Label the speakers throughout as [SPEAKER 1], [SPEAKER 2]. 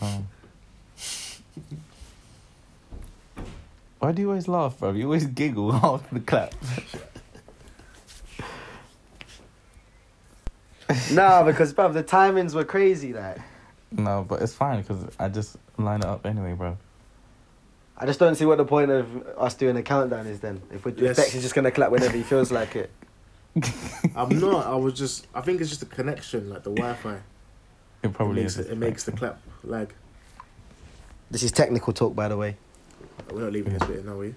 [SPEAKER 1] Oh. Why do you always laugh, bro? You always giggle after the clap.
[SPEAKER 2] nah, because bruv, the timings were crazy. Like,
[SPEAKER 1] No, but it's fine because I just line it up anyway, bro.
[SPEAKER 2] I just don't see what the point of us doing a countdown is then. If we're
[SPEAKER 3] Yes.
[SPEAKER 2] if Bex is just gonna clap whenever he feels like it.
[SPEAKER 3] I'm not. I was just. I think it's just the connection, like the Wi-Fi.
[SPEAKER 1] It
[SPEAKER 3] It
[SPEAKER 1] probably
[SPEAKER 3] makes
[SPEAKER 1] is.
[SPEAKER 3] it, it makes the clap lag.
[SPEAKER 2] This is technical talk, by the way.
[SPEAKER 3] We're not leaving this bit, in, are we?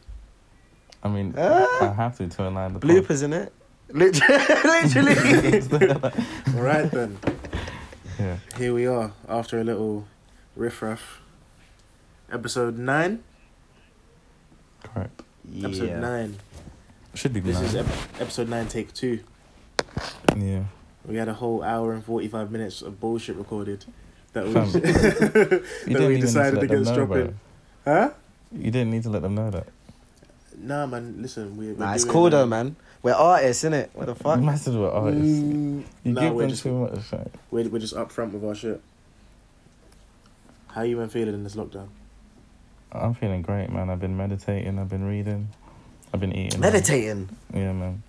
[SPEAKER 1] I mean, I have to to align the pod.
[SPEAKER 2] Bloopers in it. Literally.
[SPEAKER 3] All right then.
[SPEAKER 1] Yeah.
[SPEAKER 3] Here we are after a little riffraff. Episode nine.
[SPEAKER 1] Correct.
[SPEAKER 3] Episode nine.
[SPEAKER 1] Should be
[SPEAKER 3] This
[SPEAKER 1] nine.
[SPEAKER 3] is ep- episode nine, take two.
[SPEAKER 1] yeah.
[SPEAKER 3] We had a whole hour and forty five minutes of bullshit recorded. That we,
[SPEAKER 1] Fam. You
[SPEAKER 3] that
[SPEAKER 1] didn't
[SPEAKER 3] we
[SPEAKER 1] even
[SPEAKER 3] decided
[SPEAKER 1] need to let
[SPEAKER 3] against
[SPEAKER 1] them know, bro.
[SPEAKER 3] dropping. Huh?
[SPEAKER 1] You didn't need to let them know that.
[SPEAKER 3] Nah, man. Listen, we. we're
[SPEAKER 2] Nah, it's
[SPEAKER 3] doing,
[SPEAKER 2] cool though,
[SPEAKER 3] um,
[SPEAKER 2] man. We're artists, innit? What the fuck?
[SPEAKER 1] You messed with artists.
[SPEAKER 3] mm,
[SPEAKER 1] you
[SPEAKER 3] nah,
[SPEAKER 1] give
[SPEAKER 3] we're
[SPEAKER 1] them
[SPEAKER 3] just
[SPEAKER 1] too much. Right?
[SPEAKER 3] we're, we're just upfront with our shit. How you been feeling in this lockdown?
[SPEAKER 1] I'm feeling great, man. I've been meditating. I've been reading. I've been eating. man.
[SPEAKER 2] Meditating.
[SPEAKER 1] Yeah, man.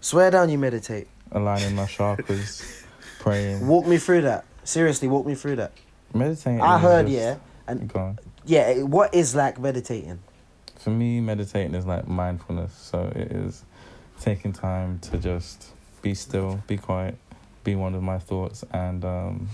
[SPEAKER 2] Swear down you meditate.
[SPEAKER 1] Aligning my chakras, praying,
[SPEAKER 2] Walk me through that. Seriously, walk me through that.
[SPEAKER 1] meditating.
[SPEAKER 2] I
[SPEAKER 1] is
[SPEAKER 2] heard,
[SPEAKER 1] just-
[SPEAKER 2] yeah. And
[SPEAKER 1] Go on.
[SPEAKER 2] yeah, it- what is like meditating?
[SPEAKER 1] For me, meditating is like mindfulness. So it is taking time to just be still, be quiet, be one with my thoughts, and um,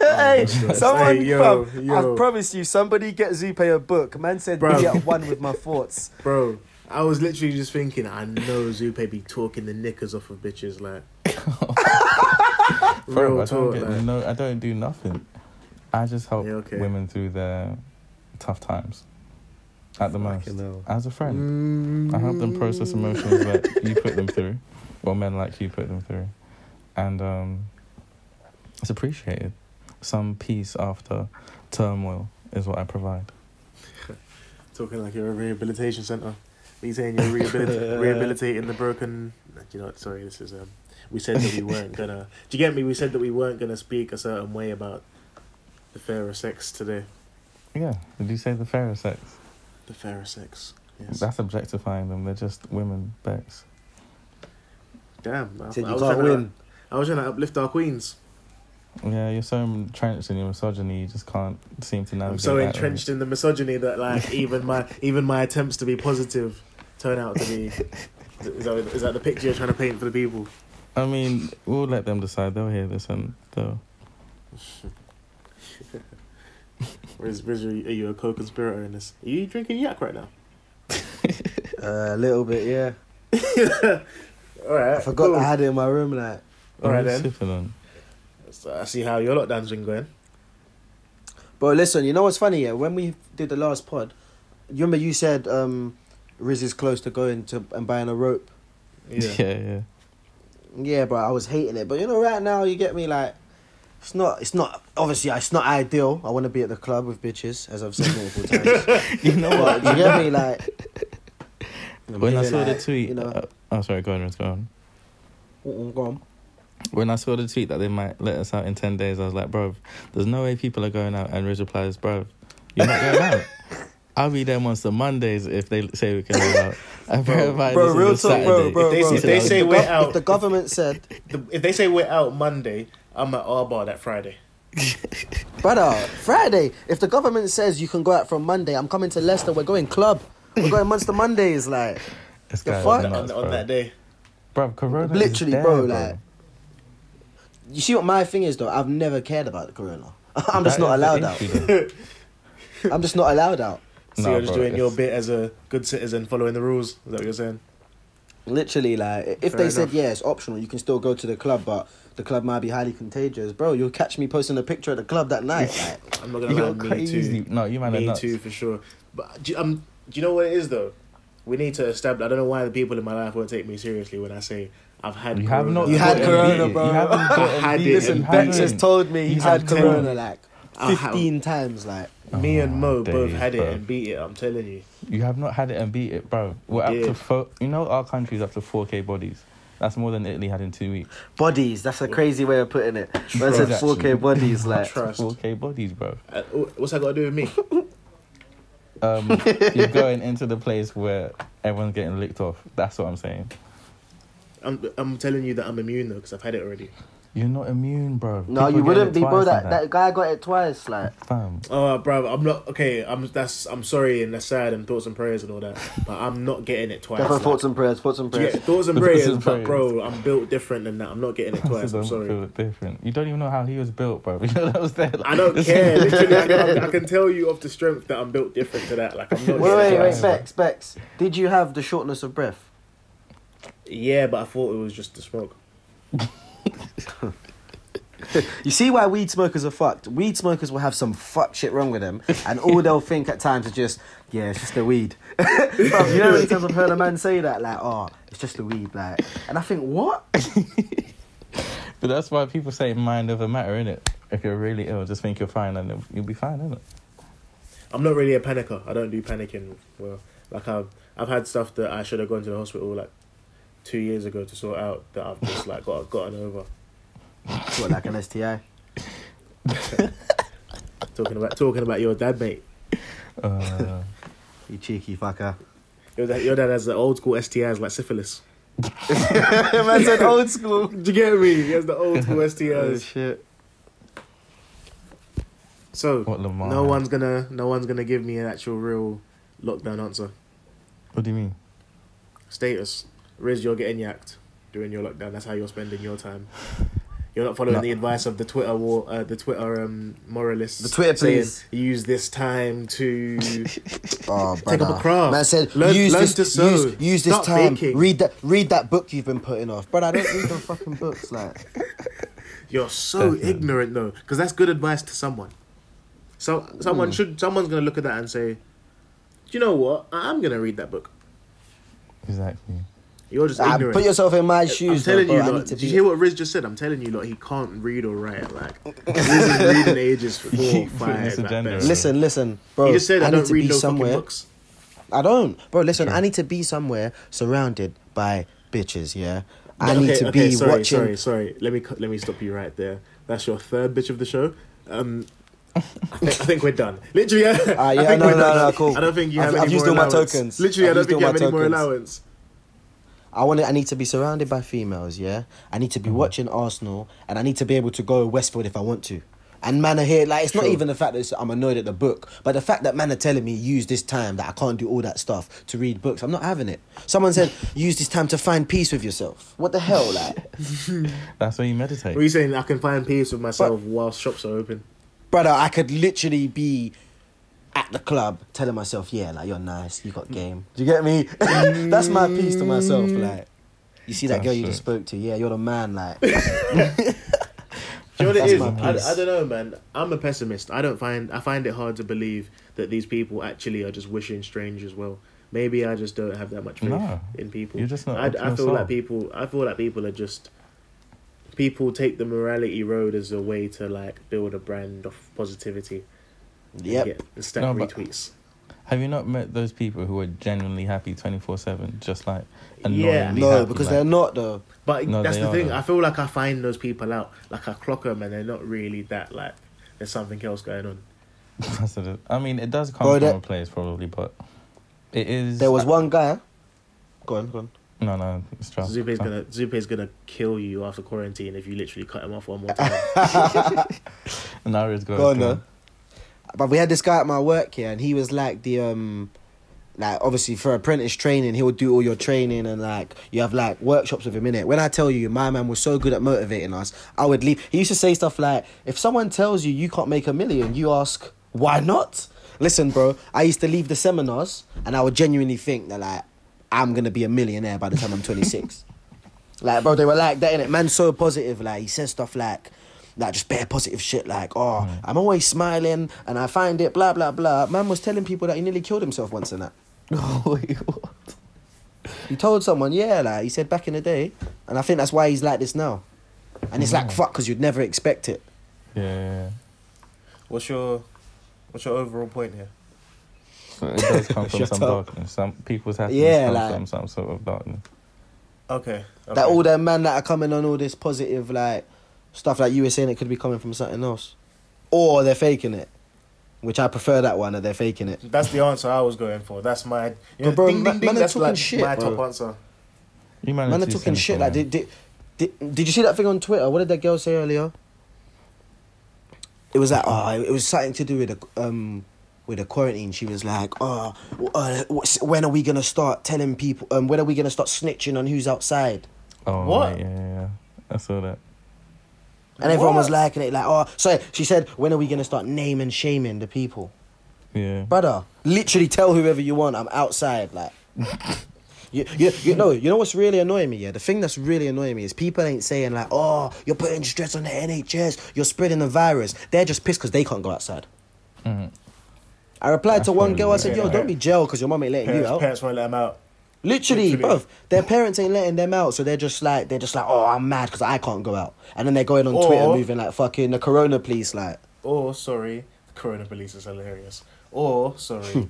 [SPEAKER 2] hey,
[SPEAKER 3] goodness.
[SPEAKER 2] someone,
[SPEAKER 3] Hey, yo,
[SPEAKER 2] fam,
[SPEAKER 3] yo.
[SPEAKER 2] I promise you, somebody get Zupe a book. Man said,
[SPEAKER 3] Bruv.
[SPEAKER 2] be at one with my thoughts.
[SPEAKER 3] Bro, I was literally just thinking, I know Zupe be talking the knickers off of bitches, like.
[SPEAKER 1] bro,
[SPEAKER 3] Real
[SPEAKER 1] I don't
[SPEAKER 3] talk,
[SPEAKER 1] get
[SPEAKER 3] like.
[SPEAKER 1] no, I don't do nothing. I just help
[SPEAKER 3] Yeah, okay.
[SPEAKER 1] women through their tough times. At the most,
[SPEAKER 2] Fucking hell.
[SPEAKER 1] as a friend. I help them process emotions that you put them through, or men like you put them through, and um, it's appreciated. Some peace after turmoil is what I provide.
[SPEAKER 3] Talking like you're a rehabilitation center. Are you saying you're rehabilit- rehabilitating the broken? Do you know what? Sorry, this is um. We said that we weren't gonna. Do you get me? We said that we weren't gonna speak a certain way about the fairer sex today.
[SPEAKER 1] Yeah, did you say the fairer sex?
[SPEAKER 3] The fairer sex. Yes.
[SPEAKER 1] That's objectifying them. They're just women becks.
[SPEAKER 3] Damn. I,
[SPEAKER 2] Said
[SPEAKER 3] I
[SPEAKER 2] you
[SPEAKER 3] was
[SPEAKER 2] can't
[SPEAKER 3] trying to-
[SPEAKER 2] win.
[SPEAKER 3] I was trying to uplift our queens.
[SPEAKER 1] Yeah, you're so entrenched in your misogyny, you just can't seem to navigate.
[SPEAKER 3] I'm so
[SPEAKER 1] that,
[SPEAKER 3] entrenched in the misogyny that like even my even my attempts to be positive turn out to be. Is that, is that the picture you're trying to paint for the people?
[SPEAKER 1] I mean, we'll let them decide. They'll hear this and they'll.
[SPEAKER 3] Or is, is- are you a co-conspirator in this? Are you drinking yak right now?
[SPEAKER 2] Uh, A little bit, yeah.
[SPEAKER 3] All right.
[SPEAKER 2] I forgot
[SPEAKER 3] cool.
[SPEAKER 2] I had it in my room, like.
[SPEAKER 1] What
[SPEAKER 3] All right
[SPEAKER 1] are you
[SPEAKER 3] then.
[SPEAKER 1] sipping on?
[SPEAKER 3] So I see how your lockdown's been going.
[SPEAKER 2] But listen, you know what's funny? Yeah, when we did the last pod, you remember you said um, Riz is close to going to and buying a rope.
[SPEAKER 1] yeah. yeah.
[SPEAKER 2] Yeah, bro, I was hating it. But you know, right now, you get me like, it's not, it's not. Obviously, it's not ideal. I want to be at the club with bitches, as I've said multiple times.
[SPEAKER 1] You know what?
[SPEAKER 2] but you get me like.
[SPEAKER 1] When I
[SPEAKER 2] Yeah,
[SPEAKER 1] saw the
[SPEAKER 2] like,
[SPEAKER 1] tweet,
[SPEAKER 2] you know.
[SPEAKER 1] uh, oh sorry, go on, Riz, go on.
[SPEAKER 2] Mm-mm, go on.
[SPEAKER 1] When I saw the tweet that they might let us out in ten days, I was like, bro, there's no way people are going out. And Riz replies, bro, you're not going out. I'll be there once the Mondays if they say we can go out. And bear in mind, this
[SPEAKER 2] Bro,
[SPEAKER 1] is
[SPEAKER 2] real
[SPEAKER 1] a
[SPEAKER 2] talk, bro,
[SPEAKER 1] Saturday.
[SPEAKER 2] bro,
[SPEAKER 3] If they- bro. if they
[SPEAKER 1] So
[SPEAKER 3] say
[SPEAKER 1] I was-
[SPEAKER 2] the
[SPEAKER 3] we're
[SPEAKER 2] gov-
[SPEAKER 3] out.
[SPEAKER 2] If the government said,
[SPEAKER 3] The, if they say we're out Monday, I'm at our bar that Friday.
[SPEAKER 2] brother, Friday. If the government says you can go out from Monday, I'm coming to Leicester. We're going club. We're going Monster Mondays, like.
[SPEAKER 1] this
[SPEAKER 2] the
[SPEAKER 1] guy is
[SPEAKER 2] fuck?
[SPEAKER 3] On,
[SPEAKER 1] nuts,
[SPEAKER 3] on
[SPEAKER 1] bro.
[SPEAKER 3] that day.
[SPEAKER 1] Bro, Corona is
[SPEAKER 2] Literally,
[SPEAKER 1] there,
[SPEAKER 2] bro, like, You see what my thing is though? I've never cared about the corona. I'm just
[SPEAKER 1] That
[SPEAKER 2] not
[SPEAKER 1] is the
[SPEAKER 2] allowed out.
[SPEAKER 1] issue, though.
[SPEAKER 2] I'm just not allowed out.
[SPEAKER 3] So
[SPEAKER 1] Nah,
[SPEAKER 3] you're just
[SPEAKER 1] bro,
[SPEAKER 3] doing your
[SPEAKER 1] it's-
[SPEAKER 3] bit as a good citizen, following the rules. Is that what you're saying?
[SPEAKER 2] Literally, like if
[SPEAKER 3] Fair
[SPEAKER 2] they said
[SPEAKER 3] enough.
[SPEAKER 2] yeah, it's optional. You can still go to the club, but the club might be highly contagious, bro. You'll catch me posting a picture at the club that night. Like,
[SPEAKER 3] I'm not gonna
[SPEAKER 1] You're
[SPEAKER 3] lie. Me
[SPEAKER 1] crazy.
[SPEAKER 3] too.
[SPEAKER 1] No, you man are
[SPEAKER 3] Me
[SPEAKER 1] nuts.
[SPEAKER 3] too, for sure. But do, you- um, do you know what it is though? We need to establish. I don't know why the people in my life won't take me seriously when I say I've had.
[SPEAKER 1] You have not.
[SPEAKER 2] You had
[SPEAKER 1] gotten beat
[SPEAKER 2] corona,
[SPEAKER 1] it.
[SPEAKER 2] bro.
[SPEAKER 1] You haven't gotten
[SPEAKER 3] had
[SPEAKER 1] beat
[SPEAKER 3] it.
[SPEAKER 1] it.
[SPEAKER 3] Listen,
[SPEAKER 1] You
[SPEAKER 3] Bex
[SPEAKER 2] Bex
[SPEAKER 3] Bex just
[SPEAKER 1] haven't.
[SPEAKER 2] just told me
[SPEAKER 1] he's
[SPEAKER 2] he's
[SPEAKER 1] You had
[SPEAKER 2] had
[SPEAKER 1] had corona.
[SPEAKER 2] corona
[SPEAKER 1] corona,
[SPEAKER 2] like
[SPEAKER 3] I have-
[SPEAKER 2] fifteen times. Like,
[SPEAKER 3] Me
[SPEAKER 1] Oh,
[SPEAKER 3] and Mo both
[SPEAKER 1] days,
[SPEAKER 3] had it
[SPEAKER 1] bro.
[SPEAKER 3] and beat it. I'm telling you.
[SPEAKER 1] You have not had it and beat it, bro. We're
[SPEAKER 3] Yeah.
[SPEAKER 1] up to four. You know, our country's up to four K bodies. That's more than Italy had in two weeks.
[SPEAKER 2] Bodies. That's a crazy way of putting it. When I said
[SPEAKER 1] Trust.
[SPEAKER 2] 4K bodies, like
[SPEAKER 3] Trust.
[SPEAKER 1] 4K bodies, bro.
[SPEAKER 3] Uh, wh- what's that got to do with me?
[SPEAKER 1] Um, you're going into the place where everyone's getting licked off. That's what I'm saying.
[SPEAKER 3] I'm, I'm telling you that I'm immune though because I've had it already.
[SPEAKER 1] You're not immune, bro.
[SPEAKER 2] no,
[SPEAKER 1] People
[SPEAKER 2] you
[SPEAKER 1] get
[SPEAKER 2] wouldn't
[SPEAKER 1] it
[SPEAKER 2] be, bro.
[SPEAKER 1] twice
[SPEAKER 2] That,
[SPEAKER 1] and
[SPEAKER 2] that guy got it twice, like.
[SPEAKER 1] Fam.
[SPEAKER 3] Oh, bro, I'm not okay. I'm that's I'm sorry and that's sad and thoughts and prayers and all that, but I'm not getting it twice.
[SPEAKER 2] Definitely
[SPEAKER 3] like-
[SPEAKER 2] thoughts and prayers. Thoughts and
[SPEAKER 3] Yeah,
[SPEAKER 2] prayers.
[SPEAKER 3] thoughts and
[SPEAKER 1] Thoughts
[SPEAKER 3] prayers,
[SPEAKER 1] and
[SPEAKER 3] but bro, I'm built different than that. I'm not getting it
[SPEAKER 1] I
[SPEAKER 3] twice. I'm
[SPEAKER 1] don't feel
[SPEAKER 3] sorry.
[SPEAKER 1] it different. You don't even know how he was built, bro. You know that was there. like-
[SPEAKER 3] I don't care. Literally, I, can, I can tell you off the strength that I'm built different to that. Like I'm not.
[SPEAKER 2] Wait,
[SPEAKER 3] getting
[SPEAKER 2] wait, wait,
[SPEAKER 3] it twice.
[SPEAKER 2] Specs, Specs. Did you have the shortness of breath?
[SPEAKER 3] Yeah, but I thought it was just the smoke.
[SPEAKER 2] You see why weed smokers are fucked. Weed smokers will have some fuck shit wrong with them, and all they'll think at times is just, yeah, it's just the weed. Bruv, you know, how many times I've heard a man say that, like, oh, it's just the weed, like, and I think, what?
[SPEAKER 1] But that's why people say mind over matter, innit? If you're really ill, just think you're fine and you'll be fine, innit?
[SPEAKER 3] I'm not really a panicker. I don't do panicking well. Like I've I've had stuff that I should have gone to the hospital like two years ago to sort out that I've just like got gotten over.
[SPEAKER 2] What, like an STI?
[SPEAKER 3] Talking about talking about your dad, mate.
[SPEAKER 1] Uh,
[SPEAKER 2] You cheeky fucker.
[SPEAKER 3] Your dad, your dad has the old school STIs like syphilis.
[SPEAKER 2] man said old school.
[SPEAKER 3] Do you get me? He has the old school
[SPEAKER 2] Oh,
[SPEAKER 3] STIs.
[SPEAKER 2] shit.
[SPEAKER 3] So
[SPEAKER 1] what Lamar?
[SPEAKER 3] no
[SPEAKER 1] had.
[SPEAKER 3] one's gonna no one's gonna give me an actual real lockdown answer.
[SPEAKER 1] What do you mean?
[SPEAKER 3] Status. Riz, you're getting yacked during your lockdown. That's how you're spending your time. You're not following
[SPEAKER 1] No.
[SPEAKER 3] the advice of the Twitter war, uh, the Twitter um, moralists.
[SPEAKER 2] The Twitter
[SPEAKER 3] saying,
[SPEAKER 2] police.
[SPEAKER 3] Use this time to
[SPEAKER 2] Oh,
[SPEAKER 3] Take up a
[SPEAKER 2] brother.
[SPEAKER 3] craft.
[SPEAKER 2] Man said,
[SPEAKER 3] Learn-
[SPEAKER 2] use,
[SPEAKER 3] learn
[SPEAKER 2] this,
[SPEAKER 3] to sew.
[SPEAKER 2] use, use this
[SPEAKER 3] Start
[SPEAKER 2] time.
[SPEAKER 3] baking.
[SPEAKER 2] Read that, read that book you've been putting off. But I don't read no fucking books, like.
[SPEAKER 3] You're so
[SPEAKER 2] Uh-huh.
[SPEAKER 1] Definitely.
[SPEAKER 3] ignorant though, because that's good advice to someone. So
[SPEAKER 2] Hmm.
[SPEAKER 3] someone should someone's gonna look at that and say, "Do you know what? I- I'm gonna read that book."
[SPEAKER 1] Exactly.
[SPEAKER 3] You're just
[SPEAKER 2] Ah,
[SPEAKER 3] ignorant.
[SPEAKER 2] put yourself in my shoes.
[SPEAKER 3] I'm telling
[SPEAKER 2] though,
[SPEAKER 3] you,
[SPEAKER 2] bro. I
[SPEAKER 3] lot,
[SPEAKER 2] need to
[SPEAKER 3] did
[SPEAKER 2] be-
[SPEAKER 3] you hear what Riz just said? I'm telling you, lot, he can't read or write. Like Riz is reading ages for four,
[SPEAKER 1] Putting
[SPEAKER 3] five.
[SPEAKER 1] this
[SPEAKER 3] at
[SPEAKER 1] agenda.
[SPEAKER 3] best.
[SPEAKER 2] Listen, listen, bro.
[SPEAKER 3] he just said, "I,
[SPEAKER 2] need
[SPEAKER 3] don't
[SPEAKER 2] to
[SPEAKER 3] read
[SPEAKER 2] be
[SPEAKER 3] no
[SPEAKER 2] somewhere.
[SPEAKER 3] fucking books."
[SPEAKER 2] I don't, bro. Listen,
[SPEAKER 1] Sure.
[SPEAKER 2] I need to be somewhere surrounded by bitches. Yeah, I
[SPEAKER 3] Okay,
[SPEAKER 2] need to
[SPEAKER 3] okay,
[SPEAKER 2] be
[SPEAKER 3] sorry,
[SPEAKER 2] watching.
[SPEAKER 3] Sorry, sorry. Let me cu- let me stop you right there. That's your third bitch of the show. Um, I think, I think we're done. Literally, I,
[SPEAKER 2] Ah, yeah,
[SPEAKER 3] I think
[SPEAKER 2] no,
[SPEAKER 3] we're
[SPEAKER 2] no,
[SPEAKER 3] done.
[SPEAKER 2] no, cool.
[SPEAKER 3] I don't think you
[SPEAKER 2] I've-
[SPEAKER 3] have
[SPEAKER 2] I've
[SPEAKER 3] any
[SPEAKER 2] used
[SPEAKER 3] more
[SPEAKER 2] all my
[SPEAKER 3] allowance.
[SPEAKER 2] tokens.
[SPEAKER 3] Literally,
[SPEAKER 2] I've
[SPEAKER 3] I
[SPEAKER 2] used
[SPEAKER 3] don't think
[SPEAKER 2] all
[SPEAKER 3] you have
[SPEAKER 2] my
[SPEAKER 3] any more
[SPEAKER 2] tokens.
[SPEAKER 3] allowance.
[SPEAKER 2] I want. to I need to be surrounded by females. Yeah, I need to be watching Arsenal, and I need to be able to go Westfield if I want to. And man are here, like it's not
[SPEAKER 3] Sure.
[SPEAKER 2] even the fact that it's- I'm annoyed at the book, but the fact that man are telling me use this time that I can't do all that stuff to read books. I'm not having it. Someone said use this time to find peace with yourself. What the hell, like?
[SPEAKER 1] That's where you meditate.
[SPEAKER 3] What are you saying? I can find peace with myself whilst shops are open.
[SPEAKER 2] brother, I could literally be at the club telling myself, yeah, like you're nice, you got game. Mm. Do you get me? That's my piece to myself. Like, you see that
[SPEAKER 1] That's
[SPEAKER 2] girl you
[SPEAKER 1] it.
[SPEAKER 2] just spoke to, yeah, you're the man. Like,
[SPEAKER 3] Do you know what
[SPEAKER 2] That's
[SPEAKER 3] it is?
[SPEAKER 2] my
[SPEAKER 3] I, I
[SPEAKER 2] piece.
[SPEAKER 3] don't know, man. I'm a pessimist. I don't find I find it hard to believe that these people actually are just wishing strange as well. Maybe I just don't have that much faith
[SPEAKER 1] No.
[SPEAKER 3] in people.
[SPEAKER 1] You're just not
[SPEAKER 3] I,
[SPEAKER 1] up to
[SPEAKER 3] I
[SPEAKER 1] your
[SPEAKER 3] feel
[SPEAKER 1] soul.
[SPEAKER 3] like people. I feel like people are just. People take the morality road as a way to like build a brand of positivity. and
[SPEAKER 2] yep.
[SPEAKER 3] get- and stack
[SPEAKER 1] No, but-
[SPEAKER 3] retweets.
[SPEAKER 1] Have you not met those people who are genuinely happy 24 7, just like annoyingly
[SPEAKER 3] Yeah.
[SPEAKER 1] happy?
[SPEAKER 2] No, because they're
[SPEAKER 1] like,
[SPEAKER 2] not though.
[SPEAKER 3] But
[SPEAKER 1] No,
[SPEAKER 3] that's
[SPEAKER 1] they
[SPEAKER 3] the
[SPEAKER 1] are,
[SPEAKER 3] thing.
[SPEAKER 1] though.
[SPEAKER 3] I feel like I find those people out. Like I clock them, and they're not really that. Like there's something else going on.
[SPEAKER 1] That's what it- I mean, it does come
[SPEAKER 2] Bro,
[SPEAKER 1] from
[SPEAKER 2] that-
[SPEAKER 1] a place, probably, but it is.
[SPEAKER 2] There was one guy. Go on, go on.
[SPEAKER 1] No, no, it's trust.
[SPEAKER 3] Zupe's gonna Zupe's gonna kill you after quarantine if you literally cut him off one more time.
[SPEAKER 1] Nara's going.
[SPEAKER 2] Go on, though. But we had this guy at my work here, and he was like the um, like obviously for apprentice training, he'll do all your training and like you have like workshops with him in it. When I tell you, my man was so good at motivating us, I would leave. He used to say stuff like, "If someone tells you you can't make a million, you ask why not." Listen, bro, I used to leave the seminars, and I would genuinely think that like I'm gonna be a millionaire by the time I'm 26. Like, bro, they were like that, innit? Man, so positive. Like, he says stuff like, like, just bare positive shit. Like, oh, I'm always smiling and I find it, blah, blah, blah. Man was telling people that he nearly killed himself once and that.
[SPEAKER 1] Wait, what?
[SPEAKER 2] He told someone, yeah, like, he said back in the day. And I think that's why he's like this now. And it's like, fuck, because you'd never expect it.
[SPEAKER 1] Yeah, yeah,
[SPEAKER 3] What's your what's your overall point here?
[SPEAKER 1] yeah. It does come from
[SPEAKER 2] Shut
[SPEAKER 1] some
[SPEAKER 2] up.
[SPEAKER 1] darkness. Some people's happiness
[SPEAKER 2] Yeah,
[SPEAKER 1] comes
[SPEAKER 2] like-
[SPEAKER 1] from some sort of darkness.
[SPEAKER 3] Okay. okay.
[SPEAKER 2] That all them man that are coming on all this positive like stuff like you were saying it could be coming from something else, or they're faking it, which I prefer that one that they're faking it.
[SPEAKER 3] That's the answer I was going for. That's my. You know,
[SPEAKER 2] But bro,
[SPEAKER 3] ding,
[SPEAKER 2] ma-
[SPEAKER 3] ding, ding,
[SPEAKER 2] man are
[SPEAKER 3] that's
[SPEAKER 2] talking
[SPEAKER 3] like
[SPEAKER 2] shit,
[SPEAKER 3] my
[SPEAKER 2] bro.
[SPEAKER 3] top answer.
[SPEAKER 1] You man,
[SPEAKER 2] Man
[SPEAKER 1] are
[SPEAKER 2] are
[SPEAKER 1] too
[SPEAKER 2] talking shit.
[SPEAKER 1] cynical,
[SPEAKER 2] Like
[SPEAKER 1] man.
[SPEAKER 2] did, did did did you see that thing on Twitter? What did that girl say earlier? It was like oh, it was something to do with the um with the quarantine. She was like oh, uh, what's- when are we gonna start telling people? Um, when are we gonna start snitching on who's outside?
[SPEAKER 1] Oh,
[SPEAKER 3] What?
[SPEAKER 1] right, yeah, yeah, yeah. I saw that.
[SPEAKER 2] And everyone was
[SPEAKER 3] What?
[SPEAKER 2] liking it, like, oh, sorry. She said, when are we going to start name and shaming the people?
[SPEAKER 1] Yeah.
[SPEAKER 2] Brother, literally tell whoever you want, I'm outside, like. You, you, you know you know what's really annoying me yeah the thing that's really annoying me is people ain't saying like oh you're putting stress on the NHS you're spreading the virus they're just pissed because they can't go outside
[SPEAKER 3] Mm-hmm.
[SPEAKER 1] Mm.
[SPEAKER 2] I replied
[SPEAKER 1] That's
[SPEAKER 2] to one
[SPEAKER 1] probably
[SPEAKER 2] girl I
[SPEAKER 1] the
[SPEAKER 2] said
[SPEAKER 3] way
[SPEAKER 2] yo
[SPEAKER 3] to
[SPEAKER 2] don't
[SPEAKER 3] go.
[SPEAKER 2] be jail because your mum ain't letting
[SPEAKER 3] Parents,
[SPEAKER 2] you out
[SPEAKER 3] parents won't let them out.
[SPEAKER 2] Literally,
[SPEAKER 3] Literally.
[SPEAKER 2] both their parents ain't letting them out, so they're just like they're just like, oh, I'm mad because I can't go out, and then they're going on
[SPEAKER 3] Or-
[SPEAKER 2] Twitter moving like fucking the Corona police, like
[SPEAKER 3] Or sorry, the corona police is hilarious. Or sorry,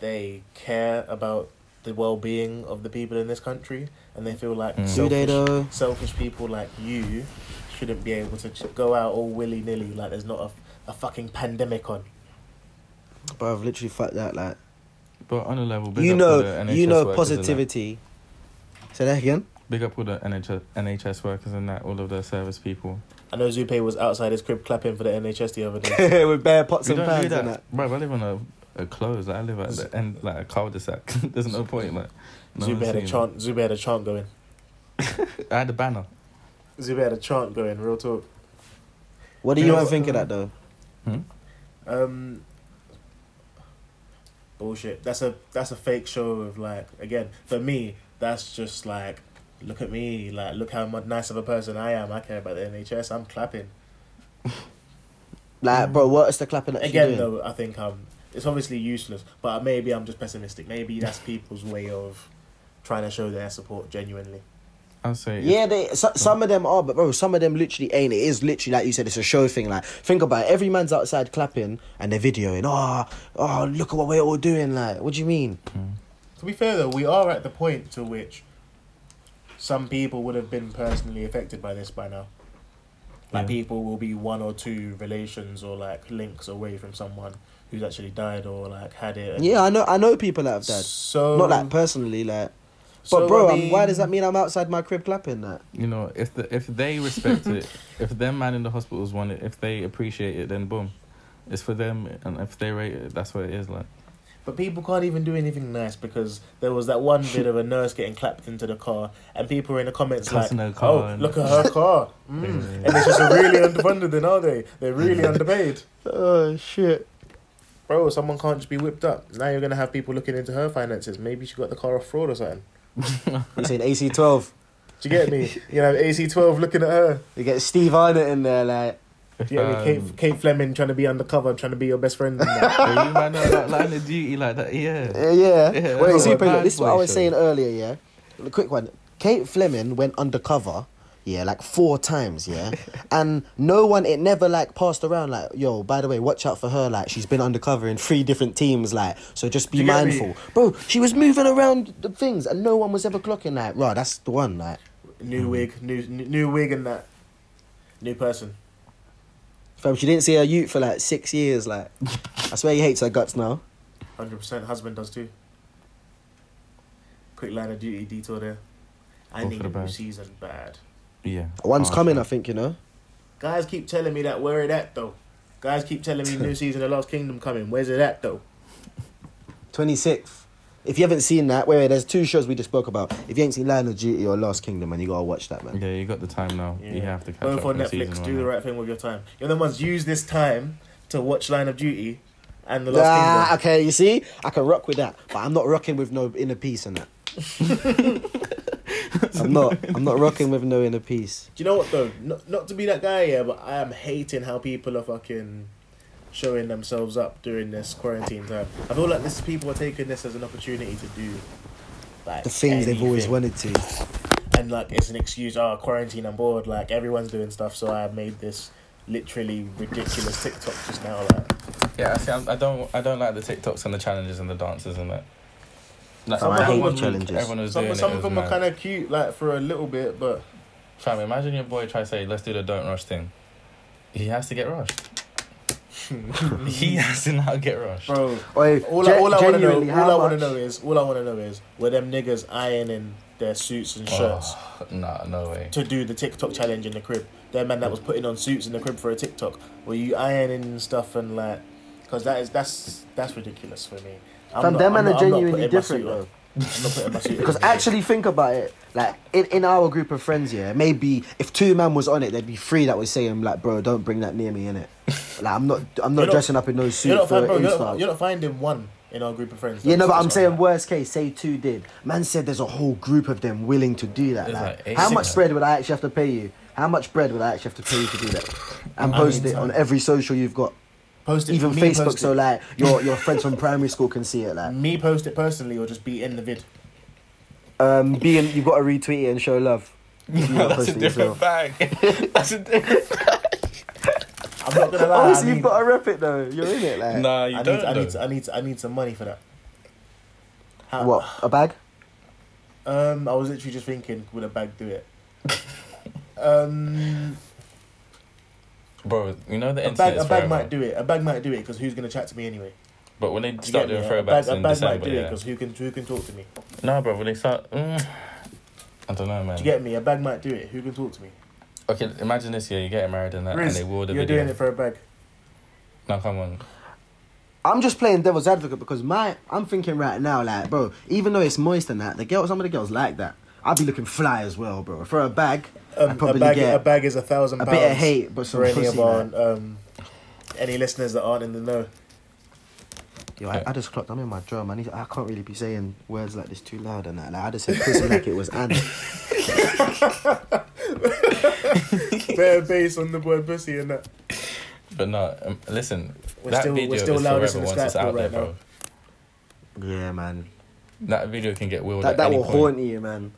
[SPEAKER 3] they care about the well-being of the people in this country, and they feel like
[SPEAKER 1] Mm.
[SPEAKER 2] do they
[SPEAKER 3] selfish,
[SPEAKER 2] though?
[SPEAKER 3] selfish people like you shouldn't be able to ch- go out all willy nilly like there's not a, a fucking pandemic on.
[SPEAKER 2] But I've literally fucked that, like
[SPEAKER 1] But on a level, big
[SPEAKER 2] you
[SPEAKER 1] up all
[SPEAKER 2] know,
[SPEAKER 1] the
[SPEAKER 2] you
[SPEAKER 1] NHS
[SPEAKER 2] know
[SPEAKER 1] workers and that.
[SPEAKER 2] positivity. Say that again.
[SPEAKER 1] Big up all the NHS, NHS workers and that, all of the service people.
[SPEAKER 3] I know Zupe was outside his crib clapping for the NHS the other day.
[SPEAKER 2] With bare pots
[SPEAKER 1] We
[SPEAKER 2] and
[SPEAKER 1] don't
[SPEAKER 2] pans
[SPEAKER 1] do
[SPEAKER 2] and that.
[SPEAKER 1] that. Bro, I live on a, a close. Like, I live at the end, like a cul-de-sac. There's no point. Like, no
[SPEAKER 3] Zube
[SPEAKER 1] one's
[SPEAKER 3] had
[SPEAKER 1] seeing
[SPEAKER 3] a chant. Zube had a chant going.
[SPEAKER 1] it. I had a banner.
[SPEAKER 3] Zube had a chant going. Real talk.
[SPEAKER 2] What do
[SPEAKER 3] You
[SPEAKER 2] you
[SPEAKER 3] know
[SPEAKER 2] man
[SPEAKER 3] what,
[SPEAKER 2] think of
[SPEAKER 3] uh,
[SPEAKER 2] that though?
[SPEAKER 3] Um, bullshit. That's a that's a fake show of like again for me. That's just like look at me. Like look how mu- nice of a person I am. I care about the NHS. I'm clapping
[SPEAKER 2] Like, bro, what is the clapping that
[SPEAKER 3] again.
[SPEAKER 2] doing?
[SPEAKER 3] Though I think um, it's obviously useless. But maybe I'm just pessimistic. Maybe that's people's way of trying to show their support genuinely.
[SPEAKER 1] I'll say. it's-
[SPEAKER 2] Yeah, they so, some of them are, but bro, some of them literally ain't. It is literally like you said, it's a show thing. Like, think about it. Every man's outside clapping and they're videoing. Oh, oh, look at what we're all doing. Like, what do you mean?
[SPEAKER 3] To be fair though, we are at the point to which some people would have been personally affected by this by now. Like
[SPEAKER 1] Yeah.
[SPEAKER 3] people will be one or two relations or like links away from someone who's actually died or like had it. and-
[SPEAKER 2] Yeah, I know, I know people that have died.
[SPEAKER 3] So
[SPEAKER 2] Not like personally, like. But
[SPEAKER 3] so,
[SPEAKER 2] bro,
[SPEAKER 3] I
[SPEAKER 2] um, why does
[SPEAKER 3] mean,
[SPEAKER 2] that mean I'm outside my crib clapping that?
[SPEAKER 1] You know, if the if they respect it, if them man in the hospitals want it, if they appreciate it, then boom, it's for them. And if they rate it, that's what it is. Like,
[SPEAKER 3] But people can't even do anything nice because there was that one bit of a nurse getting clapped into the car, and people were in the comments
[SPEAKER 1] Cussing her
[SPEAKER 3] like,
[SPEAKER 1] car
[SPEAKER 3] "Oh,
[SPEAKER 1] and-
[SPEAKER 3] look at her car," mm. and it's just they're really underfunded, then are they? They're really underpaid.
[SPEAKER 2] Oh shit!
[SPEAKER 3] Bro, someone can't just be whipped up. Now you're gonna have people looking into her finances. Maybe she got the car off fraud or something.
[SPEAKER 2] You saying AC twelve?
[SPEAKER 3] Do you get me? You know, AC twelve looking at her.
[SPEAKER 2] You get Steve Arnott in there, like
[SPEAKER 1] if,
[SPEAKER 3] Do you get me?
[SPEAKER 1] um,
[SPEAKER 3] Kate, Kate Fleming trying to be undercover, trying to be your best friend. and that.
[SPEAKER 1] But you might not like line of duty like that, yeah.
[SPEAKER 2] yeah. yeah.
[SPEAKER 1] Yeah,
[SPEAKER 2] Wait,
[SPEAKER 1] that's
[SPEAKER 2] super.
[SPEAKER 1] what
[SPEAKER 2] Look, this is what I
[SPEAKER 1] Bad
[SPEAKER 2] was
[SPEAKER 1] Boy
[SPEAKER 2] saying
[SPEAKER 1] showed.
[SPEAKER 2] earlier. Yeah, a quick one. Kate Fleming went undercover. Yeah, like four times. Yeah, and no one. It never like passed around. Like, yo, by the way, watch out for her. Like, she's been undercover in three different teams. Like, so just be
[SPEAKER 3] You get me?
[SPEAKER 2] mindful, bro. She was moving around the things, and no one was ever clocking. Like, right, that's the one. Like,
[SPEAKER 3] new wig, new n- new wig, and that new person.
[SPEAKER 2] fam, she didn't see her youth for like six years. Like, I swear he hates her guts now.
[SPEAKER 3] Hundred percent. Husband does too. Quick line of duty detour there. I
[SPEAKER 1] Go for
[SPEAKER 3] need
[SPEAKER 1] the
[SPEAKER 3] a new
[SPEAKER 1] bag.
[SPEAKER 3] season bad.
[SPEAKER 1] Yeah. Oh,
[SPEAKER 2] One's
[SPEAKER 1] Harsh,
[SPEAKER 2] coming, I
[SPEAKER 1] like.
[SPEAKER 2] think. You know.
[SPEAKER 3] Guys keep telling me that. Where it at though? Guys keep telling me new season of Lost Kingdom coming. Where's it at though?
[SPEAKER 2] 26th. If you haven't seen that, wait, wait, there's two shows we just spoke about. If you ain't seen Lion of Duty or Last Kingdom, man, you gotta watch that, man.
[SPEAKER 1] Yeah, you got the time now. You have to catch
[SPEAKER 3] Go
[SPEAKER 1] up
[SPEAKER 3] for
[SPEAKER 1] on
[SPEAKER 3] Netflix.
[SPEAKER 1] season
[SPEAKER 3] Do
[SPEAKER 1] one
[SPEAKER 3] the
[SPEAKER 1] now.
[SPEAKER 3] right thing with your time. You're the ones use this time to watch Line of Duty and the Lost
[SPEAKER 2] Ah,
[SPEAKER 3] Kingdom.
[SPEAKER 2] okay, you see? I can rock with that, but I'm not rocking with no inner peace and that. I'm not. I'm not rocking with no inner peace.
[SPEAKER 3] Do you know what though? Not, not to be that guy, yeah, but I am hating how people are fucking showing themselves up during this quarantine time. I feel like this people are taking this as an opportunity to do like
[SPEAKER 2] The things they've always
[SPEAKER 3] anything.
[SPEAKER 2] wanted to.
[SPEAKER 3] and like it's an excuse. Oh, quarantine, I'm bored. Like everyone's doing stuff, so I made this literally ridiculous TikTok just now. Like
[SPEAKER 1] Yeah, I see. I'm, I don't. I don't like the TikToks and the challenges and the dances and that. Like,
[SPEAKER 3] Some I of them hate were-
[SPEAKER 2] challenges.
[SPEAKER 1] Everyone was
[SPEAKER 3] Some,
[SPEAKER 1] doing
[SPEAKER 3] some
[SPEAKER 1] it
[SPEAKER 3] of them are kind of cute, like for a little bit, but
[SPEAKER 1] Fam, imagine your boy try to say, let's do the don't rush thing. He has to get rushed. he has to now get rushed.
[SPEAKER 3] bro,
[SPEAKER 2] Oi,
[SPEAKER 3] all
[SPEAKER 2] gen-
[SPEAKER 3] I, all I want to know,
[SPEAKER 2] genuinely, how
[SPEAKER 3] all I want to
[SPEAKER 2] much-
[SPEAKER 3] know is, all I want to know is, were them niggas ironing their suits and shirts
[SPEAKER 1] Oh, nah, no way.
[SPEAKER 3] to do the TikTok challenge in the crib? That man that was putting on suits in the crib for a TikTok, were you ironing and stuff and like, because that is that's that's ridiculous for me. I'm
[SPEAKER 2] Fam,
[SPEAKER 3] not-
[SPEAKER 2] them men
[SPEAKER 3] I'm
[SPEAKER 2] are
[SPEAKER 3] not- I'm not
[SPEAKER 2] genuinely
[SPEAKER 3] putting my
[SPEAKER 2] different
[SPEAKER 3] suit on.
[SPEAKER 2] though.
[SPEAKER 3] I'm not putting my suit on.
[SPEAKER 2] Because actually, think about it. Like in, in our group of friends, yeah, maybe if two men was on it, there'd be three that would say, "I'm like, bro, don't bring that near me, innit? Like, I'm not, I'm not
[SPEAKER 3] You're not-
[SPEAKER 2] dressing up in no
[SPEAKER 3] you're
[SPEAKER 2] suit
[SPEAKER 3] not,
[SPEAKER 2] for
[SPEAKER 3] find, bro, you're,
[SPEAKER 2] Insta."
[SPEAKER 3] not, you're not finding one in our group of friends.
[SPEAKER 2] Yeah, no, but
[SPEAKER 3] that's
[SPEAKER 2] I'm
[SPEAKER 3] on
[SPEAKER 2] saying
[SPEAKER 3] that.
[SPEAKER 2] worst case, say two did. Man said there's a whole group of them willing to do that.
[SPEAKER 1] There's
[SPEAKER 2] Like,
[SPEAKER 1] like eight,
[SPEAKER 2] how
[SPEAKER 1] six
[SPEAKER 2] much
[SPEAKER 1] of
[SPEAKER 2] bread would I actually have to pay you? How much bread would I actually have to pay you to do that? And
[SPEAKER 3] I mean,
[SPEAKER 2] post it on every social you've got,
[SPEAKER 3] post it,
[SPEAKER 2] even
[SPEAKER 3] me
[SPEAKER 2] Facebook,
[SPEAKER 3] post
[SPEAKER 2] so
[SPEAKER 3] it.
[SPEAKER 2] like your your friends from primary school can see it. Like,
[SPEAKER 3] me post it personally or just be in the vid.
[SPEAKER 2] um, being you've got to retweet it and show love. You gotta
[SPEAKER 1] That's
[SPEAKER 2] post
[SPEAKER 1] a
[SPEAKER 2] it yourself.
[SPEAKER 1] different bag. That's a different.
[SPEAKER 3] I'm not gonna lie.
[SPEAKER 2] Obviously,
[SPEAKER 3] I
[SPEAKER 2] you've
[SPEAKER 3] need,
[SPEAKER 2] got to rep it though. You're in it, like.
[SPEAKER 1] Nah, you
[SPEAKER 3] Uh, I
[SPEAKER 1] don't.
[SPEAKER 3] need, I
[SPEAKER 1] though.
[SPEAKER 3] need, I need, I need some money for that. How,
[SPEAKER 2] What a bag?
[SPEAKER 3] Um, I was literally just thinking, would a bag do it? um,
[SPEAKER 1] Bro, you know the
[SPEAKER 3] a
[SPEAKER 1] internet
[SPEAKER 3] bag,
[SPEAKER 1] is
[SPEAKER 3] a bag
[SPEAKER 1] forever.
[SPEAKER 3] might do it. A bag might do it because who's gonna chat to me anyway?
[SPEAKER 1] But when they
[SPEAKER 3] You
[SPEAKER 1] start
[SPEAKER 3] get
[SPEAKER 1] doing
[SPEAKER 3] me? a
[SPEAKER 1] throwbacks
[SPEAKER 3] bag, a
[SPEAKER 1] in
[SPEAKER 3] bag
[SPEAKER 1] December,
[SPEAKER 3] might do it
[SPEAKER 1] yeah.
[SPEAKER 3] because who can, who can talk to me?
[SPEAKER 1] No, bro, when they start, mm, I don't know, man.
[SPEAKER 3] Do you get me? A bag might do it. Who can talk to me?
[SPEAKER 1] okay, imagine this year you're getting married and that,
[SPEAKER 3] Riz,
[SPEAKER 1] and they wore the
[SPEAKER 3] You're
[SPEAKER 1] video.
[SPEAKER 3] doing it for a bag.
[SPEAKER 1] No, come on.
[SPEAKER 2] I'm just playing devil's advocate because my I'm thinking right now, like, bro, even though it's moist and that, the girl, some of the girls like that. I'd be looking fly as well, bro. For a bag, I
[SPEAKER 3] Um, a
[SPEAKER 2] probably
[SPEAKER 3] bag,
[SPEAKER 2] get
[SPEAKER 3] a bag is a thousand.
[SPEAKER 2] a
[SPEAKER 3] pounds
[SPEAKER 2] bit of hate, but some
[SPEAKER 3] for any
[SPEAKER 2] pussy.
[SPEAKER 3] of
[SPEAKER 2] like.
[SPEAKER 3] our um, any listeners that aren't in the know.
[SPEAKER 2] Yo, I, I just clocked. I'm in my drum. I need. I can't really be saying words like this too loud and that. Like, I just said pussy like it was Anna.
[SPEAKER 3] Bare base on the boy pussy and that.
[SPEAKER 1] But no, um, listen.
[SPEAKER 3] We're
[SPEAKER 1] that
[SPEAKER 3] still- we're
[SPEAKER 1] video
[SPEAKER 3] still
[SPEAKER 1] is
[SPEAKER 3] loudest
[SPEAKER 1] forever
[SPEAKER 3] in the
[SPEAKER 1] once it's
[SPEAKER 3] Skype
[SPEAKER 1] out
[SPEAKER 3] right
[SPEAKER 1] there,
[SPEAKER 3] now.
[SPEAKER 1] bro.
[SPEAKER 2] Yeah, man.
[SPEAKER 1] That video can get wheeled
[SPEAKER 2] That
[SPEAKER 1] at
[SPEAKER 2] that
[SPEAKER 1] any
[SPEAKER 2] will
[SPEAKER 1] point.
[SPEAKER 2] haunt you, man.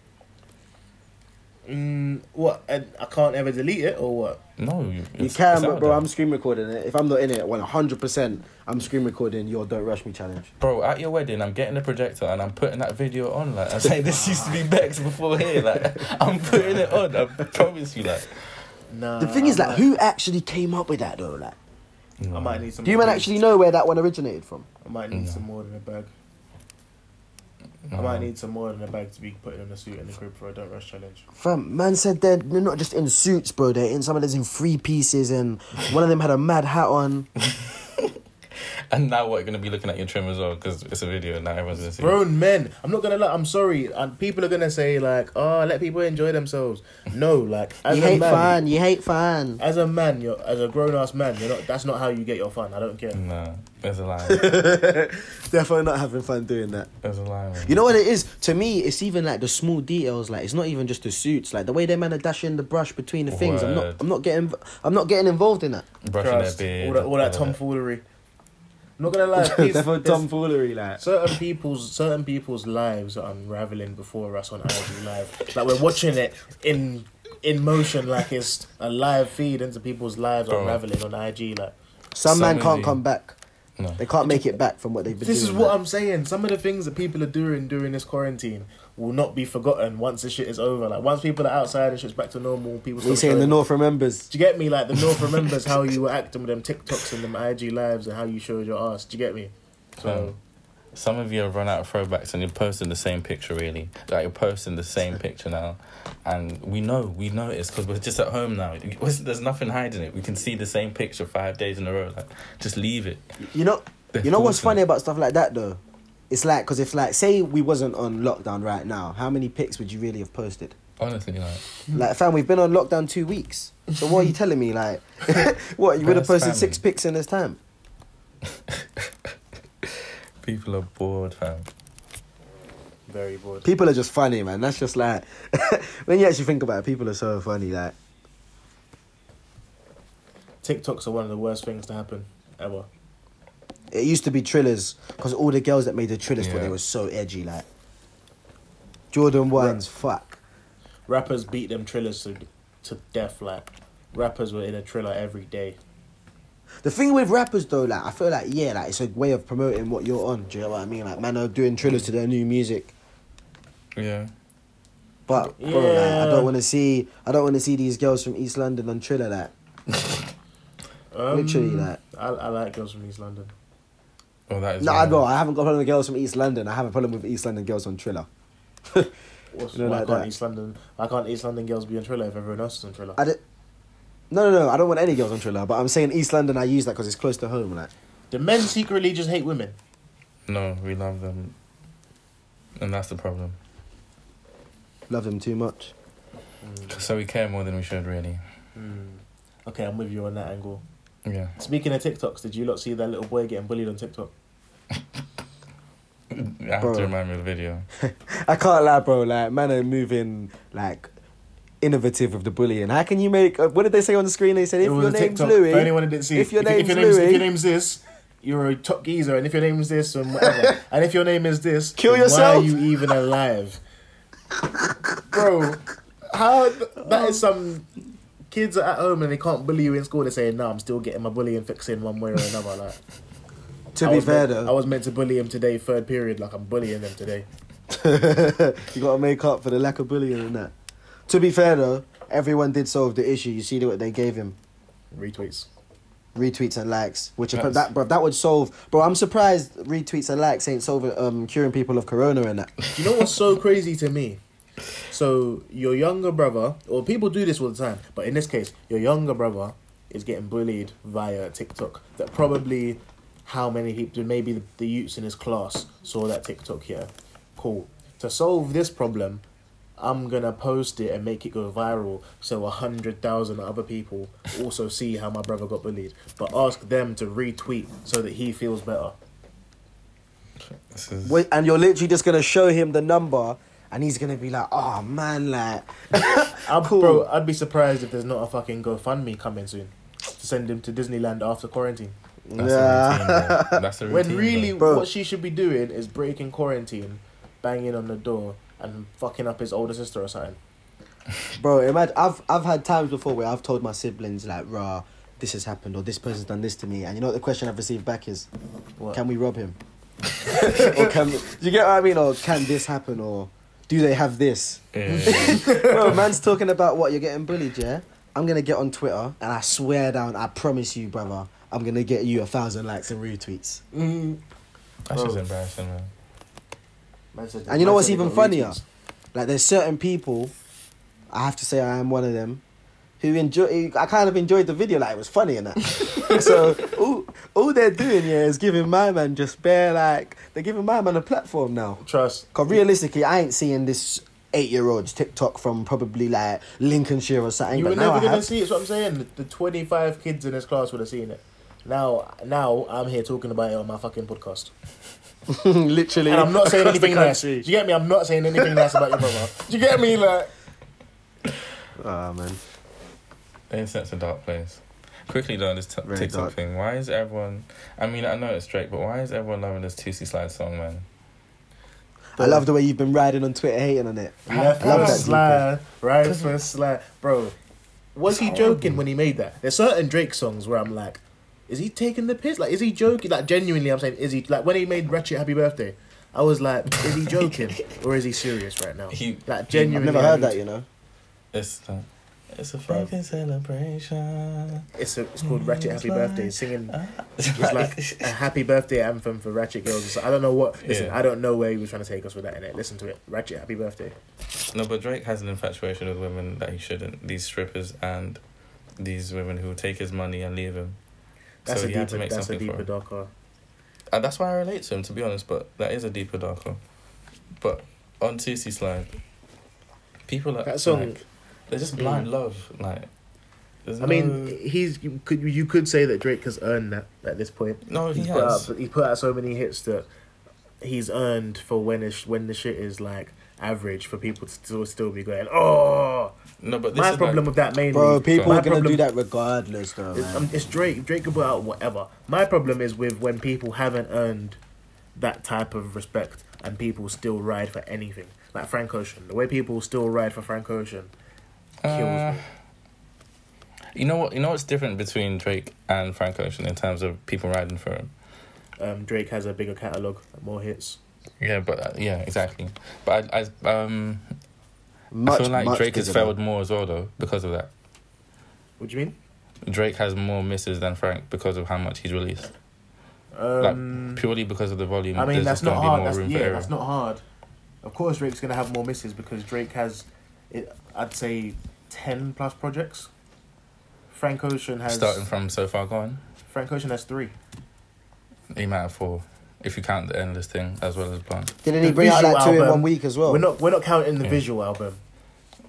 [SPEAKER 3] Mm, what? And I can't ever delete it or what?
[SPEAKER 1] No, you,
[SPEAKER 2] You
[SPEAKER 1] it's-
[SPEAKER 2] can,
[SPEAKER 1] it's
[SPEAKER 2] but
[SPEAKER 1] out
[SPEAKER 2] bro,
[SPEAKER 1] there.
[SPEAKER 2] I'm screen recording it. If I'm not in it, 100, percent I'm screen recording your "Don't Rush Me" challenge.
[SPEAKER 1] Bro, at your wedding, I'm getting the projector and I'm putting that video on. Like, I'm saying this used to be Bex before here. Like, I'm putting it on. I promise you, like.
[SPEAKER 3] Nah.
[SPEAKER 2] The thing is,
[SPEAKER 3] I
[SPEAKER 2] like,
[SPEAKER 3] might-
[SPEAKER 2] who actually came up with that though? Like,
[SPEAKER 3] I might need some.
[SPEAKER 2] do you man
[SPEAKER 3] more-
[SPEAKER 2] actually know where that one originated from?
[SPEAKER 3] I might need
[SPEAKER 1] No.
[SPEAKER 3] some more than a bag. I
[SPEAKER 1] No.
[SPEAKER 3] might need some more than a bag to be putting in a suit in the crib for a don't rush challenge.
[SPEAKER 2] Fam, man said they're, they're not just in suits, bro. They're in some of those in three pieces, and one of them had a mad hat on.
[SPEAKER 1] And now we're going to be looking at your trim as well because it's a video and now everyone's going to see it.
[SPEAKER 3] Grown men. I'm not gonna lie. I'm sorry. And people are gonna say like, "Oh, let people enjoy themselves." No, like as
[SPEAKER 2] you
[SPEAKER 3] a
[SPEAKER 2] hate
[SPEAKER 3] man,
[SPEAKER 2] fun. You hate fun.
[SPEAKER 3] as a man, you're as a grown ass man. You're not. That's not how you get your fun. I don't care.
[SPEAKER 1] Nah, there's a lie.
[SPEAKER 2] Definitely not having fun doing that.
[SPEAKER 1] There's a lie, man.
[SPEAKER 2] You know what it is? To me, it's even like the small details. Like it's not even just the suits. Like the way them man are dashing the brush between the things. I'm not.
[SPEAKER 1] Word.
[SPEAKER 2] I'm not getting. I'm not getting involved in that.
[SPEAKER 1] Brushing
[SPEAKER 3] Christ,
[SPEAKER 1] their beard.
[SPEAKER 3] all that, all that tomfoolery. I'm not gonna lie. these- there's-
[SPEAKER 2] tomfoolery, like.
[SPEAKER 3] certain people's certain people's lives are unraveling before us on IG Live. Like we're watching it in in motion, like it's a live feed into people's lives
[SPEAKER 1] Bro.
[SPEAKER 3] unraveling on IG. Like
[SPEAKER 2] Some man
[SPEAKER 1] Some
[SPEAKER 2] can't
[SPEAKER 1] of
[SPEAKER 2] come back.
[SPEAKER 1] No.
[SPEAKER 2] They can't make it back from what they've been
[SPEAKER 3] this is
[SPEAKER 2] doing.
[SPEAKER 3] what
[SPEAKER 2] like.
[SPEAKER 3] I'm saying. Some of the things that people are doing during this quarantine will not be forgotten once this shit is over. Like once people are outside and shit's back to normal, people.
[SPEAKER 2] We
[SPEAKER 3] stop
[SPEAKER 2] say in the
[SPEAKER 3] showing-
[SPEAKER 2] north remembers.
[SPEAKER 3] Do you get me? Like the North remembers how you were acting with them TikToks and them IG lives and how you showed your ass. Do you get me? So
[SPEAKER 1] Um, Some of you have run out of throwbacks and you're posting the same picture, really. Like, you're posting the same picture now. And we know, we know it's because we're just at home now. It was- There's nothing hiding it. We can see the same picture five days in a row. Like, just leave it.
[SPEAKER 2] You know,
[SPEAKER 1] They're
[SPEAKER 2] you know what's
[SPEAKER 1] forcing
[SPEAKER 2] funny
[SPEAKER 1] it.
[SPEAKER 2] about stuff like that though. It's like because if like say we wasn't on lockdown right now, how many pics would you really have posted?
[SPEAKER 1] Honestly, like,
[SPEAKER 2] Like, fam, we've been on lockdown two weeks. So what are you telling me? Like, what you would have
[SPEAKER 1] Best
[SPEAKER 2] posted six
[SPEAKER 1] family.
[SPEAKER 2] pics in this time?
[SPEAKER 1] people are bored, fam.
[SPEAKER 3] very bored.
[SPEAKER 2] People are just funny, man. That's just like when you actually think about it, people are so funny. Like,
[SPEAKER 3] TikToks are one of the worst things to happen ever.
[SPEAKER 2] it used to be thrillers because all the girls that made the thrillers thought
[SPEAKER 1] Yeah.
[SPEAKER 2] they were so edgy. Like, Jordan ones, fuck.
[SPEAKER 3] rappers beat them thrillers to to death. Like rappers were in a thriller every day.
[SPEAKER 2] The thing with rappers though, like I feel like yeah, like it's a way of promoting what you're on. Do you know what I mean? Like man are doing trailers to their new music,
[SPEAKER 1] Yeah.
[SPEAKER 2] but bro, like, I
[SPEAKER 3] Yeah.
[SPEAKER 2] don't want to see I don't want to see these girls from East London on Triller like
[SPEAKER 3] Um,
[SPEAKER 2] literally like.
[SPEAKER 3] I, I like girls from East London.
[SPEAKER 1] Oh, that is.
[SPEAKER 2] No, I
[SPEAKER 1] wild.
[SPEAKER 2] know I haven't got a problem with girls from East London. I have a problem with East London girls on Triller.
[SPEAKER 3] What's,
[SPEAKER 2] You know,
[SPEAKER 3] why
[SPEAKER 2] like
[SPEAKER 3] can't
[SPEAKER 2] that.
[SPEAKER 3] East London? Why can't East London girls be on Triller if everyone else is on Triller?
[SPEAKER 2] I di- no, no, no. I don't want any girls on Triller, but I'm saying East London. I use that because it's close to home. Like,
[SPEAKER 3] Do men secretly just hate women?
[SPEAKER 1] No, we love them, and that's the problem.
[SPEAKER 2] love them too much.
[SPEAKER 1] So we care more than we should, really.
[SPEAKER 3] Mm. Okay, I'm with you on that angle.
[SPEAKER 1] Yeah.
[SPEAKER 3] Speaking of TikToks, did you lot see that little boy getting bullied on TikTok?
[SPEAKER 1] I have
[SPEAKER 2] Bro.
[SPEAKER 1] to remind me of the video.
[SPEAKER 2] I can't lie, bro. Like, man are moving like innovative with the bullying. How can you make? Uh, what did they say on the screen? They said if
[SPEAKER 3] It was
[SPEAKER 2] your
[SPEAKER 3] a
[SPEAKER 2] name's
[SPEAKER 3] TikTok.
[SPEAKER 2] Louis,
[SPEAKER 3] For anyone who didn't see,
[SPEAKER 2] if your name's
[SPEAKER 3] if
[SPEAKER 2] Louis-
[SPEAKER 3] your name's this, you're a top geezer, and if your name's this, and whatever, and if your name is this,
[SPEAKER 2] Kill
[SPEAKER 3] then
[SPEAKER 2] yourself.
[SPEAKER 3] Why are you even alive, bro? How th- that is some kids are at home and they can't bully you in school. They're saying, "No, I'm still getting my bullying fixed in one way or another." Like,
[SPEAKER 2] to
[SPEAKER 3] I
[SPEAKER 2] be
[SPEAKER 3] was
[SPEAKER 2] fair
[SPEAKER 3] meant- I
[SPEAKER 2] though,
[SPEAKER 3] was meant to bully him today, third period. Like I'm bullying them today.
[SPEAKER 2] you got to make up for the lack of bullying and that. To be fair though, everyone did solve the issue. You see what they gave him.
[SPEAKER 3] Retweets.
[SPEAKER 2] retweets and likes, which
[SPEAKER 1] That's-
[SPEAKER 2] that bro, that would solve. Bro, I'm surprised retweets and likes ain't solving um curing people of corona and that.
[SPEAKER 3] Do you know what's so crazy to me? So your younger brother, or people do this all the time, but in this case, your younger brother is getting bullied via TikTok. That probably how many people, maybe the, the youths in his class saw that TikTok here. Cool. To solve this problem, I'm gonna post it and make it go viral so a hundred thousand other people also see how my brother got bullied, but ask them to retweet so that he feels better.
[SPEAKER 1] This is.
[SPEAKER 2] Wait, and you're literally just gonna show him the number, and he's gonna be like, "Oh man, like,
[SPEAKER 3] I'd,
[SPEAKER 2] Cool.
[SPEAKER 3] Bro, I'd be surprised if there's not a fucking GoFundMe coming soon to send him to Disneyland after quarantine.
[SPEAKER 1] That's
[SPEAKER 2] yeah."
[SPEAKER 1] a routine, bro. That's a routine.
[SPEAKER 3] When really,
[SPEAKER 1] bro.
[SPEAKER 2] Bro.
[SPEAKER 3] what she should be doing is breaking quarantine, banging on the door, and fucking up his older sister or something.
[SPEAKER 2] bro, imagine I've I've had times before where I've told my siblings like, "Rah, this has happened," or "This person's done this to me," and you know what the question I've received back is,
[SPEAKER 3] What?
[SPEAKER 2] "Can we rob him?" or can do you get what I mean? Or can this happen? Or do they have this?
[SPEAKER 1] Yeah, yeah, yeah.
[SPEAKER 2] Bro, man's talking about what you're getting bullied, yeah? I'm gonna get on Twitter and I swear down, I promise you, brother, I'm gonna get you a thousand likes and retweets.
[SPEAKER 3] Mm.
[SPEAKER 1] That's just
[SPEAKER 3] Bro.
[SPEAKER 1] embarrassing, man.
[SPEAKER 2] And you know what's even funnier? Like, there's certain people, I have to say, I am one of them, who enjoy. I kind of enjoyed the video, like it was funny and that. so all, all they're doing, yeah, is giving my man just bare like they're giving my man a platform now.
[SPEAKER 3] Trust.
[SPEAKER 2] Cause realistically, I ain't seeing this eight-year-old's TikTok from probably like Lincolnshire or something.
[SPEAKER 3] You
[SPEAKER 2] but
[SPEAKER 3] were
[SPEAKER 2] now
[SPEAKER 3] never
[SPEAKER 2] I
[SPEAKER 3] gonna
[SPEAKER 2] have.
[SPEAKER 3] see it. That's what I'm saying. The, the 25 kids in his class would have seen it. Now, now I'm here talking about it on my fucking podcast.
[SPEAKER 2] Literally.
[SPEAKER 3] And I'm not saying
[SPEAKER 2] across the
[SPEAKER 3] anything nice. Do
[SPEAKER 2] country.
[SPEAKER 3] you get me? I'm not saying anything nice about your brother. Do you get me? Like,
[SPEAKER 2] Ah man.
[SPEAKER 1] The internet's a dark place. Quickly though, this t-
[SPEAKER 2] Very
[SPEAKER 1] TikTok
[SPEAKER 2] dark.
[SPEAKER 1] thing. Why is everyone? I mean, I know it's Drake, but why is everyone loving this Two C Slide song, man?
[SPEAKER 2] I love the way you've been riding on Twitter hating on it.
[SPEAKER 3] Left
[SPEAKER 2] I love
[SPEAKER 3] foot
[SPEAKER 2] that
[SPEAKER 3] slide, right foot slide, bro. Was he
[SPEAKER 1] It's
[SPEAKER 3] joking when he made that? There's certain Drake songs where I'm like, is he taking the piss? Like, is he joking? Like, genuinely, I'm saying, is he like when he made Ratchet Happy Birthday? I was like, is he joking or is he serious right now?
[SPEAKER 1] He-
[SPEAKER 3] like,
[SPEAKER 2] I've
[SPEAKER 3] genuinely,
[SPEAKER 2] never heard that, you know.
[SPEAKER 1] It's the, it's a
[SPEAKER 3] Bro.
[SPEAKER 1] fucking celebration. Ah.
[SPEAKER 3] It's a, it's called Ratchet Happy Birthday. It's Singing,
[SPEAKER 1] It's
[SPEAKER 3] it's like a happy birthday anthem for Ratchet girls. So I don't know what. Listen,
[SPEAKER 1] Yeah.
[SPEAKER 3] I don't know where he was trying to take us with that. In it, listen to it. Ratchet Happy Birthday.
[SPEAKER 1] no, but Drake has an infatuation with women that he shouldn't. These strippers and these women who take his money and leave him.
[SPEAKER 3] That's
[SPEAKER 1] so
[SPEAKER 3] a
[SPEAKER 1] he had to
[SPEAKER 3] deeper.
[SPEAKER 1] make
[SPEAKER 3] That's a
[SPEAKER 1] something for
[SPEAKER 3] deeper,
[SPEAKER 1] it.
[SPEAKER 3] darker.
[SPEAKER 1] And that's why I relate to him, to be honest, but that is a deeper, darker. But on Tusi Slide, people are
[SPEAKER 3] That song.
[SPEAKER 1] Uh, like, they're just blind love. Like, there's
[SPEAKER 3] Mm. I mean, he's you could you could say that Drake has earned that at this point.
[SPEAKER 1] no, no, he
[SPEAKER 3] He's put
[SPEAKER 1] has.
[SPEAKER 3] out he put out so many hits that he's earned for when it's, when the shit is like average for people to still still be going. Oh,
[SPEAKER 1] No, but this
[SPEAKER 3] my
[SPEAKER 1] is
[SPEAKER 3] problem
[SPEAKER 1] like,
[SPEAKER 3] with that mainly.
[SPEAKER 2] Bro, people
[SPEAKER 1] My
[SPEAKER 2] are gonna
[SPEAKER 3] problem-
[SPEAKER 2] do that regardless though.
[SPEAKER 3] It's,
[SPEAKER 2] man.
[SPEAKER 3] um, it's Drake. Drake can put out whatever. My problem is with when people haven't earned that type of respect and people still ride for anything. Like Frank Ocean, the way people still ride for Frank Ocean kills
[SPEAKER 1] Uh,
[SPEAKER 3] me.
[SPEAKER 1] You know what? You know what's different between Drake and Frank Ocean in terms of people riding for him.
[SPEAKER 3] Um, Drake has a bigger catalog, more hits.
[SPEAKER 1] Yeah, but uh, yeah, exactly. But I, I um, I feel like Drake has
[SPEAKER 2] bigger
[SPEAKER 1] failed
[SPEAKER 2] than-
[SPEAKER 1] more as well though because of that.
[SPEAKER 3] What do you mean?
[SPEAKER 1] Drake has more misses than Frank because of how much he's released.
[SPEAKER 3] Um,
[SPEAKER 1] Purely because of the volume.
[SPEAKER 3] I
[SPEAKER 1] there's
[SPEAKER 3] mean, that's
[SPEAKER 1] just gonna
[SPEAKER 3] not
[SPEAKER 1] be
[SPEAKER 3] hard.
[SPEAKER 1] more
[SPEAKER 3] That's,
[SPEAKER 1] room for
[SPEAKER 3] yeah,
[SPEAKER 1] error.
[SPEAKER 3] that's not hard. Of course, Drake's gonna have more misses because Drake has, it, I'd say, ten plus projects. Frank Ocean has
[SPEAKER 1] Starting from so far gone,
[SPEAKER 3] Frank Ocean has three.
[SPEAKER 1] he might have four if you count the endless thing as well as Blunt.
[SPEAKER 2] Didn't he
[SPEAKER 3] The
[SPEAKER 2] bring out
[SPEAKER 3] visual
[SPEAKER 2] like two in
[SPEAKER 3] album-
[SPEAKER 2] one week as well?
[SPEAKER 3] we're not we're not counting the
[SPEAKER 1] Yeah.
[SPEAKER 3] visual album.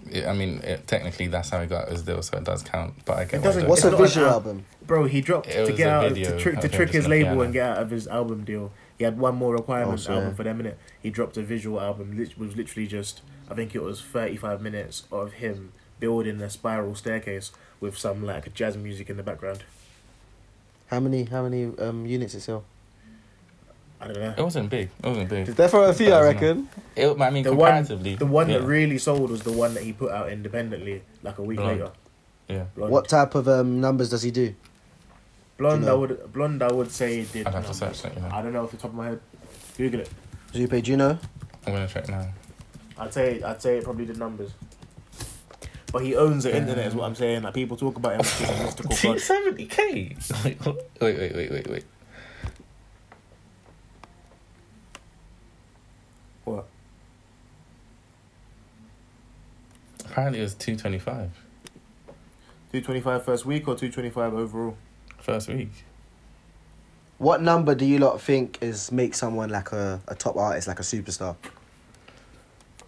[SPEAKER 1] Yeah, I mean, it, technically that's how he got his deal, so it does count. But I get
[SPEAKER 3] It doesn't-
[SPEAKER 1] what you're
[SPEAKER 2] What's
[SPEAKER 3] It's
[SPEAKER 2] a
[SPEAKER 3] not an
[SPEAKER 2] visual
[SPEAKER 3] al-
[SPEAKER 2] album?
[SPEAKER 3] Bro, he dropped
[SPEAKER 1] It
[SPEAKER 3] to
[SPEAKER 1] was
[SPEAKER 3] get
[SPEAKER 1] a
[SPEAKER 3] out
[SPEAKER 1] video
[SPEAKER 3] to trick to
[SPEAKER 1] of him
[SPEAKER 3] trick
[SPEAKER 1] just
[SPEAKER 3] his
[SPEAKER 1] looking
[SPEAKER 3] label
[SPEAKER 1] at
[SPEAKER 3] and
[SPEAKER 1] it.
[SPEAKER 3] get out of his album deal. He had one more requirements
[SPEAKER 2] Also,
[SPEAKER 3] album
[SPEAKER 2] Oh, yeah.
[SPEAKER 3] for them minute. He dropped a visual album which was literally just I think it was thirty five minutes of him building a spiral staircase with some like jazz music in the background.
[SPEAKER 2] How many how many um, units it sell?
[SPEAKER 3] I don't
[SPEAKER 1] It
[SPEAKER 3] know.
[SPEAKER 1] wasn't big. It wasn't big.
[SPEAKER 2] There for a few, I
[SPEAKER 1] Thousand.
[SPEAKER 2] reckon.
[SPEAKER 1] It, I mean,
[SPEAKER 3] The one,
[SPEAKER 1] comparatively,
[SPEAKER 3] the one
[SPEAKER 1] yeah,
[SPEAKER 3] that really sold was the one that he put out independently, like a week
[SPEAKER 1] Blonde.
[SPEAKER 3] later.
[SPEAKER 1] yeah.
[SPEAKER 3] Blonde.
[SPEAKER 2] What type of um, numbers does he do?
[SPEAKER 3] Blonde,
[SPEAKER 2] No.
[SPEAKER 3] I would, blonde, I would say did.
[SPEAKER 1] I'd have to
[SPEAKER 3] numbers.
[SPEAKER 1] search that, you know.
[SPEAKER 3] I don't know off the top of my head. Google it.
[SPEAKER 2] Zupe, do you know?
[SPEAKER 1] I'm gonna check now.
[SPEAKER 3] I'd say, I'd say it probably did numbers. But he owns the internet, is what I'm saying. Like people talk about him as a mystical god.
[SPEAKER 1] Seventy k. Wait, wait, wait, wait, wait.
[SPEAKER 3] What?
[SPEAKER 1] Apparently, it was two twenty five
[SPEAKER 3] 225 first week or 225 overall?
[SPEAKER 1] first week.
[SPEAKER 2] What number do you lot think is make someone like a, a top artist, like a superstar?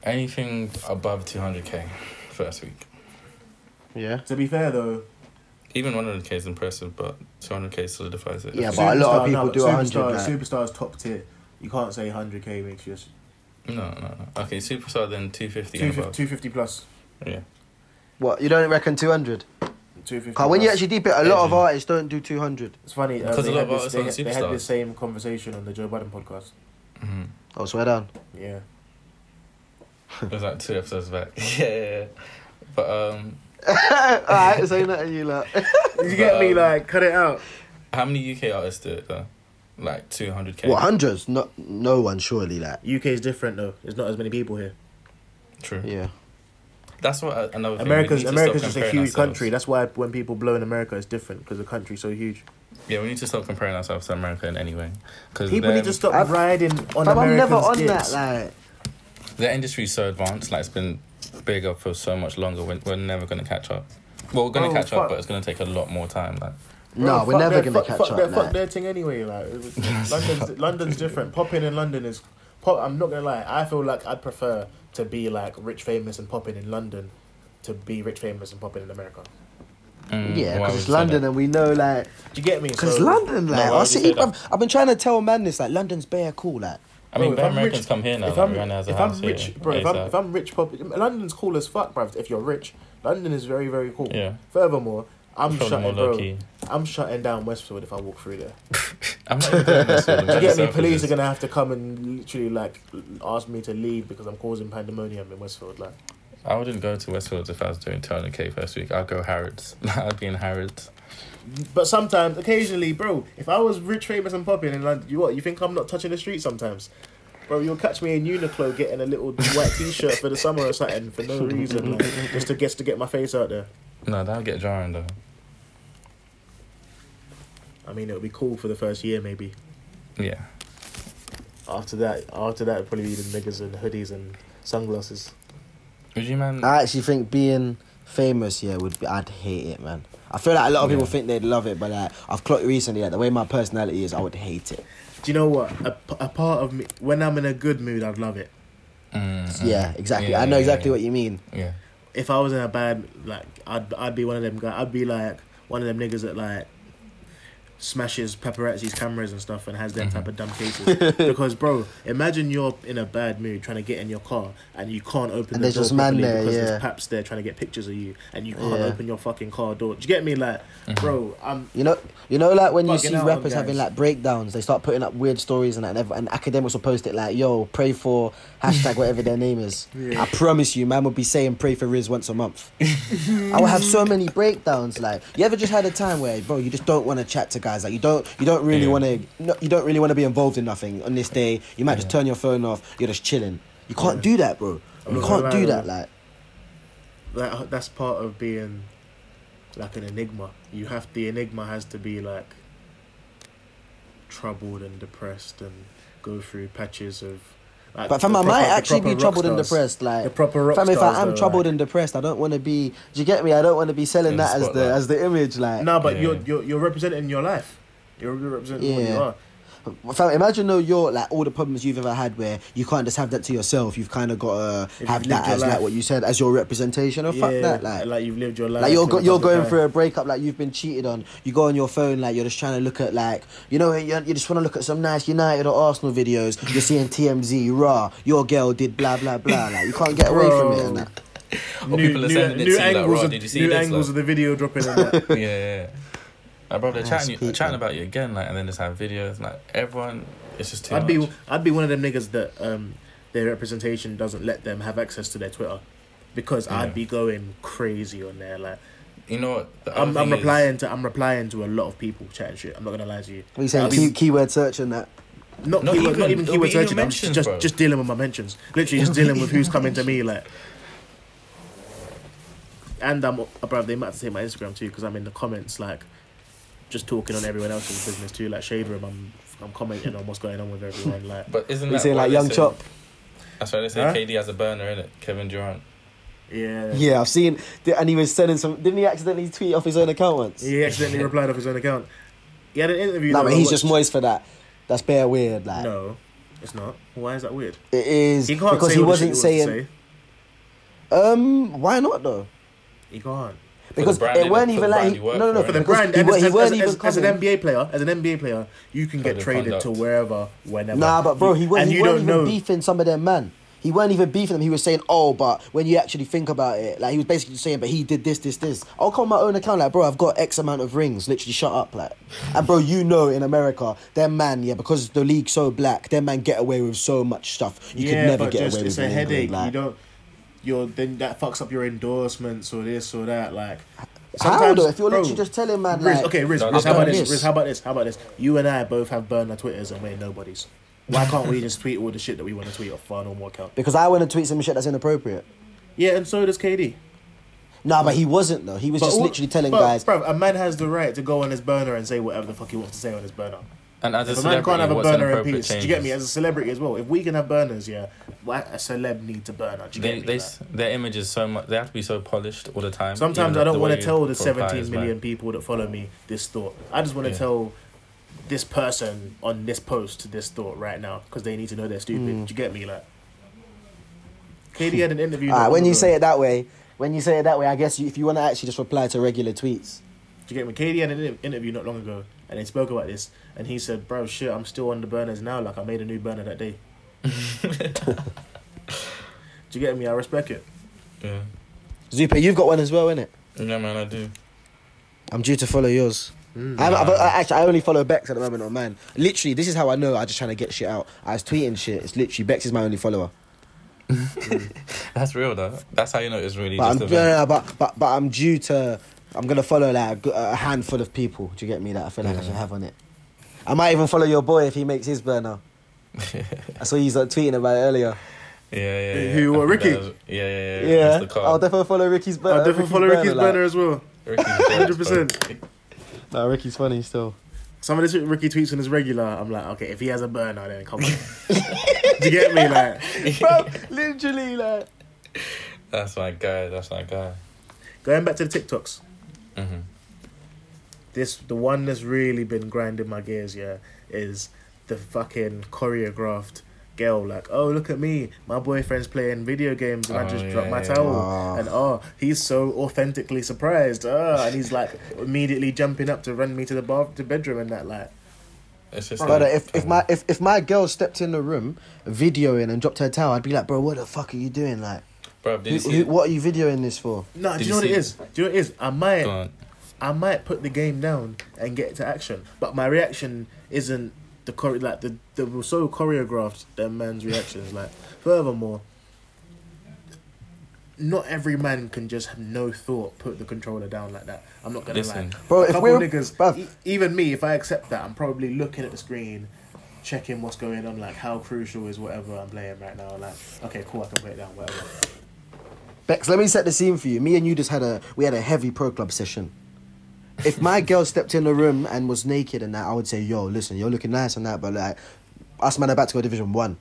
[SPEAKER 1] Anything above two hundred k first week.
[SPEAKER 2] Yeah.
[SPEAKER 3] To be fair though,
[SPEAKER 1] Even one hundred k is impressive, but two hundred k solidifies it.
[SPEAKER 2] Yeah, but a lot of
[SPEAKER 3] superstar-
[SPEAKER 2] people
[SPEAKER 3] but
[SPEAKER 2] do
[SPEAKER 3] superstar,
[SPEAKER 2] 100, like-
[SPEAKER 3] Superstars top tier. You can't say 100k makes you a s-
[SPEAKER 1] No, no, no. Okay, superstar then two fifty and
[SPEAKER 3] 250,
[SPEAKER 1] above.
[SPEAKER 3] 250 plus.
[SPEAKER 1] Yeah.
[SPEAKER 2] What, you don't reckon 200?
[SPEAKER 3] 250
[SPEAKER 2] Cause when you
[SPEAKER 3] plus.
[SPEAKER 2] actually deep it, a lot of
[SPEAKER 1] Yeah.
[SPEAKER 2] artists don't do 200.
[SPEAKER 3] It's funny. Um,
[SPEAKER 1] Because a
[SPEAKER 3] they,
[SPEAKER 1] lot
[SPEAKER 3] had
[SPEAKER 1] of
[SPEAKER 3] this,
[SPEAKER 1] artists
[SPEAKER 3] they,
[SPEAKER 1] aren't
[SPEAKER 3] had- they had
[SPEAKER 1] superstars.
[SPEAKER 3] this same conversation on the Joe Biden podcast.
[SPEAKER 1] Mhm.
[SPEAKER 2] Oh, swear down.
[SPEAKER 3] Yeah.
[SPEAKER 1] It was like two episodes back. yeah, yeah, yeah. But um,
[SPEAKER 2] Alright, so not you lot.
[SPEAKER 3] Did you get me?
[SPEAKER 1] Um,
[SPEAKER 3] Like, cut it out.
[SPEAKER 1] how many UK artists do it though? Like two hundred k.
[SPEAKER 2] What, hundreds? No, no one, surely, like.
[SPEAKER 3] UK is different though. There's not as many people here.
[SPEAKER 1] True.
[SPEAKER 2] Yeah.
[SPEAKER 1] That's what uh, another. thing, we
[SPEAKER 3] America's
[SPEAKER 1] need to
[SPEAKER 3] America's
[SPEAKER 1] stop
[SPEAKER 3] just a
[SPEAKER 1] comparing
[SPEAKER 3] huge
[SPEAKER 1] ourselves.
[SPEAKER 3] country. That's why when people blow in America, it's different because the country's so huge.
[SPEAKER 1] Yeah, we need to stop comparing ourselves to America in any way. Because
[SPEAKER 3] People need to stop
[SPEAKER 2] I've-
[SPEAKER 3] riding on
[SPEAKER 2] Fam, I'm
[SPEAKER 3] Americans.
[SPEAKER 2] never on
[SPEAKER 3] dicks.
[SPEAKER 2] that, like.
[SPEAKER 1] The industry is so advanced, like it's been bigger for so much longer. We're, we're never going to catch up. Well, we're going
[SPEAKER 3] Oh,
[SPEAKER 1] to catch
[SPEAKER 3] fuck.
[SPEAKER 1] up, but it's going to take a lot more time. Like,
[SPEAKER 3] Bro,
[SPEAKER 2] no, we're
[SPEAKER 3] fuck
[SPEAKER 2] never
[SPEAKER 3] their-
[SPEAKER 2] going to
[SPEAKER 3] fuck-
[SPEAKER 2] catch
[SPEAKER 3] fuck
[SPEAKER 2] up.
[SPEAKER 3] Their,
[SPEAKER 2] like.
[SPEAKER 3] fuck their thing anyway. Like it was- London's London's different. Popping in London is pop. I'm not gonna lie. I feel like I'd prefer to be like rich, famous, and popping in London, to be rich, famous, and popping in America.
[SPEAKER 1] mm,
[SPEAKER 2] Yeah,
[SPEAKER 1] why would
[SPEAKER 2] because it's
[SPEAKER 1] you say
[SPEAKER 2] London
[SPEAKER 1] that?
[SPEAKER 2] and we know, like.
[SPEAKER 3] Do you get me?
[SPEAKER 2] Because
[SPEAKER 3] So-
[SPEAKER 2] London,
[SPEAKER 1] No,
[SPEAKER 2] like.
[SPEAKER 1] why
[SPEAKER 2] our
[SPEAKER 1] would you
[SPEAKER 2] city,
[SPEAKER 1] say that?
[SPEAKER 2] I've, I've been trying to tell man this, like, London's bare cool, like.
[SPEAKER 1] I mean,
[SPEAKER 3] Bro, if
[SPEAKER 1] bare
[SPEAKER 3] I'm
[SPEAKER 1] Americans
[SPEAKER 3] rich-
[SPEAKER 1] come here now.
[SPEAKER 3] If
[SPEAKER 1] If
[SPEAKER 3] I'm,
[SPEAKER 1] everyone has a
[SPEAKER 3] if
[SPEAKER 1] house
[SPEAKER 3] I'm
[SPEAKER 1] here.
[SPEAKER 3] rich, bro, if I'm,
[SPEAKER 1] ASAP.
[SPEAKER 3] if I'm rich, pop, London's cool as fuck, bruv. If you're rich, London is very, very cool.
[SPEAKER 1] Yeah.
[SPEAKER 3] Furthermore, I'm
[SPEAKER 1] Probably
[SPEAKER 3] shutting,
[SPEAKER 1] more
[SPEAKER 3] bro.
[SPEAKER 1] low-key.
[SPEAKER 3] I'm shutting down Westfield if I walk through there.
[SPEAKER 1] I'm not even doing this.
[SPEAKER 3] Do you get me? Police are gonna have to come and literally like ask me to leave because I'm causing pandemonium in Westfield. Like,
[SPEAKER 1] I wouldn't go to Westfields if I was doing 200k first week. I'd go Harrods. I'd be in Harrods.
[SPEAKER 3] but sometimes, occasionally, bro, if I was rich, famous, and popping in London, you what? You think I'm not touching the street sometimes? Bro, you'll catch me in Uniqlo getting a little white T-shirt for the summer or something for no reason, like, just to guess to get my face out there.
[SPEAKER 1] No, that'll get jarring though.
[SPEAKER 3] I mean, it'll be cool for the first year, maybe.
[SPEAKER 1] Yeah.
[SPEAKER 3] After that, after that, it'll probably be the niggas in hoodies and sunglasses.
[SPEAKER 1] Would you man?
[SPEAKER 2] I actually think being famous, yeah, would be. I'd hate it, man. I feel like a lot of people
[SPEAKER 1] Yeah.
[SPEAKER 2] think they'd love it, but like I've clocked recently, like the way my personality is, I would hate it.
[SPEAKER 3] Do you know what? A, p- a part of me, when I'm in a good mood, I'd love it.
[SPEAKER 1] Mm, mm.
[SPEAKER 2] Yeah, exactly.
[SPEAKER 1] Yeah,
[SPEAKER 2] I know
[SPEAKER 1] yeah,
[SPEAKER 2] exactly
[SPEAKER 1] yeah.
[SPEAKER 2] what you mean.
[SPEAKER 1] Yeah.
[SPEAKER 3] If I was in a bad, like, I'd I'd be one of them guys. I'd be like one of them niggas that like smashes paparazzi's cameras and stuff and has them type of dumb cases. because, bro, imagine you're in a bad mood trying to get in your car and you can't
[SPEAKER 2] And
[SPEAKER 3] open the
[SPEAKER 2] there's
[SPEAKER 3] door
[SPEAKER 2] just man
[SPEAKER 3] properly
[SPEAKER 2] there,
[SPEAKER 3] because
[SPEAKER 2] yeah.
[SPEAKER 3] there's paps there trying to get pictures of you and you can't
[SPEAKER 2] Yeah.
[SPEAKER 3] open your fucking car door. Do you get me? Like, bro, I'm
[SPEAKER 2] You know, you know, like when you
[SPEAKER 3] Fucking
[SPEAKER 2] see
[SPEAKER 3] hell,
[SPEAKER 2] rappers having
[SPEAKER 3] guys.
[SPEAKER 2] like breakdowns, they start putting up weird stories and that, and, ev- and academics will post it like, "Yo, pray for hashtag whatever their name is."
[SPEAKER 3] Yeah.
[SPEAKER 2] I promise you, man would be saying pray for Riz once a month. I would have so many breakdowns. Like, you ever just had a time where, bro, you just don't want to chat to guys. Like, you don't, you don't really
[SPEAKER 1] Yeah.
[SPEAKER 2] want to, no, you don't really want to be involved in nothing on this day. You might just
[SPEAKER 1] Yeah.
[SPEAKER 2] turn your phone off. You're just chilling. You can't
[SPEAKER 3] Yeah.
[SPEAKER 2] do that, bro.
[SPEAKER 3] I'm
[SPEAKER 2] You
[SPEAKER 3] not gonna
[SPEAKER 2] can't do
[SPEAKER 3] lie,
[SPEAKER 2] that.
[SPEAKER 3] though.
[SPEAKER 2] Like,
[SPEAKER 3] that that's part of being like an enigma. You have the enigma has to be like troubled and depressed and go through patches of. Like,
[SPEAKER 2] but fam,
[SPEAKER 3] the
[SPEAKER 2] I might
[SPEAKER 3] proper- the
[SPEAKER 2] actually be
[SPEAKER 3] proper rock
[SPEAKER 2] troubled and
[SPEAKER 3] stars.
[SPEAKER 2] depressed. Like,
[SPEAKER 3] The proper rock
[SPEAKER 2] Fam, if
[SPEAKER 3] stars,
[SPEAKER 2] I am
[SPEAKER 3] though,
[SPEAKER 2] troubled
[SPEAKER 3] like-
[SPEAKER 2] and depressed, I don't want to be. Do you get me? I don't want to be selling
[SPEAKER 1] In the
[SPEAKER 2] that as the
[SPEAKER 1] spotlight.
[SPEAKER 2] as the image. Like,
[SPEAKER 3] no, but
[SPEAKER 1] Yeah.
[SPEAKER 3] you're, you're you're representing your life. You're representing what
[SPEAKER 2] Yeah.
[SPEAKER 3] you are.
[SPEAKER 2] fam, imagine though you're like all the problems you've ever had where you can't just have that to yourself. You've kind of got to
[SPEAKER 3] you've
[SPEAKER 2] have
[SPEAKER 3] lived
[SPEAKER 2] that
[SPEAKER 3] your
[SPEAKER 2] as
[SPEAKER 3] life.
[SPEAKER 2] like what you said as your representation. Oh fuck that, like. like
[SPEAKER 3] you've lived your life.
[SPEAKER 2] you're go-
[SPEAKER 3] and
[SPEAKER 2] you're
[SPEAKER 3] that's
[SPEAKER 2] going
[SPEAKER 3] okay.
[SPEAKER 2] through a breakup, like you've been cheated on. You go on your phone, like you're just trying to look at, like you know, you you just want to look at some nice United or Arsenal videos. You're seeing TMZ, raw. Your girl did blah blah blah. Like you can't get away from it.
[SPEAKER 3] Bro.
[SPEAKER 2] And that.
[SPEAKER 1] Or people are sending it to you like, "Rah,
[SPEAKER 3] of,
[SPEAKER 1] did you see
[SPEAKER 3] new
[SPEAKER 1] this, like?"
[SPEAKER 3] angles of the video dropping. And that.
[SPEAKER 1] yeah, yeah. Like, bro, they're
[SPEAKER 2] Ah,
[SPEAKER 1] chatting, you,
[SPEAKER 2] speak,
[SPEAKER 1] chatting
[SPEAKER 2] man.
[SPEAKER 1] about you again, like, and then just have videos, like, everyone, it's just too
[SPEAKER 3] I'd
[SPEAKER 1] much.
[SPEAKER 3] be I'd be one of them niggas that um their representation doesn't let them have access to their Twitter because
[SPEAKER 1] Yeah.
[SPEAKER 3] I'd be going crazy on there. Like
[SPEAKER 1] you know what? the
[SPEAKER 3] I'm
[SPEAKER 1] other
[SPEAKER 3] I'm
[SPEAKER 1] thing is-
[SPEAKER 3] replying to I'm replying to a lot of people chatting shit. I'm not gonna lie to you.
[SPEAKER 2] What you saying?
[SPEAKER 3] I'll be-
[SPEAKER 2] Key- keyword search and that.
[SPEAKER 3] Not,
[SPEAKER 1] Not
[SPEAKER 3] keyword,
[SPEAKER 1] even-
[SPEAKER 3] not even
[SPEAKER 1] it'll be
[SPEAKER 3] keyword
[SPEAKER 1] in your
[SPEAKER 3] searching. I'm just
[SPEAKER 1] mentions,
[SPEAKER 3] just,
[SPEAKER 1] bro.
[SPEAKER 3] just dealing with my mentions. Literally
[SPEAKER 1] It'll
[SPEAKER 3] just
[SPEAKER 1] be
[SPEAKER 3] dealing with
[SPEAKER 1] in
[SPEAKER 3] who's
[SPEAKER 1] your
[SPEAKER 3] coming to me like. And I'm, uh, bro. They might have to take my Instagram too because I'm in the comments like, just talking on everyone else's business too. Like shade room, I'm I'm commenting on what's going on with everyone. Like
[SPEAKER 1] But isn't
[SPEAKER 2] You
[SPEAKER 1] that
[SPEAKER 2] saying
[SPEAKER 1] why
[SPEAKER 2] like
[SPEAKER 1] they
[SPEAKER 2] Young
[SPEAKER 1] say-
[SPEAKER 2] Chop?
[SPEAKER 1] That's why they say
[SPEAKER 3] Huh?
[SPEAKER 1] KD has a burner in it. Kevin Durant.
[SPEAKER 3] yeah,
[SPEAKER 2] Yeah, I've seen. And he was sending some. Didn't he accidentally tweet off his own account once?
[SPEAKER 3] He accidentally replied off his own account. He had an interview.
[SPEAKER 2] No,
[SPEAKER 3] that
[SPEAKER 2] but
[SPEAKER 3] I
[SPEAKER 2] he's
[SPEAKER 3] watched.
[SPEAKER 2] just moist for that. That's bare weird. Like
[SPEAKER 3] No, it's not. Why is that weird?
[SPEAKER 2] it is
[SPEAKER 3] He can't
[SPEAKER 2] because
[SPEAKER 3] say
[SPEAKER 2] he
[SPEAKER 3] all the
[SPEAKER 2] wasn't
[SPEAKER 3] shit wants to
[SPEAKER 2] saying.
[SPEAKER 3] say.
[SPEAKER 2] Um, why not though?
[SPEAKER 3] He can't.
[SPEAKER 2] Because
[SPEAKER 1] brand
[SPEAKER 2] it
[SPEAKER 1] they-
[SPEAKER 2] weren't
[SPEAKER 1] for the
[SPEAKER 2] even
[SPEAKER 1] brand
[SPEAKER 2] like
[SPEAKER 1] you
[SPEAKER 2] no
[SPEAKER 1] work
[SPEAKER 2] no no
[SPEAKER 1] for,
[SPEAKER 2] for
[SPEAKER 3] For
[SPEAKER 1] innit?
[SPEAKER 3] the
[SPEAKER 2] because
[SPEAKER 3] brand,
[SPEAKER 2] he,
[SPEAKER 3] and
[SPEAKER 2] wa-
[SPEAKER 3] as,
[SPEAKER 2] he
[SPEAKER 3] as,
[SPEAKER 2] weren't
[SPEAKER 3] as,
[SPEAKER 2] even
[SPEAKER 3] as an
[SPEAKER 2] coming.
[SPEAKER 3] NBA player, as an NBA player, you can
[SPEAKER 1] Code
[SPEAKER 3] get
[SPEAKER 1] of
[SPEAKER 3] traded to
[SPEAKER 1] conduct.
[SPEAKER 3] wherever, whenever.
[SPEAKER 2] Nah, but bro,
[SPEAKER 3] You-
[SPEAKER 2] he was
[SPEAKER 3] And
[SPEAKER 2] he
[SPEAKER 3] you
[SPEAKER 2] weren't
[SPEAKER 3] don't
[SPEAKER 2] even
[SPEAKER 3] know.
[SPEAKER 2] beefing some of them man. He weren't even beefing them. He was saying, "Oh, but when you actually think about it, like he was basically saying, but he did this, this, this." I'll call my own account, like, bro, I've got X amount of rings. Literally, shut up, like. And bro, you know, in America, their man, yeah, because the league's so black, their man get away with so much stuff you
[SPEAKER 3] yeah,
[SPEAKER 2] could never
[SPEAKER 3] but
[SPEAKER 2] get
[SPEAKER 3] just,
[SPEAKER 2] away
[SPEAKER 3] it's
[SPEAKER 2] with.
[SPEAKER 3] a
[SPEAKER 2] in England,
[SPEAKER 3] headache.
[SPEAKER 2] like.
[SPEAKER 3] You don't. You're then that fucks up your endorsements or this or that. Like
[SPEAKER 2] How though?
[SPEAKER 3] sometimes-
[SPEAKER 2] If you're literally
[SPEAKER 3] bro,
[SPEAKER 2] just telling man,
[SPEAKER 3] Riz,
[SPEAKER 2] like,
[SPEAKER 3] okay, Riz,
[SPEAKER 1] No,
[SPEAKER 3] Riz,
[SPEAKER 1] no,
[SPEAKER 3] how about
[SPEAKER 2] no.
[SPEAKER 3] this? Riz, how about this? How about this? You and I both have burner Twitters and we're nobodies. Why can't we just tweet all the shit that we want to tweet off our normal account?
[SPEAKER 2] because I want to tweet some shit that's inappropriate.
[SPEAKER 3] Yeah, and so does KD.
[SPEAKER 2] Nah, but he wasn't though. He was
[SPEAKER 3] But
[SPEAKER 2] just
[SPEAKER 3] all-
[SPEAKER 2] literally telling
[SPEAKER 3] but,
[SPEAKER 2] guys.
[SPEAKER 3] Bruv, a man has the right to go on his burner and say whatever the fuck he wants to say on his burner.
[SPEAKER 1] And as a
[SPEAKER 3] If a man
[SPEAKER 1] celebrity,
[SPEAKER 3] can't have a
[SPEAKER 1] what's
[SPEAKER 3] burner in
[SPEAKER 1] inappropriate
[SPEAKER 3] peace, do you
[SPEAKER 1] changes?
[SPEAKER 3] get me? As a celebrity as well, if we can have burners, yeah, why a celeb needs a burner? Do you
[SPEAKER 1] they,
[SPEAKER 3] get me?
[SPEAKER 1] they,
[SPEAKER 3] Like,
[SPEAKER 1] s- their image is so much. They have to be so polished all the time.
[SPEAKER 3] Sometimes
[SPEAKER 1] even
[SPEAKER 3] I don't
[SPEAKER 1] the
[SPEAKER 3] want
[SPEAKER 1] way
[SPEAKER 3] to tell the
[SPEAKER 1] profile is,
[SPEAKER 3] 17
[SPEAKER 1] man.
[SPEAKER 3] million people that follow me this thought. I just want to
[SPEAKER 1] Yeah.
[SPEAKER 3] tell this person on this post this thought right now because they need to know they're stupid.
[SPEAKER 1] Mm.
[SPEAKER 3] Do you get me? Like, KD had an interview.
[SPEAKER 2] All right,
[SPEAKER 3] not
[SPEAKER 2] when
[SPEAKER 3] long
[SPEAKER 2] you
[SPEAKER 3] ago.
[SPEAKER 2] say it that way, when you say it that way, I guess you, if you want to actually just reply to regular tweets,
[SPEAKER 3] Do you get me? KD had an inter- interview not long ago, and they spoke about this, and he said, "Bro, shit, I'm still on the burners now. Like, I made a new burner that day." Do you get me? I respect it.
[SPEAKER 1] Yeah.
[SPEAKER 2] Zupa, you've got one as well, innit?
[SPEAKER 1] Yeah, man, I do.
[SPEAKER 2] I'm due to follow yours. Mm. I, haven't- I've, I actually I only follow Bex at the moment on man. Literally, this is how I know I just trying to get shit out. I was tweeting shit. It's literally Bex is my only follower.
[SPEAKER 1] That's real, though. That's how you know it's really
[SPEAKER 2] But I'm,
[SPEAKER 1] just a
[SPEAKER 2] no, no, no, but, but, but I'm due to. I'm gonna follow like a g- a, handful of people. Do you get me? That I feel like I should have on it. I might even follow your boy if he makes his burner. I saw you like, tweeting about it earlier.
[SPEAKER 1] Yeah, yeah, yeah.
[SPEAKER 3] Who- who,
[SPEAKER 1] I
[SPEAKER 3] uh,
[SPEAKER 1] think
[SPEAKER 3] Ricky?
[SPEAKER 1] that was- Yeah, yeah, yeah.
[SPEAKER 2] Yeah,
[SPEAKER 1] That's the
[SPEAKER 2] I'll
[SPEAKER 1] card.
[SPEAKER 2] definitely follow Ricky's burner.
[SPEAKER 3] I'll definitely follow Ricky's
[SPEAKER 2] like-
[SPEAKER 3] burner as well.
[SPEAKER 1] Ricky's
[SPEAKER 3] Hundred
[SPEAKER 1] dead,
[SPEAKER 3] percent.
[SPEAKER 1] bro.
[SPEAKER 2] No, Ricky's funny still.
[SPEAKER 3] Some of this Ricky tweets on his regular. I'm like, okay, if he has a burner, then come on. Do you get me? Like,
[SPEAKER 2] Bro, literally like.
[SPEAKER 1] That's my guy. That's my guy.
[SPEAKER 3] going back to the TikToks.
[SPEAKER 1] Mm-hmm.
[SPEAKER 3] this the one that's really been grinding my gears yeah is the fucking choreographed girl like, oh look at me, my boyfriend's playing video games and I
[SPEAKER 1] Oh,
[SPEAKER 3] just
[SPEAKER 1] yeah,
[SPEAKER 3] dropped my
[SPEAKER 1] yeah.
[SPEAKER 3] towel
[SPEAKER 2] Ah.
[SPEAKER 3] and oh he's so authentically surprised ah and he's like immediately jumping up to run me to the bath to bedroom and that like
[SPEAKER 1] It's just
[SPEAKER 2] Brother,
[SPEAKER 1] like-
[SPEAKER 2] uh, if, if my if, if my girl stepped in the room videoing and dropped her towel, I'd be like, bro, what the fuck are you doing? Like,
[SPEAKER 1] Bro, did you
[SPEAKER 2] who-
[SPEAKER 1] see
[SPEAKER 2] who-
[SPEAKER 1] it?
[SPEAKER 2] what are you videoing this for?
[SPEAKER 3] no do
[SPEAKER 1] Did
[SPEAKER 3] you
[SPEAKER 1] you
[SPEAKER 3] know what it
[SPEAKER 1] see-
[SPEAKER 3] is do you know what it is I might
[SPEAKER 1] Go on.
[SPEAKER 3] I might put the game down and get to action, but my reaction isn't the chore- like the the were so choreographed that man's reaction is like. Furthermore, not every man can just have no thought put the controller down like that. I'm not gonna
[SPEAKER 1] Listen.
[SPEAKER 3] lie,
[SPEAKER 2] Bro,
[SPEAKER 3] A
[SPEAKER 2] if
[SPEAKER 3] couple
[SPEAKER 2] we're-
[SPEAKER 3] niggas,
[SPEAKER 2] bruv.
[SPEAKER 3] e- even me, if I accept that, I'm probably looking at the screen. Checking what's going on, like how crucial is whatever I'm playing right now. Like, okay, cool, I can put it down, whatever.
[SPEAKER 2] Bex, let me set the scene for you. Me and you just had a we had a heavy pro club session. If my girl stepped in the room and was naked and that, I would say, "Yo, listen, you're looking nice and that, but like, us man are about to go Division One.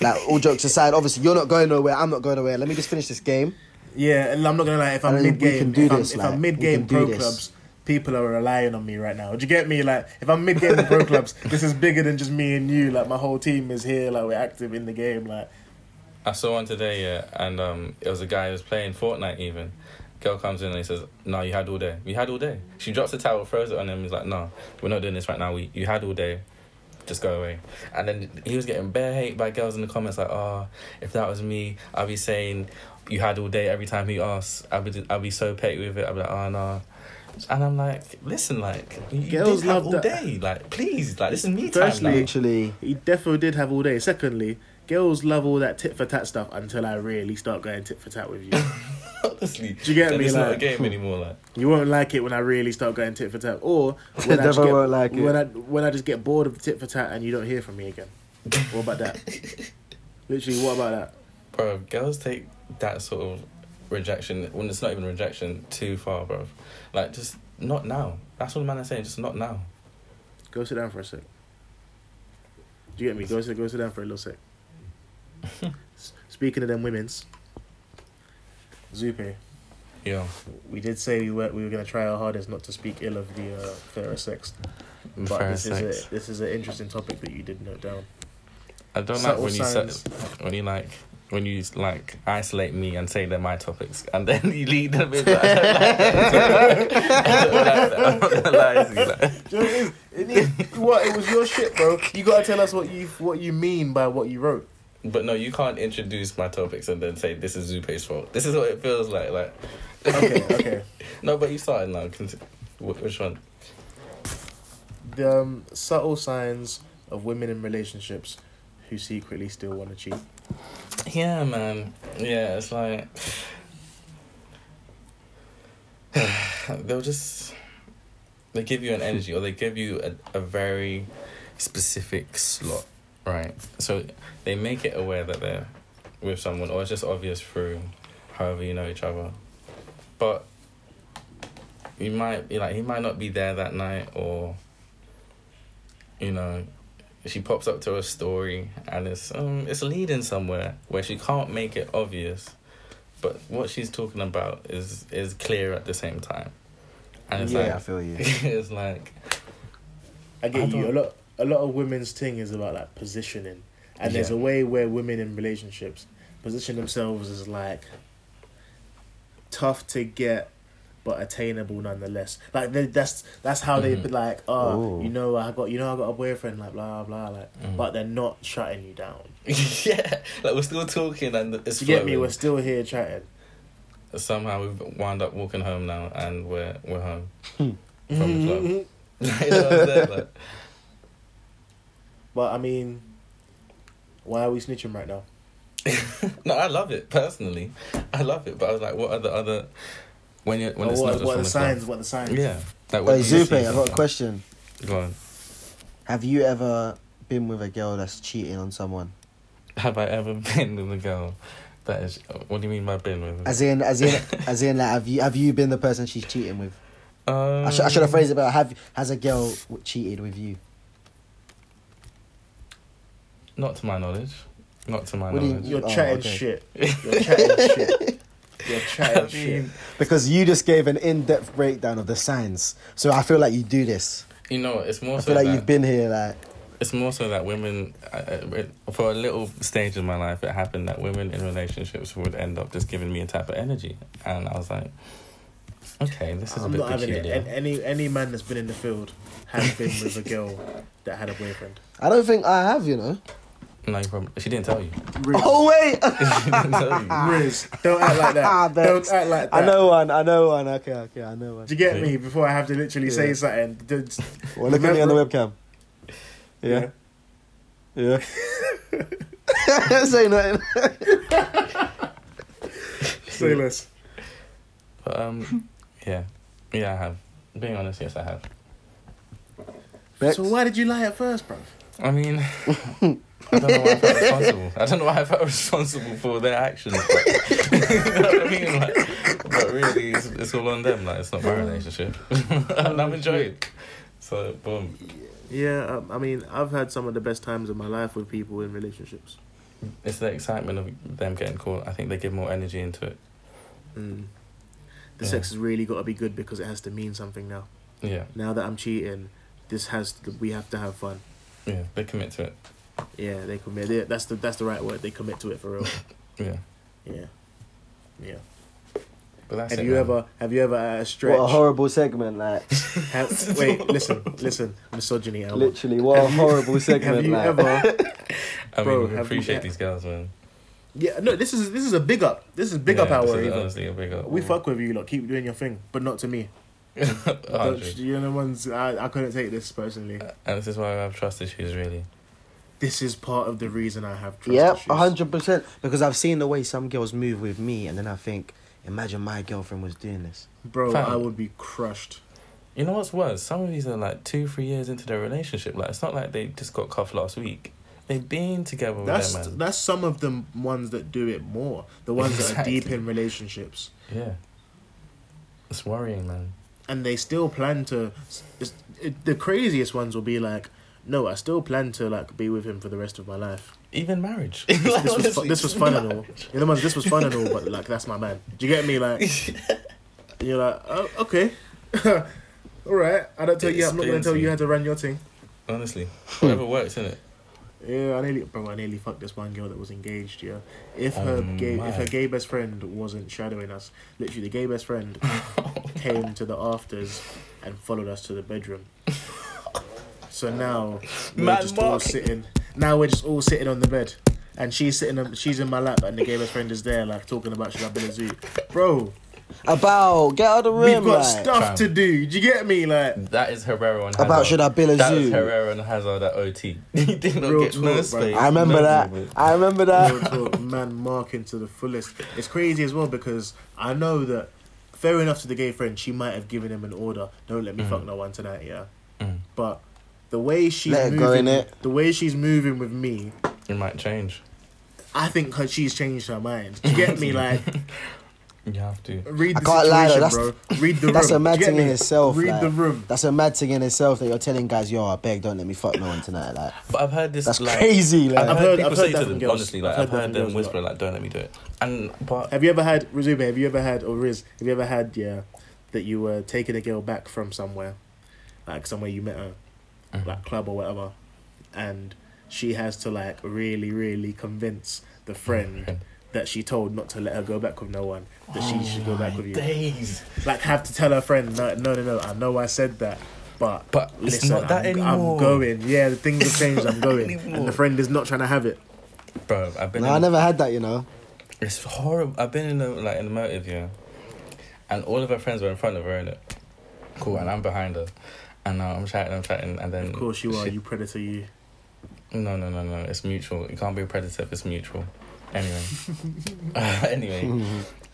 [SPEAKER 2] like, all jokes aside, obviously you're not going nowhere. I'm not going nowhere. Let me just finish this game.
[SPEAKER 3] Yeah, and I'm not gonna lie. If I'm
[SPEAKER 2] And then
[SPEAKER 3] mid
[SPEAKER 2] we can
[SPEAKER 3] game,
[SPEAKER 2] do
[SPEAKER 3] if, I'm-
[SPEAKER 2] this,
[SPEAKER 3] if
[SPEAKER 2] like,
[SPEAKER 3] I'm
[SPEAKER 2] we
[SPEAKER 3] mid game
[SPEAKER 2] can do
[SPEAKER 3] pro
[SPEAKER 2] this.
[SPEAKER 3] clubs, people are relying on me right now. Do you get me? Like, if I'm mid game in pro clubs, this is bigger than just me and you. Like, my whole team is here. Like, we're active in the game. Like,
[SPEAKER 1] I saw one today, yeah, and um, it was a guy who was playing Fortnite even. Girl comes in and he says, No, you had all day. You had all day. She drops the towel, throws it on him. He's like, No, we're not doing this right now. We, you had all day. Just go away. And then he was getting bare hate by girls in the comments, like, Oh, if that was me, I'd be saying, You had all day every time he asks. I'd be, I'd be so petty with it. I'd be like, Oh, no. And I'm like, Listen, like, you
[SPEAKER 3] Girls
[SPEAKER 1] girls did have
[SPEAKER 3] love
[SPEAKER 1] all
[SPEAKER 3] that.
[SPEAKER 1] day. Like, please, like, this is me time.
[SPEAKER 3] Firstly-
[SPEAKER 1] Like,
[SPEAKER 2] Literally,
[SPEAKER 3] he defo did have all day. Secondly, girls love all that tit for tat stuff until I really start going tit for tat with you.
[SPEAKER 1] honestly.
[SPEAKER 3] Do you get
[SPEAKER 1] then
[SPEAKER 3] me,
[SPEAKER 1] It's not a
[SPEAKER 3] like-
[SPEAKER 1] game anymore. Like,
[SPEAKER 3] You won't like it when I really start going tit for tat, or when I just
[SPEAKER 2] Never
[SPEAKER 3] get,
[SPEAKER 2] won't like it.
[SPEAKER 3] when I when I just get bored of tit for tat and you don't hear from me again. What about that? Literally, what about that?
[SPEAKER 1] Bro, girls take that sort of rejection when it's not even rejection too far, bro. Like just not now. That's what the man is saying. Just not now.
[SPEAKER 3] Go sit down for a sec. Do you get me? Go sit, go sit down for a little sec. S- Speaking of them women's, Zupe,
[SPEAKER 1] Yo,
[SPEAKER 3] we did say we were we were gonna try our hardest not to speak ill of the uh, fairer sex, but
[SPEAKER 1] fair
[SPEAKER 3] this
[SPEAKER 1] sex.
[SPEAKER 3] is a, this is an interesting topic that you did note down.
[SPEAKER 1] I don't like
[SPEAKER 3] Subtle
[SPEAKER 1] when you
[SPEAKER 3] signs.
[SPEAKER 1] set, when you like when you like isolate me and say they're my topics and then you lead them in. Like, I don't like that. I'm not gonna lie to you, like.
[SPEAKER 3] Do you know what it is? It needs- what it was your shit, bro. You gotta tell us what you what you mean by what you wrote.
[SPEAKER 1] But no, you can't introduce my topics and then say this is Zupe's fault. This is what it feels like. Like
[SPEAKER 3] Okay, okay.
[SPEAKER 1] no, but you started now. Conti- wh- which one?
[SPEAKER 3] The um, subtle signs of women in relationships who secretly still want to cheat.
[SPEAKER 1] Yeah, man. Yeah, it's like they'll just they give you an energy or they give you a, a very specific slot, right? So they make it aware that they're with someone, or it's just obvious through however you know each other. But you might be like he might not be there that night, or you know, she pops up to a story and it's um it's leading somewhere where she can't make it obvious, but what she's talking about is is clear at the same time, and it's like
[SPEAKER 2] feel you.
[SPEAKER 1] it's like
[SPEAKER 3] I get
[SPEAKER 1] I
[SPEAKER 3] you. A
[SPEAKER 1] don't-
[SPEAKER 3] lot, a lot of women's thing is about like positioning, and there's
[SPEAKER 1] Yeah.
[SPEAKER 3] a way where women in relationships position themselves as like tough to get, but attainable nonetheless. Like they, that's that's how they
[SPEAKER 1] Mhm.
[SPEAKER 3] like, oh,
[SPEAKER 2] Ooh.
[SPEAKER 3] you know, I got you know, I got a boyfriend, like blah blah, like,
[SPEAKER 1] Mhm.
[SPEAKER 3] but they're not shutting you down.
[SPEAKER 1] yeah, like we're still talking and it's
[SPEAKER 3] You get me?
[SPEAKER 1] flowing.
[SPEAKER 3] We're still here chatting.
[SPEAKER 1] Somehow we've wound up walking home now, and we're we're home. From the
[SPEAKER 3] Mm-hmm.
[SPEAKER 1] club. You know what I'm saying? Like,
[SPEAKER 3] But I mean, why are we snitching right now?
[SPEAKER 1] no, I love it personally. I love it, but I was like, what are the other when you when
[SPEAKER 3] Or
[SPEAKER 1] it's not
[SPEAKER 3] Oh, what,
[SPEAKER 1] just
[SPEAKER 3] what
[SPEAKER 1] from
[SPEAKER 3] are
[SPEAKER 1] the
[SPEAKER 3] the
[SPEAKER 1] club.
[SPEAKER 3] signs? What are the signs?
[SPEAKER 1] Yeah, like
[SPEAKER 2] Hey,
[SPEAKER 1] when you see
[SPEAKER 2] Zupe, I've got a
[SPEAKER 1] something.
[SPEAKER 2] question.
[SPEAKER 1] Go on.
[SPEAKER 2] Have you ever been with a girl that's cheating on someone?
[SPEAKER 1] Have I ever been with a girl that is? What do you mean by been with?
[SPEAKER 2] As in, as in, as in, like, have you have you been the person she's cheating with?
[SPEAKER 1] um,
[SPEAKER 2] I, sh- I should have phrased it better. Have has a girl w- cheated with you?
[SPEAKER 1] Um, Not to my knowledge. Not to my
[SPEAKER 2] What do you-
[SPEAKER 1] knowledge.
[SPEAKER 3] You're
[SPEAKER 2] Oh,
[SPEAKER 3] chatting
[SPEAKER 2] okay.
[SPEAKER 3] shit. You're chatting shit. You're
[SPEAKER 1] I
[SPEAKER 3] chatting shit.
[SPEAKER 1] mean,
[SPEAKER 2] Oh, Because you just gave an in-depth breakdown of the signs, so I feel like you do this.
[SPEAKER 1] you know, it's more
[SPEAKER 2] I
[SPEAKER 1] so
[SPEAKER 2] feel like
[SPEAKER 1] that-
[SPEAKER 2] you've been here, like
[SPEAKER 1] It's more so that women, I- I- for a little stage in my life, it happened that women in relationships would end up just giving me a type of energy, and I was like, okay, this is a
[SPEAKER 3] I'm
[SPEAKER 1] bit
[SPEAKER 3] not having it.
[SPEAKER 1] peculiar.
[SPEAKER 3] An- Any any man that's been in the field has been with a girl that had a boyfriend.
[SPEAKER 2] I don't think I have, you know.
[SPEAKER 1] No, you probably, she didn't tell you.
[SPEAKER 3] Riz,
[SPEAKER 2] Oh wait,
[SPEAKER 1] she didn't tell you.
[SPEAKER 3] Riz, don't act like that. don't
[SPEAKER 2] That's-
[SPEAKER 3] act like that.
[SPEAKER 2] Ah, I know one. I know one. Okay, okay, I know one.
[SPEAKER 3] Do you get me? Before I have to literally say
[SPEAKER 2] Yeah.
[SPEAKER 3] something. Don't-
[SPEAKER 2] Well, look at me on the webcam. Yeah, yeah. Say nothing.
[SPEAKER 3] Say less.
[SPEAKER 1] But um, yeah, yeah, I have. Being honest, yes, I have.
[SPEAKER 2] Bex?
[SPEAKER 3] So why did you lie at first, bro?
[SPEAKER 1] I mean, I don't know why I felt responsible. I don't know why I felt responsible for their actions. But, you know what I mean? Like, but really, it's, it's all on them. Like, it's not my relationship. and I'm enjoying. So, boom.
[SPEAKER 3] Yeah, um, I mean, I've had some of the best times of my life with people in relationships.
[SPEAKER 1] It's the excitement of them getting caught. I think they give more energy into it.
[SPEAKER 3] Mm. The
[SPEAKER 1] Yeah.
[SPEAKER 3] sex has really got to be good because it has to mean something now.
[SPEAKER 1] Yeah,
[SPEAKER 3] Now that I'm cheating, this has to, we have to have fun.
[SPEAKER 1] yeah, they commit to it.
[SPEAKER 3] Yeah, they commit. They, that's the that's the right word. They commit to it for real.
[SPEAKER 1] Yeah,
[SPEAKER 3] Yeah, yeah.
[SPEAKER 1] but that's
[SPEAKER 3] have
[SPEAKER 1] it,
[SPEAKER 3] you
[SPEAKER 1] man.
[SPEAKER 3] ever have you ever at a
[SPEAKER 2] What
[SPEAKER 3] stretch?
[SPEAKER 2] a horrible segment, like
[SPEAKER 3] ha- wait, listen, listen. Misogyny. Albert.
[SPEAKER 2] literally, what a
[SPEAKER 3] Have you-
[SPEAKER 2] horrible segment,
[SPEAKER 3] Have you
[SPEAKER 2] like.
[SPEAKER 3] ever?
[SPEAKER 1] I mean,
[SPEAKER 3] bro,
[SPEAKER 1] we
[SPEAKER 3] have you-
[SPEAKER 1] appreciate
[SPEAKER 3] yeah.
[SPEAKER 1] these girls, man.
[SPEAKER 3] Yeah, no. This is this is a big up. This is big
[SPEAKER 1] yeah,
[SPEAKER 3] up hour.
[SPEAKER 1] this is
[SPEAKER 3] even.
[SPEAKER 1] honestly a big up.
[SPEAKER 3] We fuck with you lot. Keep doing your thing, but not to me. Don't-
[SPEAKER 1] 100.
[SPEAKER 3] You're the ones I, I couldn't take this personally.
[SPEAKER 1] And this is why I have trust issues, really.
[SPEAKER 3] This is part of the reason I have trust
[SPEAKER 2] Yep,
[SPEAKER 3] issues.
[SPEAKER 2] hundred percent. Because I've seen the way some girls move with me, and then I think, imagine my girlfriend was doing this.
[SPEAKER 3] Bro,
[SPEAKER 1] Fam.
[SPEAKER 3] I would be crushed.
[SPEAKER 1] You know what's worse? Some of these are like two, three years into their relationship. Like it's not like they just got cuffed last week. They've been together with
[SPEAKER 3] That's
[SPEAKER 1] their man.
[SPEAKER 3] that's some of the ones that do it more. The ones that are
[SPEAKER 1] Exactly.
[SPEAKER 3] deep in relationships
[SPEAKER 1] Yeah. It's worrying, man.
[SPEAKER 3] and they still plan to. It's, it, the craziest ones will be like, no, I still plan to like be with him for the rest of my life.
[SPEAKER 1] Even marriage.
[SPEAKER 3] This, this was fu- this was fun and all. The other ones, this was fun and all, but like that's my man. Do you get me? Like you're like, oh, okay, all right. I don't tell you. I'm not gonna tell you how to run your thing.
[SPEAKER 1] Honestly, whatever works, innit?
[SPEAKER 3] Yeah, I nearly, bro, I nearly fucked this one girl that was engaged. Yeah, if her
[SPEAKER 1] Oh,
[SPEAKER 3] gay,
[SPEAKER 1] my.
[SPEAKER 3] if her gay best friend wasn't shadowing us, literally the gay best friend came to the afters and followed us to the bedroom. so now we're
[SPEAKER 1] Man
[SPEAKER 3] just all
[SPEAKER 1] marking.
[SPEAKER 3] sitting. Now we're just all sitting on the bed, and she's sitting, on, she's in my lap, and the gay best friend is there, like talking about should I build a zoo, bro.
[SPEAKER 2] About get out of the room,
[SPEAKER 3] We've got
[SPEAKER 2] like.
[SPEAKER 3] stuff to do. Do you get me? Like
[SPEAKER 1] That is Herrera and Hazard.
[SPEAKER 2] About should I build a
[SPEAKER 1] That was
[SPEAKER 2] zoo?
[SPEAKER 1] Herrera and Hazard at OT. he did not
[SPEAKER 3] Real
[SPEAKER 1] get no
[SPEAKER 3] talk, bro.
[SPEAKER 1] space.
[SPEAKER 2] I remember
[SPEAKER 1] no
[SPEAKER 2] that.
[SPEAKER 1] movement.
[SPEAKER 2] I remember
[SPEAKER 3] Real
[SPEAKER 2] that.
[SPEAKER 3] talk, man marking to the fullest. It's crazy as well because I know that fair enough to the gay friend, she might have given him an order. Don't let me fuck no one tonight, yeah.
[SPEAKER 1] Mm.
[SPEAKER 3] But the way she's
[SPEAKER 2] Let it
[SPEAKER 3] moving,
[SPEAKER 2] go, innit?
[SPEAKER 3] the way she's moving with me,
[SPEAKER 1] It might change.
[SPEAKER 3] I think her, she's changed her mind. Do you get me? Like
[SPEAKER 1] You have to.
[SPEAKER 3] read the
[SPEAKER 2] I can't lie, though,
[SPEAKER 3] situation, bro. Read the
[SPEAKER 2] That's a
[SPEAKER 3] room. Do you
[SPEAKER 2] mad
[SPEAKER 3] get
[SPEAKER 2] thing in
[SPEAKER 3] me?
[SPEAKER 2] itself.
[SPEAKER 3] Read
[SPEAKER 2] like.
[SPEAKER 3] the room.
[SPEAKER 2] That's a mad thing in itself that you're telling guys, yo, I beg, don't let me fuck no one tonight. Like
[SPEAKER 1] But I've heard this
[SPEAKER 2] that's
[SPEAKER 1] like.
[SPEAKER 2] crazy. Like
[SPEAKER 1] I've
[SPEAKER 3] I've
[SPEAKER 1] heard,
[SPEAKER 3] heard-
[SPEAKER 1] people
[SPEAKER 3] I've heard
[SPEAKER 1] say
[SPEAKER 3] that
[SPEAKER 1] to
[SPEAKER 3] from
[SPEAKER 1] them,
[SPEAKER 3] girls.
[SPEAKER 1] honestly, like
[SPEAKER 3] I've
[SPEAKER 1] I've,
[SPEAKER 3] heard that
[SPEAKER 1] heard,
[SPEAKER 3] from girls
[SPEAKER 1] them
[SPEAKER 3] a
[SPEAKER 1] whisper,
[SPEAKER 3] lot.
[SPEAKER 1] like, "Don't let me do it." And but
[SPEAKER 3] Have you ever had Rizube? Have you ever had or Riz? Have you ever had yeah that you were taking a girl back from somewhere, like somewhere you met her,
[SPEAKER 1] Uh-huh.
[SPEAKER 3] like club or whatever, and she has to like really really convince
[SPEAKER 1] Mm,
[SPEAKER 3] the friend that she told not to let her go back with no one that she should go
[SPEAKER 1] Oh,
[SPEAKER 3] back with you.
[SPEAKER 1] days.
[SPEAKER 3] Like have to tell her friend no no no no I know I said that. But,
[SPEAKER 1] But it's not that
[SPEAKER 3] I'm,
[SPEAKER 1] anymore.
[SPEAKER 3] I'm going. Yeah, the things have changed. I'm
[SPEAKER 1] not
[SPEAKER 3] going, and
[SPEAKER 1] anymore.
[SPEAKER 3] the friend is not trying to have it.
[SPEAKER 1] Bro, I've been.
[SPEAKER 2] no,
[SPEAKER 1] in,
[SPEAKER 2] I never had that, you know.
[SPEAKER 1] It's horrible. I've been in the like in the motive, yeah, and all of her friends were in front of her, innit? Cool, and I'm behind her, and uh, I'm chatting, I'm chatting, and then
[SPEAKER 3] Of course you are.
[SPEAKER 1] she-
[SPEAKER 3] You predator. You.
[SPEAKER 1] No, no, no, no. It's mutual. It can't be a predator if it's mutual. Anyway, anyway,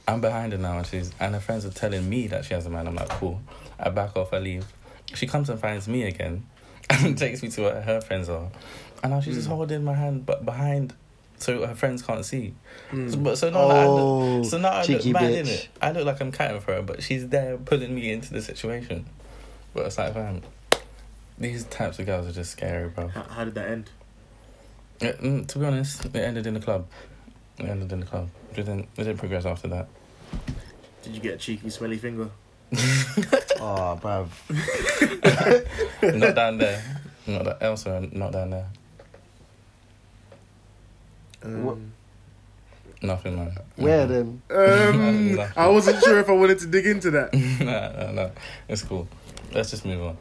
[SPEAKER 1] I'm behind her now, and she's and her friends are telling me that she has a man. I'm like, cool. I back off. I leave. She comes and finds me again, and takes me to where her friends are, and now she's
[SPEAKER 2] Hmm.
[SPEAKER 1] just holding my hand, but behind, so her friends can't see. So, but so now, like, I
[SPEAKER 2] Oh,
[SPEAKER 1] look, so now I look
[SPEAKER 2] cheeky
[SPEAKER 1] mad
[SPEAKER 2] bitch.
[SPEAKER 1] in it. I look like I'm catting for her, but she's there pulling me into the situation. But it's like, fam, these types of girls are just scary, bro.
[SPEAKER 3] How, how did that end?
[SPEAKER 1] Yeah, mm, to be honest, it ended in the club. It ended in the club. It didn't. It didn't progress after that.
[SPEAKER 3] Did you get a cheeky smelly finger?
[SPEAKER 2] Oh, bruv.
[SPEAKER 1] Not down there. Not that elsewhere, not down there.
[SPEAKER 2] What-
[SPEAKER 3] Um,
[SPEAKER 1] Nothing, man.
[SPEAKER 2] Where then?
[SPEAKER 1] Um,
[SPEAKER 3] um, I wasn't sure if I wanted to dig into that.
[SPEAKER 1] nah, nah, nah. It's cool. Let's just move on.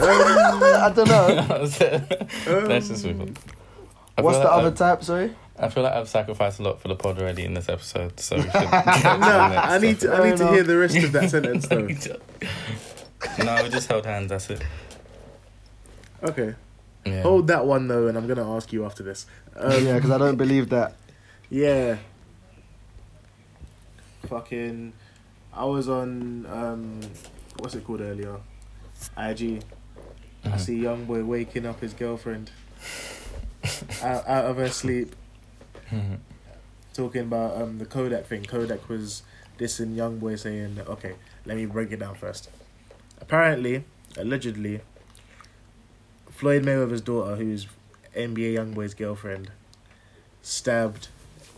[SPEAKER 2] I don't know.
[SPEAKER 1] Let's just move on. I
[SPEAKER 2] What's
[SPEAKER 1] feel
[SPEAKER 2] the
[SPEAKER 1] like
[SPEAKER 2] other
[SPEAKER 1] I've-
[SPEAKER 2] type? Sorry.
[SPEAKER 1] I feel like I've sacrificed a lot for the pod already in this episode, so we should. no,
[SPEAKER 3] No, I need to. I need to
[SPEAKER 2] Fair
[SPEAKER 3] hear
[SPEAKER 2] enough.
[SPEAKER 3] the rest of that sentence though.
[SPEAKER 1] no, we just held hands. That's it.
[SPEAKER 3] Okay,
[SPEAKER 1] Yeah.
[SPEAKER 3] hold that one though, and I'm gonna ask you after this. Um,
[SPEAKER 2] Oh, yeah, because I don't believe that.
[SPEAKER 3] Yeah. Fucking, I was on um, what's it called earlier? IG. I
[SPEAKER 2] Uh-huh.
[SPEAKER 1] Mhm.
[SPEAKER 3] see young boy waking up his girlfriend out, out of her sleep,
[SPEAKER 1] Mhm.
[SPEAKER 3] talking about um the Kodak thing. Kodak was dissing young boy saying, "Okay, let me break it down first. Apparently, allegedly, Floyd Mayweather's daughter, who's NBA YoungBoy's girlfriend, stabbed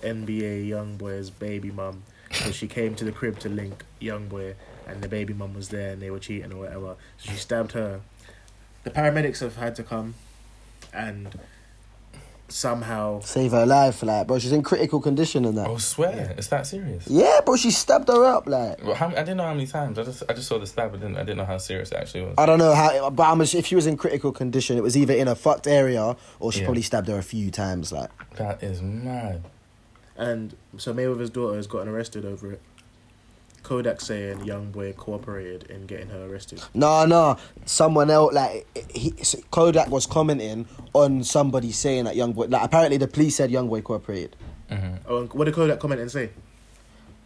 [SPEAKER 3] NBA YoungBoy's baby mum because she came to the crib to link YoungBoy and the baby mum was there and they were cheating or whatever. So she stabbed her. The paramedics have had to come and somehow
[SPEAKER 2] Save her life, like, bro. She's in critical condition and that.
[SPEAKER 1] Oh, swear,
[SPEAKER 3] Yeah.
[SPEAKER 1] it's that serious.
[SPEAKER 2] Yeah, bro. She stabbed her up, like.
[SPEAKER 1] Well, how, I didn't know how many times. I just I just saw the stab. I didn't I didn't know how serious it actually was.
[SPEAKER 2] I don't know how, but I'm, if she was in critical condition, it was either in a fucked area or she
[SPEAKER 1] Yeah.
[SPEAKER 2] probably stabbed her a few times, like.
[SPEAKER 1] That is mad.
[SPEAKER 3] And so Mayweather's daughter has gotten arrested over it. Kodak saying young boy cooperated in getting her arrested.
[SPEAKER 2] No, no. Someone else, like he, Kodak was commenting on somebody saying that young boy. Like apparently, the police said young boy cooperated.
[SPEAKER 1] hmm
[SPEAKER 3] Oh, and what did Kodak comment and say?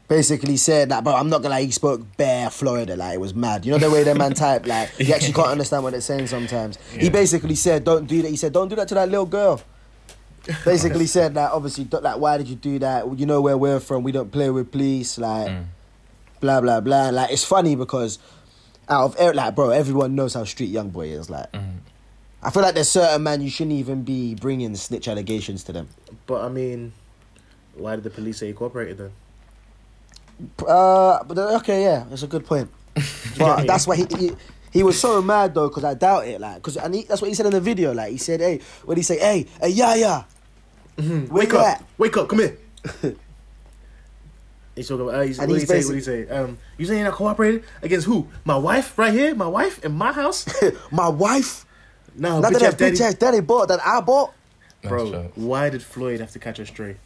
[SPEAKER 2] Basically said that, bro. I'm not gonna lie. He spoke bare Florida, like it was mad. You know the way that man type, like you actually can't understand what they're saying sometimes. He
[SPEAKER 1] Yeah.
[SPEAKER 2] basically said, "Don't do that." He said, "Don't do that to that little girl." Basically said that. Obviously, don't- like why did you do that? You know where we're from. We don't play with police. Like
[SPEAKER 1] Mm.
[SPEAKER 2] blah blah blah. Like it's funny because out of air, like bro, everyone knows how street young boy is. Like.
[SPEAKER 1] Mm.
[SPEAKER 2] I feel like there's certain man you shouldn't even be bringing snitch allegations to them.
[SPEAKER 3] But I mean, why did the police say he cooperated then?
[SPEAKER 2] Uh, but then- okay, yeah, that's a good point. But that's why he, he he was so mad though, because I doubt it, like, because and he, that's what he said in the video, like he said, hey, what did he say? Hey, hey, yeah, yeah, where
[SPEAKER 3] Wake
[SPEAKER 2] you
[SPEAKER 3] up!
[SPEAKER 2] at?
[SPEAKER 3] Wake up! Come here. He's talking about. Uh, he's, what
[SPEAKER 2] And
[SPEAKER 3] do he
[SPEAKER 2] he's
[SPEAKER 3] say? What do he say? Um, you saying I cooperated against who? My wife, right here. My wife in my house.
[SPEAKER 2] My wife,
[SPEAKER 3] No,
[SPEAKER 2] not
[SPEAKER 3] Oh, bitch ass
[SPEAKER 2] that that
[SPEAKER 3] daddy.
[SPEAKER 2] bitch ass daddy bought that I bought.
[SPEAKER 1] Nice
[SPEAKER 3] Bro,
[SPEAKER 1] joke.
[SPEAKER 3] why did Floyd have to catch a stray?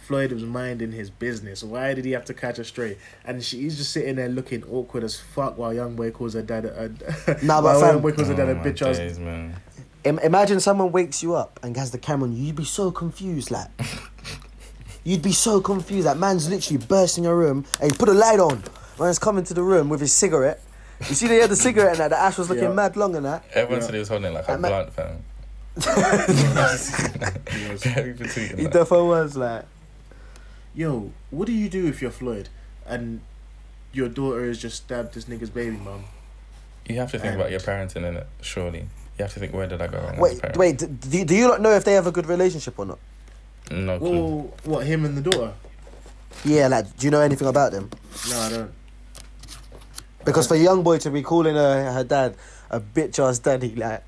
[SPEAKER 3] Floyd was minding his business. Why did he have to catch a stray? And she, he's just sitting there looking awkward as fuck while young boy calls her dad a. a
[SPEAKER 2] Nah, but
[SPEAKER 3] while
[SPEAKER 2] fam-
[SPEAKER 3] young boy calls her dad
[SPEAKER 1] Oh,
[SPEAKER 3] a
[SPEAKER 1] my
[SPEAKER 3] bitch ass.
[SPEAKER 1] days, man.
[SPEAKER 2] Im- imagine someone wakes you up and has the camera on you. You'd be so confused, like. You'd be so confused. That man's literally burst in your room and you put a light on. Man's coming to the room with his cigarette. You see, they had the cigarette and that. The ash was looking
[SPEAKER 3] Yeah.
[SPEAKER 2] mad long and that.
[SPEAKER 1] Everyone
[SPEAKER 3] Yeah.
[SPEAKER 1] said he was holding it like a
[SPEAKER 2] That ma-
[SPEAKER 1] blunt, fam. Very petite.
[SPEAKER 2] He
[SPEAKER 1] like.
[SPEAKER 2] defo was like,
[SPEAKER 3] Yo, what do you do if you're Floyd and your daughter has just stabbed this nigga's baby mum?
[SPEAKER 1] You have to think about your parenting in it, surely. You have to think where did I go wrong? as a
[SPEAKER 2] wait,
[SPEAKER 1] parent?
[SPEAKER 2] wait, d- do, do you not know if they have a good relationship or not?
[SPEAKER 1] No clue.
[SPEAKER 3] Well, what, him and the daughter?
[SPEAKER 2] Yeah, like, do you know anything about them?
[SPEAKER 3] No, I don't.
[SPEAKER 2] Because for a young boy to be calling her, her dad a bitch ass daddy, like,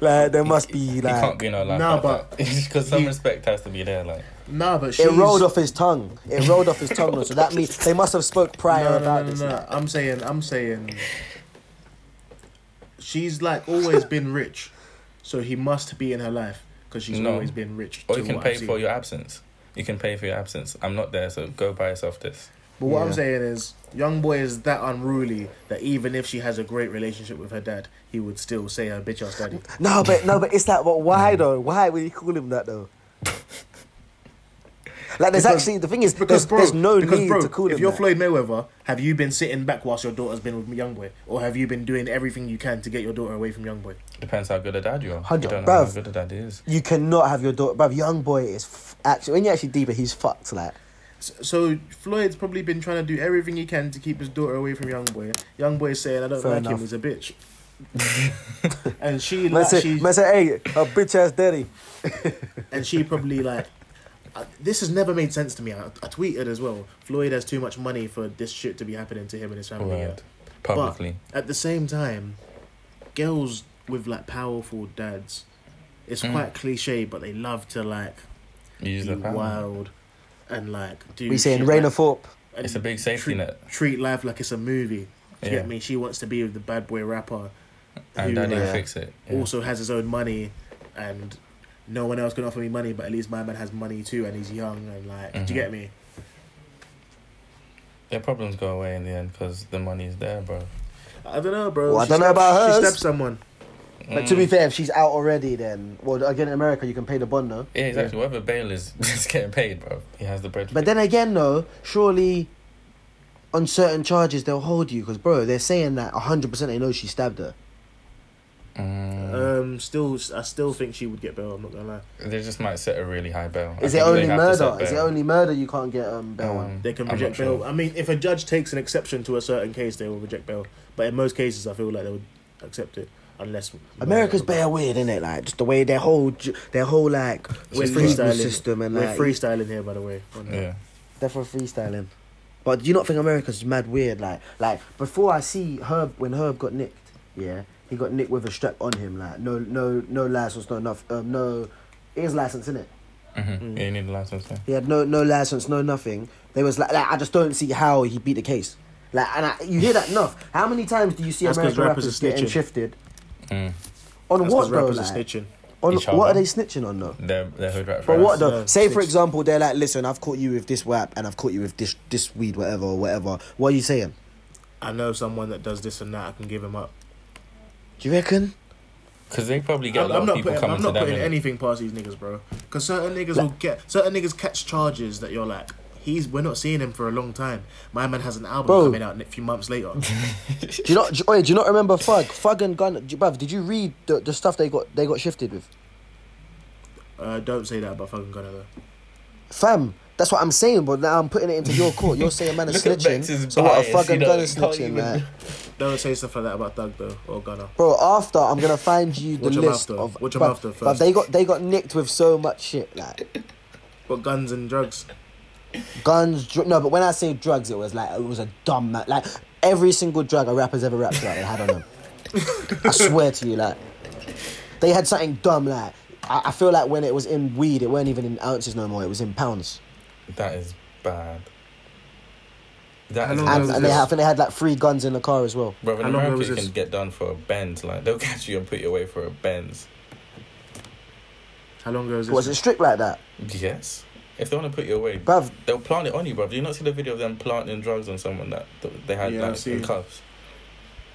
[SPEAKER 2] like there must
[SPEAKER 1] He-
[SPEAKER 2] be
[SPEAKER 1] he can't
[SPEAKER 2] like.
[SPEAKER 1] be no life.
[SPEAKER 3] Nah,
[SPEAKER 1] but because some
[SPEAKER 3] he-
[SPEAKER 1] respect has to be there. Like
[SPEAKER 3] Nah, but she's.
[SPEAKER 2] It rolled off his tongue. It rolled off his tongue, so that means they must have spoke prior
[SPEAKER 3] no, no,
[SPEAKER 2] about
[SPEAKER 3] no,
[SPEAKER 2] this.
[SPEAKER 3] No,
[SPEAKER 2] like.
[SPEAKER 3] no. I'm saying, I'm saying, she's like always been rich, so he must be in her life because she's
[SPEAKER 1] No.
[SPEAKER 3] always been rich.
[SPEAKER 1] or
[SPEAKER 3] to
[SPEAKER 1] you can
[SPEAKER 3] what
[SPEAKER 1] pay
[SPEAKER 3] I've
[SPEAKER 1] for
[SPEAKER 3] seen.
[SPEAKER 1] your absence. You can pay for your absence. I'm not there, so go buy yourself this.
[SPEAKER 3] But what I'm
[SPEAKER 2] Yeah.
[SPEAKER 3] saying is, young boy is that unruly that even if she has a great relationship with her dad, he would still say her bitch ass daddy.
[SPEAKER 2] No, but no, but it's like, but why though? Why would you call him that though? Like, there's
[SPEAKER 3] Because-
[SPEAKER 2] actually the thing is,
[SPEAKER 3] Because
[SPEAKER 2] there's,
[SPEAKER 3] bro,
[SPEAKER 2] there's no
[SPEAKER 3] because
[SPEAKER 2] need
[SPEAKER 3] bro,
[SPEAKER 2] to call
[SPEAKER 3] if
[SPEAKER 2] him
[SPEAKER 3] you're
[SPEAKER 2] that.
[SPEAKER 3] Floyd Mayweather, have you been sitting back whilst your daughter's been with young boy, or have you been doing everything you can to get your daughter away from young boy?
[SPEAKER 1] Depends how good a dad you are. You
[SPEAKER 2] Hundred-
[SPEAKER 1] don't know how
[SPEAKER 2] bruv.
[SPEAKER 1] good a dad he is.
[SPEAKER 2] you cannot have your daughter, bruv. Young boy is f- actually when you're actually deeper, he's fucked. Like,
[SPEAKER 3] So, so Floyd's probably been trying to do everything he can to keep his daughter away from young boy. Young boy saying, "I don't
[SPEAKER 2] Fair
[SPEAKER 3] like him.
[SPEAKER 2] enough.
[SPEAKER 3] He's a bitch." and she,
[SPEAKER 2] man
[SPEAKER 3] like,
[SPEAKER 2] say,
[SPEAKER 3] she
[SPEAKER 2] man say, hey, a bitch ass daddy.
[SPEAKER 3] and she probably like, "Uh, this has never made sense to me. I, I tweeted as well. Floyd has too much money for this shit to be happening to him and his family.
[SPEAKER 1] Word. Publicly.
[SPEAKER 3] At the same time, girls with like powerful dads. It's
[SPEAKER 1] Mm.
[SPEAKER 3] quite cliche, but they love to like
[SPEAKER 1] You use
[SPEAKER 3] be
[SPEAKER 1] the power.
[SPEAKER 3] wild and like do.
[SPEAKER 2] We saying
[SPEAKER 3] shit
[SPEAKER 2] Rainer
[SPEAKER 3] like-
[SPEAKER 2] Thorpe.
[SPEAKER 3] and
[SPEAKER 1] It's a big safety
[SPEAKER 3] treat,
[SPEAKER 1] net.
[SPEAKER 3] Treat life like it's a movie. Do you
[SPEAKER 1] Yeah.
[SPEAKER 3] get me? She wants to be with the bad boy rapper.
[SPEAKER 1] And
[SPEAKER 3] who,
[SPEAKER 1] daddy
[SPEAKER 3] like,
[SPEAKER 2] Yeah.
[SPEAKER 1] fix it. Yeah.
[SPEAKER 3] also has his own money and no one else can offer me money but at least my man has money too and he's young and like do
[SPEAKER 1] Mhm.
[SPEAKER 3] you get me
[SPEAKER 1] Their problems go away in the end because the money's there, bro.
[SPEAKER 3] i don't know bro
[SPEAKER 2] Well, I
[SPEAKER 3] She
[SPEAKER 2] don't know
[SPEAKER 3] stabbed-
[SPEAKER 2] about
[SPEAKER 3] she
[SPEAKER 2] hers.
[SPEAKER 3] stabbed someone
[SPEAKER 2] But to be
[SPEAKER 1] Mm.
[SPEAKER 2] fair, if she's out already, then well, again in America you can pay the bond, no.
[SPEAKER 1] Yeah, exactly. Whatever bail is, it's getting paid, bro. He has the bread.
[SPEAKER 2] But then again, though, surely on certain charges they'll hold you because, bro, they're saying that 100% they know she stabbed her.
[SPEAKER 1] Mm.
[SPEAKER 3] um still i still think she would get bail i'm not gonna lie
[SPEAKER 1] they just might set a really high bail. I
[SPEAKER 2] Is it
[SPEAKER 1] think they
[SPEAKER 2] only
[SPEAKER 1] have to set
[SPEAKER 2] murder? Is it
[SPEAKER 1] bail.
[SPEAKER 2] only murder you can't get um, bail on?
[SPEAKER 1] Um,
[SPEAKER 3] they can
[SPEAKER 1] I'm not
[SPEAKER 3] reject bail
[SPEAKER 1] sure.
[SPEAKER 3] i mean if a judge takes an exception to a certain case they will reject bail but in most cases i feel like they would accept it unless
[SPEAKER 2] America's bare weird, isn't it? Like just the way their whole, ju- their whole like
[SPEAKER 3] We're
[SPEAKER 2] legal
[SPEAKER 3] freestyling.
[SPEAKER 2] system and
[SPEAKER 3] we're
[SPEAKER 2] like
[SPEAKER 3] freestyling here by the way
[SPEAKER 1] Yeah.
[SPEAKER 2] they're for freestyling. But do you not think America's mad weird? Like, like before I see Herb when Herb got nicked, yeah, he got nicked with a strap on him. Like, no, no, no license, no enough, um, no, it is license, innit? Mm.
[SPEAKER 1] Mm-hmm. Yeah, you need a license. Yeah.
[SPEAKER 2] He had no no license, no nothing. They was like, like, I just don't see how he beat the case. Like, and I, you hear that enough. How many times do you see
[SPEAKER 3] That's 'cause
[SPEAKER 2] American
[SPEAKER 3] rappers
[SPEAKER 2] rappers,
[SPEAKER 3] are
[SPEAKER 2] getting
[SPEAKER 3] snitching.
[SPEAKER 2] shifted?
[SPEAKER 1] Mm.
[SPEAKER 2] On
[SPEAKER 3] That's 'cause
[SPEAKER 2] what though?
[SPEAKER 3] rappers are
[SPEAKER 2] Like,
[SPEAKER 3] snitching
[SPEAKER 2] on
[SPEAKER 1] Each
[SPEAKER 2] what are
[SPEAKER 1] other.
[SPEAKER 2] they snitching on though?
[SPEAKER 1] They're, they're hood rat
[SPEAKER 2] But
[SPEAKER 1] rats.
[SPEAKER 2] what though?
[SPEAKER 3] No,
[SPEAKER 2] Say for
[SPEAKER 3] snitch.
[SPEAKER 2] example, they're like, listen, I've caught you with this whap and I've caught you with this this weed, whatever, or whatever. What are you saying?
[SPEAKER 3] i know someone that does this and that i can give him up
[SPEAKER 2] Do you reckon?
[SPEAKER 1] Because they probably get a
[SPEAKER 3] I'm-
[SPEAKER 1] lot
[SPEAKER 3] I'm
[SPEAKER 1] of
[SPEAKER 3] not
[SPEAKER 1] people
[SPEAKER 3] putting,
[SPEAKER 1] coming
[SPEAKER 3] I'm
[SPEAKER 1] to
[SPEAKER 3] not
[SPEAKER 1] them.
[SPEAKER 3] putting
[SPEAKER 1] innit?
[SPEAKER 3] anything past these niggas, bro. Because certain niggas will get certain niggas catch charges that you're like, he's we're not seeing him for a long time. My man has an album
[SPEAKER 2] Bro.
[SPEAKER 3] coming out in a few months later.
[SPEAKER 2] Do you not? Do, oi, do you not remember Fug? Fug and Gun, do- bruv, Did you read the, the stuff they got they got shifted with?
[SPEAKER 3] uh, don't say that about fucking Gunna though.
[SPEAKER 2] Fam, that's what I'm saying. But now I'm putting it into your court. You're saying man is
[SPEAKER 1] Look at
[SPEAKER 2] snitching.
[SPEAKER 1] Bex's
[SPEAKER 2] So what?
[SPEAKER 1] bias,
[SPEAKER 2] A Fug
[SPEAKER 1] you
[SPEAKER 2] and
[SPEAKER 1] know,
[SPEAKER 2] Gun
[SPEAKER 1] you
[SPEAKER 2] is
[SPEAKER 1] can't
[SPEAKER 2] snitching,
[SPEAKER 1] even-
[SPEAKER 2] man.
[SPEAKER 3] Don't say stuff like that about Thug though or Gunna.
[SPEAKER 2] Bro, after I'm gonna find you the
[SPEAKER 3] Watch 'em
[SPEAKER 2] list
[SPEAKER 3] after.
[SPEAKER 2] of
[SPEAKER 3] Watch 'em
[SPEAKER 2] but,
[SPEAKER 3] after
[SPEAKER 2] but
[SPEAKER 3] first.
[SPEAKER 2] they got they got nicked with so much shit like
[SPEAKER 3] But guns and drugs.
[SPEAKER 2] guns. Dr- no, but when I say drugs, it was like it was a dumb ma- like every single drug a rapper's ever rapped about they had on them. I swear to you, like they had something dumb like. I I feel like when it was in weed, it weren't even in ounces no more. It was in pounds,
[SPEAKER 1] That is bad. That
[SPEAKER 3] How
[SPEAKER 1] is
[SPEAKER 3] long
[SPEAKER 1] bad.
[SPEAKER 2] and,
[SPEAKER 3] was
[SPEAKER 2] and they,
[SPEAKER 3] this?
[SPEAKER 2] had- I think they had like three guns in the car as well.
[SPEAKER 1] Bro, in
[SPEAKER 3] How long ago
[SPEAKER 1] America,
[SPEAKER 3] was
[SPEAKER 1] you
[SPEAKER 3] this?
[SPEAKER 1] can get done for a Benz. Like, they'll catch you and put you away for a Benz.
[SPEAKER 3] How long ago was this?
[SPEAKER 2] Was it strict like that,
[SPEAKER 1] Yes. If they want to put you away,
[SPEAKER 2] bruv?
[SPEAKER 1] they'll plant it on you, bro. Do you not see the video of them planting drugs on someone that th- they had
[SPEAKER 3] Yeah, I've
[SPEAKER 1] like in
[SPEAKER 3] seen.
[SPEAKER 1] cuffs?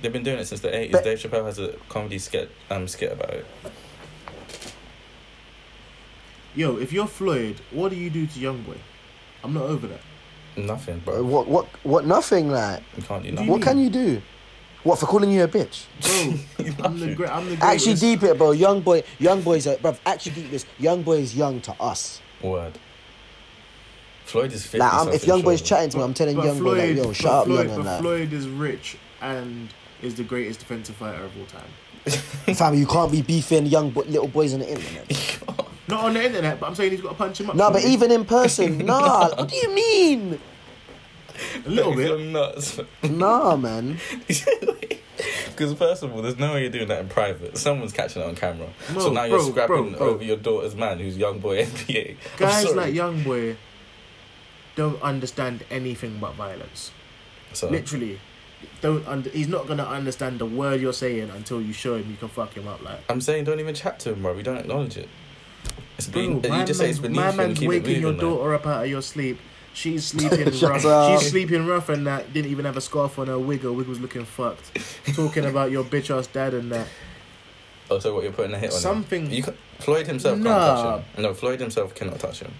[SPEAKER 1] They've been doing it since the eighties.
[SPEAKER 2] But-
[SPEAKER 1] Dave Chappelle has a comedy skit um skit about it.
[SPEAKER 3] Yo, if you're Floyd, what do you do to Youngboy? I'm not over that.
[SPEAKER 1] Nothing, bro.
[SPEAKER 2] What what what? Nothing like.
[SPEAKER 1] You can't do
[SPEAKER 3] Do
[SPEAKER 1] nothing.
[SPEAKER 2] What can you do? What for calling you a bitch?
[SPEAKER 3] Bro, I'm the great. I'm the greatest.
[SPEAKER 2] Actually, deep it, bro. Young boy, young boys, are, bruv. Actually, deep this. Young boy is young to us.
[SPEAKER 1] Word. Floyd is fifty.
[SPEAKER 2] Like, I'm, if
[SPEAKER 1] something,
[SPEAKER 2] young boy's
[SPEAKER 1] surely.
[SPEAKER 2] chatting to me, I'm telling
[SPEAKER 3] But
[SPEAKER 2] young boy, like, yo, shut
[SPEAKER 3] but
[SPEAKER 2] up,
[SPEAKER 3] Floyd,
[SPEAKER 2] young and
[SPEAKER 3] but
[SPEAKER 2] like,
[SPEAKER 3] Floyd is rich and is the greatest defensive fighter of all time.
[SPEAKER 2] fam, you can't be beefing young bo- little boys on the internet.
[SPEAKER 3] Not on the internet, but I'm saying he's got to punch him up.
[SPEAKER 2] nah, but
[SPEAKER 3] somewhere.
[SPEAKER 2] even in person, nah. What do you mean?
[SPEAKER 3] a little
[SPEAKER 1] He's
[SPEAKER 3] bit.
[SPEAKER 1] nuts.
[SPEAKER 2] Nah, man.
[SPEAKER 1] Because first of all, there's no way you're doing that in private. Someone's catching it on camera.
[SPEAKER 3] No,
[SPEAKER 1] so now you're
[SPEAKER 3] bro,
[SPEAKER 1] scrapping
[SPEAKER 3] bro, bro.
[SPEAKER 1] over your daughter's man, who's young boy NBA. I'm
[SPEAKER 3] Guys
[SPEAKER 1] sorry.
[SPEAKER 3] like Youngboy don't understand anything but violence.
[SPEAKER 1] So,
[SPEAKER 3] Literally, don't. Under, he's not gonna understand the word you're saying until you show him you can fuck him up. Like,
[SPEAKER 1] I'm saying don't even chat to him, bro. We don't acknowledge it. It's
[SPEAKER 3] bro,
[SPEAKER 1] been,
[SPEAKER 3] my
[SPEAKER 1] you just say it's
[SPEAKER 3] man's,
[SPEAKER 1] beneath
[SPEAKER 3] my
[SPEAKER 1] you and
[SPEAKER 3] man's
[SPEAKER 1] keep it
[SPEAKER 3] waking
[SPEAKER 1] moving.
[SPEAKER 3] your
[SPEAKER 1] man.
[SPEAKER 3] daughter up out of your sleep. She's sleeping
[SPEAKER 2] Shut
[SPEAKER 3] rough.
[SPEAKER 2] up.
[SPEAKER 3] She's sleeping rough, and that didn't even have a scarf on her wig. Her wig was looking fucked. Talking about your bitch ass dad and that.
[SPEAKER 1] Oh, so what you're putting a hit on? him?
[SPEAKER 3] Something-
[SPEAKER 1] You can, Floyd himself
[SPEAKER 3] Nah.
[SPEAKER 1] can't touch him. No, Floyd himself cannot touch him.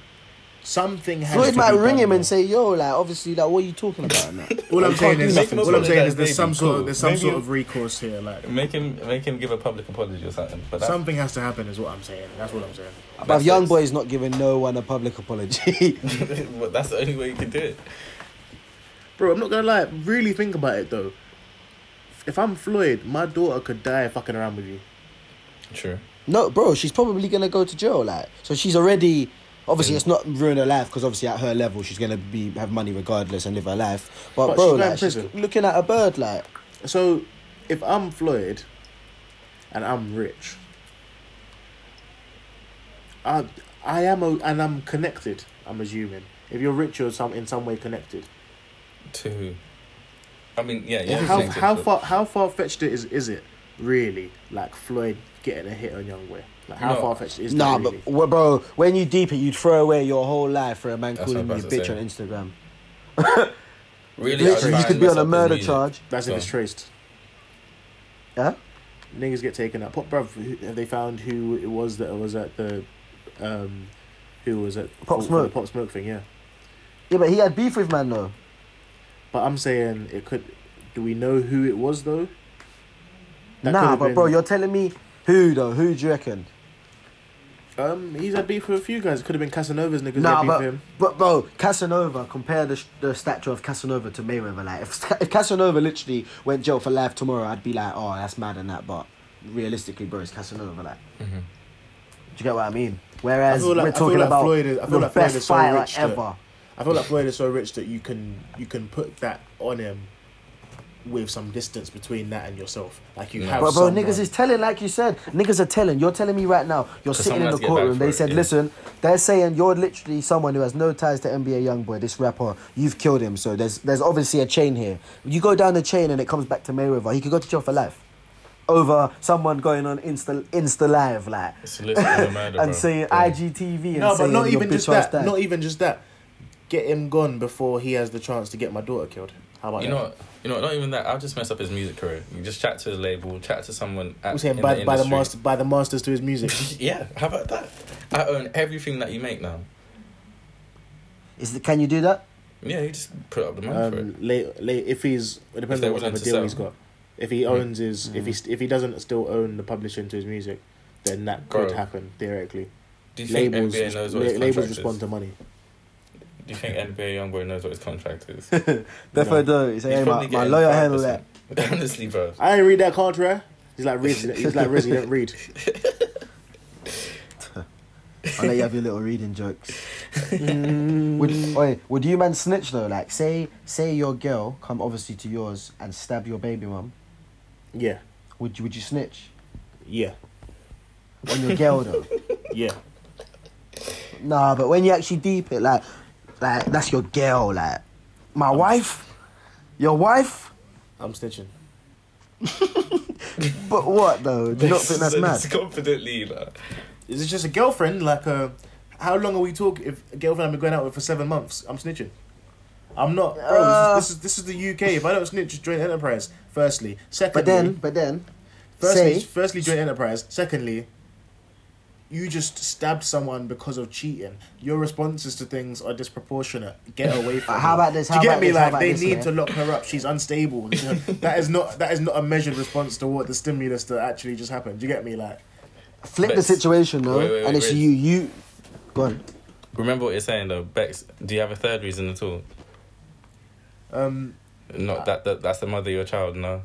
[SPEAKER 3] Something has
[SPEAKER 2] Floyd
[SPEAKER 3] to
[SPEAKER 2] might
[SPEAKER 3] be
[SPEAKER 2] ring
[SPEAKER 3] done
[SPEAKER 2] him
[SPEAKER 3] there.
[SPEAKER 2] and say, yo, like, obviously, like, what are you talking about? Now?
[SPEAKER 3] All I'm
[SPEAKER 2] You can't
[SPEAKER 3] saying
[SPEAKER 2] do
[SPEAKER 3] is,
[SPEAKER 2] nothing
[SPEAKER 3] all
[SPEAKER 2] to
[SPEAKER 3] I'm
[SPEAKER 2] him.
[SPEAKER 3] saying
[SPEAKER 1] Maybe-
[SPEAKER 3] is, there's some sort, of, there's some
[SPEAKER 1] Maybe-
[SPEAKER 3] sort of recourse here. Like,
[SPEAKER 1] Make him, make him give a public apology or something. But that,
[SPEAKER 3] something has to happen, is what I'm saying. That's what I'm saying.
[SPEAKER 2] Bruv, young boy's not giving no one a public apology.
[SPEAKER 1] but that's the only way you can do it.
[SPEAKER 3] Bro, I'm not gonna lie. Really think about it though. If I'm Floyd, my daughter could die fucking around with you.
[SPEAKER 1] True.
[SPEAKER 2] No, bro, she's probably gonna go to jail. Like, so she's already. Obviously, it's not ruin her life because obviously at her level she's gonna be have money regardless and live her life. But,
[SPEAKER 3] But
[SPEAKER 2] bro,
[SPEAKER 3] she's going
[SPEAKER 2] like
[SPEAKER 3] to
[SPEAKER 2] she's
[SPEAKER 3] prison.
[SPEAKER 2] looking at a bird, like
[SPEAKER 3] So, if I'm Floyd, and I'm rich. I I am a, and I'm connected. I'm assuming if you're rich, you're some in some way connected.
[SPEAKER 1] To who? I mean, yeah, yeah.
[SPEAKER 3] how
[SPEAKER 1] connected,
[SPEAKER 3] how
[SPEAKER 1] but-
[SPEAKER 3] far how far fetched it is is it really like Floyd getting a hit on Young Way? Like how
[SPEAKER 1] No.
[SPEAKER 3] far fetched is
[SPEAKER 2] Nah,
[SPEAKER 3] that really?
[SPEAKER 2] but well, bro, when you deep it, you'd throw away your whole life for a man
[SPEAKER 1] That's
[SPEAKER 2] calling
[SPEAKER 1] what I
[SPEAKER 2] you a
[SPEAKER 1] was
[SPEAKER 2] bitch
[SPEAKER 1] about
[SPEAKER 2] on Instagram.
[SPEAKER 1] Really, I was
[SPEAKER 2] Literally,
[SPEAKER 1] trying
[SPEAKER 2] you
[SPEAKER 1] to
[SPEAKER 2] could be
[SPEAKER 1] mess
[SPEAKER 2] on a
[SPEAKER 1] up the
[SPEAKER 2] murder
[SPEAKER 1] music.
[SPEAKER 2] charge.
[SPEAKER 3] That's if
[SPEAKER 1] Go
[SPEAKER 3] it's
[SPEAKER 1] on.
[SPEAKER 3] traced.
[SPEAKER 2] Huh?
[SPEAKER 3] Niggas get taken up. What bruv? who- Have they found who it was that was at the, um, who was at
[SPEAKER 2] Pop
[SPEAKER 3] for- for the
[SPEAKER 2] Smoke.
[SPEAKER 3] Pop Smoke thing, yeah.
[SPEAKER 2] Yeah, but he had beef with man though.
[SPEAKER 3] But I'm saying it could. Do we know who it was though? That
[SPEAKER 2] nah,
[SPEAKER 3] could've
[SPEAKER 2] but bro,
[SPEAKER 3] been-
[SPEAKER 2] you're telling me who though? Who do you reckon?
[SPEAKER 3] Um, he's had beef with a few guys. Could have been Casanova's niggas.
[SPEAKER 2] Nah,
[SPEAKER 3] had beef
[SPEAKER 2] but,
[SPEAKER 3] with him.
[SPEAKER 2] but bro, Casanova. Compare the the stature of Casanova to Mayweather. Like, if, if Casanova literally went jail for life tomorrow, I'd be like, oh, that's mad and that. But realistically, bro, it's Casanova. Like,
[SPEAKER 1] Mhm.
[SPEAKER 2] do you get what I mean? Whereas
[SPEAKER 3] Mm-hmm. I feel like-
[SPEAKER 2] we're
[SPEAKER 3] I feel
[SPEAKER 2] talking
[SPEAKER 3] like
[SPEAKER 2] about
[SPEAKER 3] Floyd is- I feel
[SPEAKER 2] the
[SPEAKER 3] like Floyd
[SPEAKER 2] best
[SPEAKER 3] is so
[SPEAKER 2] fighter
[SPEAKER 3] rich that-
[SPEAKER 2] ever.
[SPEAKER 3] I feel like Floyd is so rich that you can you can put that on him, with some distance between that and yourself. Like you
[SPEAKER 1] Yeah.
[SPEAKER 3] have.
[SPEAKER 2] Bro, bro,
[SPEAKER 3] someone-
[SPEAKER 2] niggas is telling like you said. Niggas are telling. You're telling me right now. You're
[SPEAKER 1] 'Cause
[SPEAKER 2] sitting
[SPEAKER 1] someone
[SPEAKER 2] in the
[SPEAKER 1] has to get back
[SPEAKER 2] courtroom.
[SPEAKER 1] for
[SPEAKER 2] They
[SPEAKER 1] it,
[SPEAKER 2] said,
[SPEAKER 1] yeah.
[SPEAKER 2] listen, they're saying you're literally someone who has no ties to NBA YoungBoy, this rapper. You've killed him, so there's there's obviously a chain here. You go down the chain and it comes back to Mayweather. He could go to jail for life. Over someone going on Insta Insta Live like
[SPEAKER 1] Soliciting a murder,
[SPEAKER 2] and
[SPEAKER 1] bro.
[SPEAKER 2] saying
[SPEAKER 1] Yeah.
[SPEAKER 2] IGTV and
[SPEAKER 3] No, but
[SPEAKER 2] saying
[SPEAKER 3] not
[SPEAKER 2] your
[SPEAKER 3] even
[SPEAKER 2] bitch
[SPEAKER 3] just
[SPEAKER 2] ass
[SPEAKER 3] that.
[SPEAKER 2] died.
[SPEAKER 3] Not e- even just that. Get him gone before he has the chance to get my daughter killed. How about
[SPEAKER 1] You
[SPEAKER 3] that?
[SPEAKER 1] know, what? you know, what? not even that. I'll just mess up his music career. You just chat to his label, chat to someone. At,
[SPEAKER 3] I'm saying
[SPEAKER 1] in
[SPEAKER 3] by
[SPEAKER 1] the
[SPEAKER 3] by the
[SPEAKER 1] industry.
[SPEAKER 3] master by the masters to his music.
[SPEAKER 1] yeah, how about that? I own everything that you make now.
[SPEAKER 2] Is it- can you do that?
[SPEAKER 1] Yeah, you just put up the money for it.
[SPEAKER 3] um, late, late, if he's it depends
[SPEAKER 1] they're
[SPEAKER 3] on what
[SPEAKER 1] willing
[SPEAKER 3] type of
[SPEAKER 1] to
[SPEAKER 3] deal
[SPEAKER 1] sell. Hmm.
[SPEAKER 3] he's got. If he owns his, if he st- if he doesn't still own the publishing to his music, then that could
[SPEAKER 1] Bro.
[SPEAKER 3] happen theoretically.
[SPEAKER 1] Do you
[SPEAKER 3] Labels,
[SPEAKER 1] think NBA knows what
[SPEAKER 3] la-
[SPEAKER 1] his
[SPEAKER 3] labels
[SPEAKER 1] contract is?
[SPEAKER 3] respond to money.
[SPEAKER 1] Do you think NBA YoungBoy knows what his contract is?
[SPEAKER 2] Therefore,
[SPEAKER 3] No.
[SPEAKER 2] though, he's
[SPEAKER 1] He's
[SPEAKER 2] saying,
[SPEAKER 1] probably
[SPEAKER 2] my, my
[SPEAKER 1] getting
[SPEAKER 2] lawyer handle that.
[SPEAKER 1] 5%. Honestly, bro.
[SPEAKER 3] I ain't read that contract. He's like Rizzy. he's like Rizzy. Don't read.
[SPEAKER 2] I'll let you have your little reading jokes.
[SPEAKER 1] Mm.
[SPEAKER 2] Would oi, would you man snitch though? Like say say your girl come obviously to yours and stab your baby mum.
[SPEAKER 3] Yeah,
[SPEAKER 2] Would you would you snitch
[SPEAKER 3] yeah,
[SPEAKER 2] on your girl though?
[SPEAKER 3] yeah.
[SPEAKER 2] nah, but when you actually deep it, like like that's your girl. Like my
[SPEAKER 1] Um,
[SPEAKER 2] wife, your wife.
[SPEAKER 3] I'm stitching.
[SPEAKER 2] But what though? Do you not think that's
[SPEAKER 1] So
[SPEAKER 2] mad?
[SPEAKER 1] just Confidently, like,
[SPEAKER 3] Is it just a girlfriend? Like a, how long are we talking? If a girlfriend I've been going out with for seven months, I'm snitching. I'm not, bro.
[SPEAKER 2] Uh.
[SPEAKER 3] this, is, this is this is the UK. If I don't snitch, join enterprise. Firstly, secondly,
[SPEAKER 2] But then but then,
[SPEAKER 3] Firstly,
[SPEAKER 2] say
[SPEAKER 3] firstly, join Enterprise. Secondly, you just stabbed someone because of cheating. Your responses to things are disproportionate. Get away from.
[SPEAKER 2] How
[SPEAKER 3] her.
[SPEAKER 2] about this?
[SPEAKER 3] Do you
[SPEAKER 2] How
[SPEAKER 3] get
[SPEAKER 2] about
[SPEAKER 3] me?
[SPEAKER 2] this? How
[SPEAKER 3] Like
[SPEAKER 2] about
[SPEAKER 3] they
[SPEAKER 2] this,
[SPEAKER 3] need
[SPEAKER 2] yeah?
[SPEAKER 3] to lock her up. She's unstable. You know, that is not that is not a measured response to what the stimulus that actually just happened. Do you get me? Like
[SPEAKER 2] flip the
[SPEAKER 1] Bex.
[SPEAKER 2] situation though,
[SPEAKER 1] Wait, wait,
[SPEAKER 2] and
[SPEAKER 1] wait,
[SPEAKER 2] it's
[SPEAKER 1] wait.
[SPEAKER 2] you you. Go on.
[SPEAKER 1] remember what you're saying though, Bex. Do you have a third reason at all?
[SPEAKER 3] um,
[SPEAKER 1] Not that, that that's the mother of your child, no.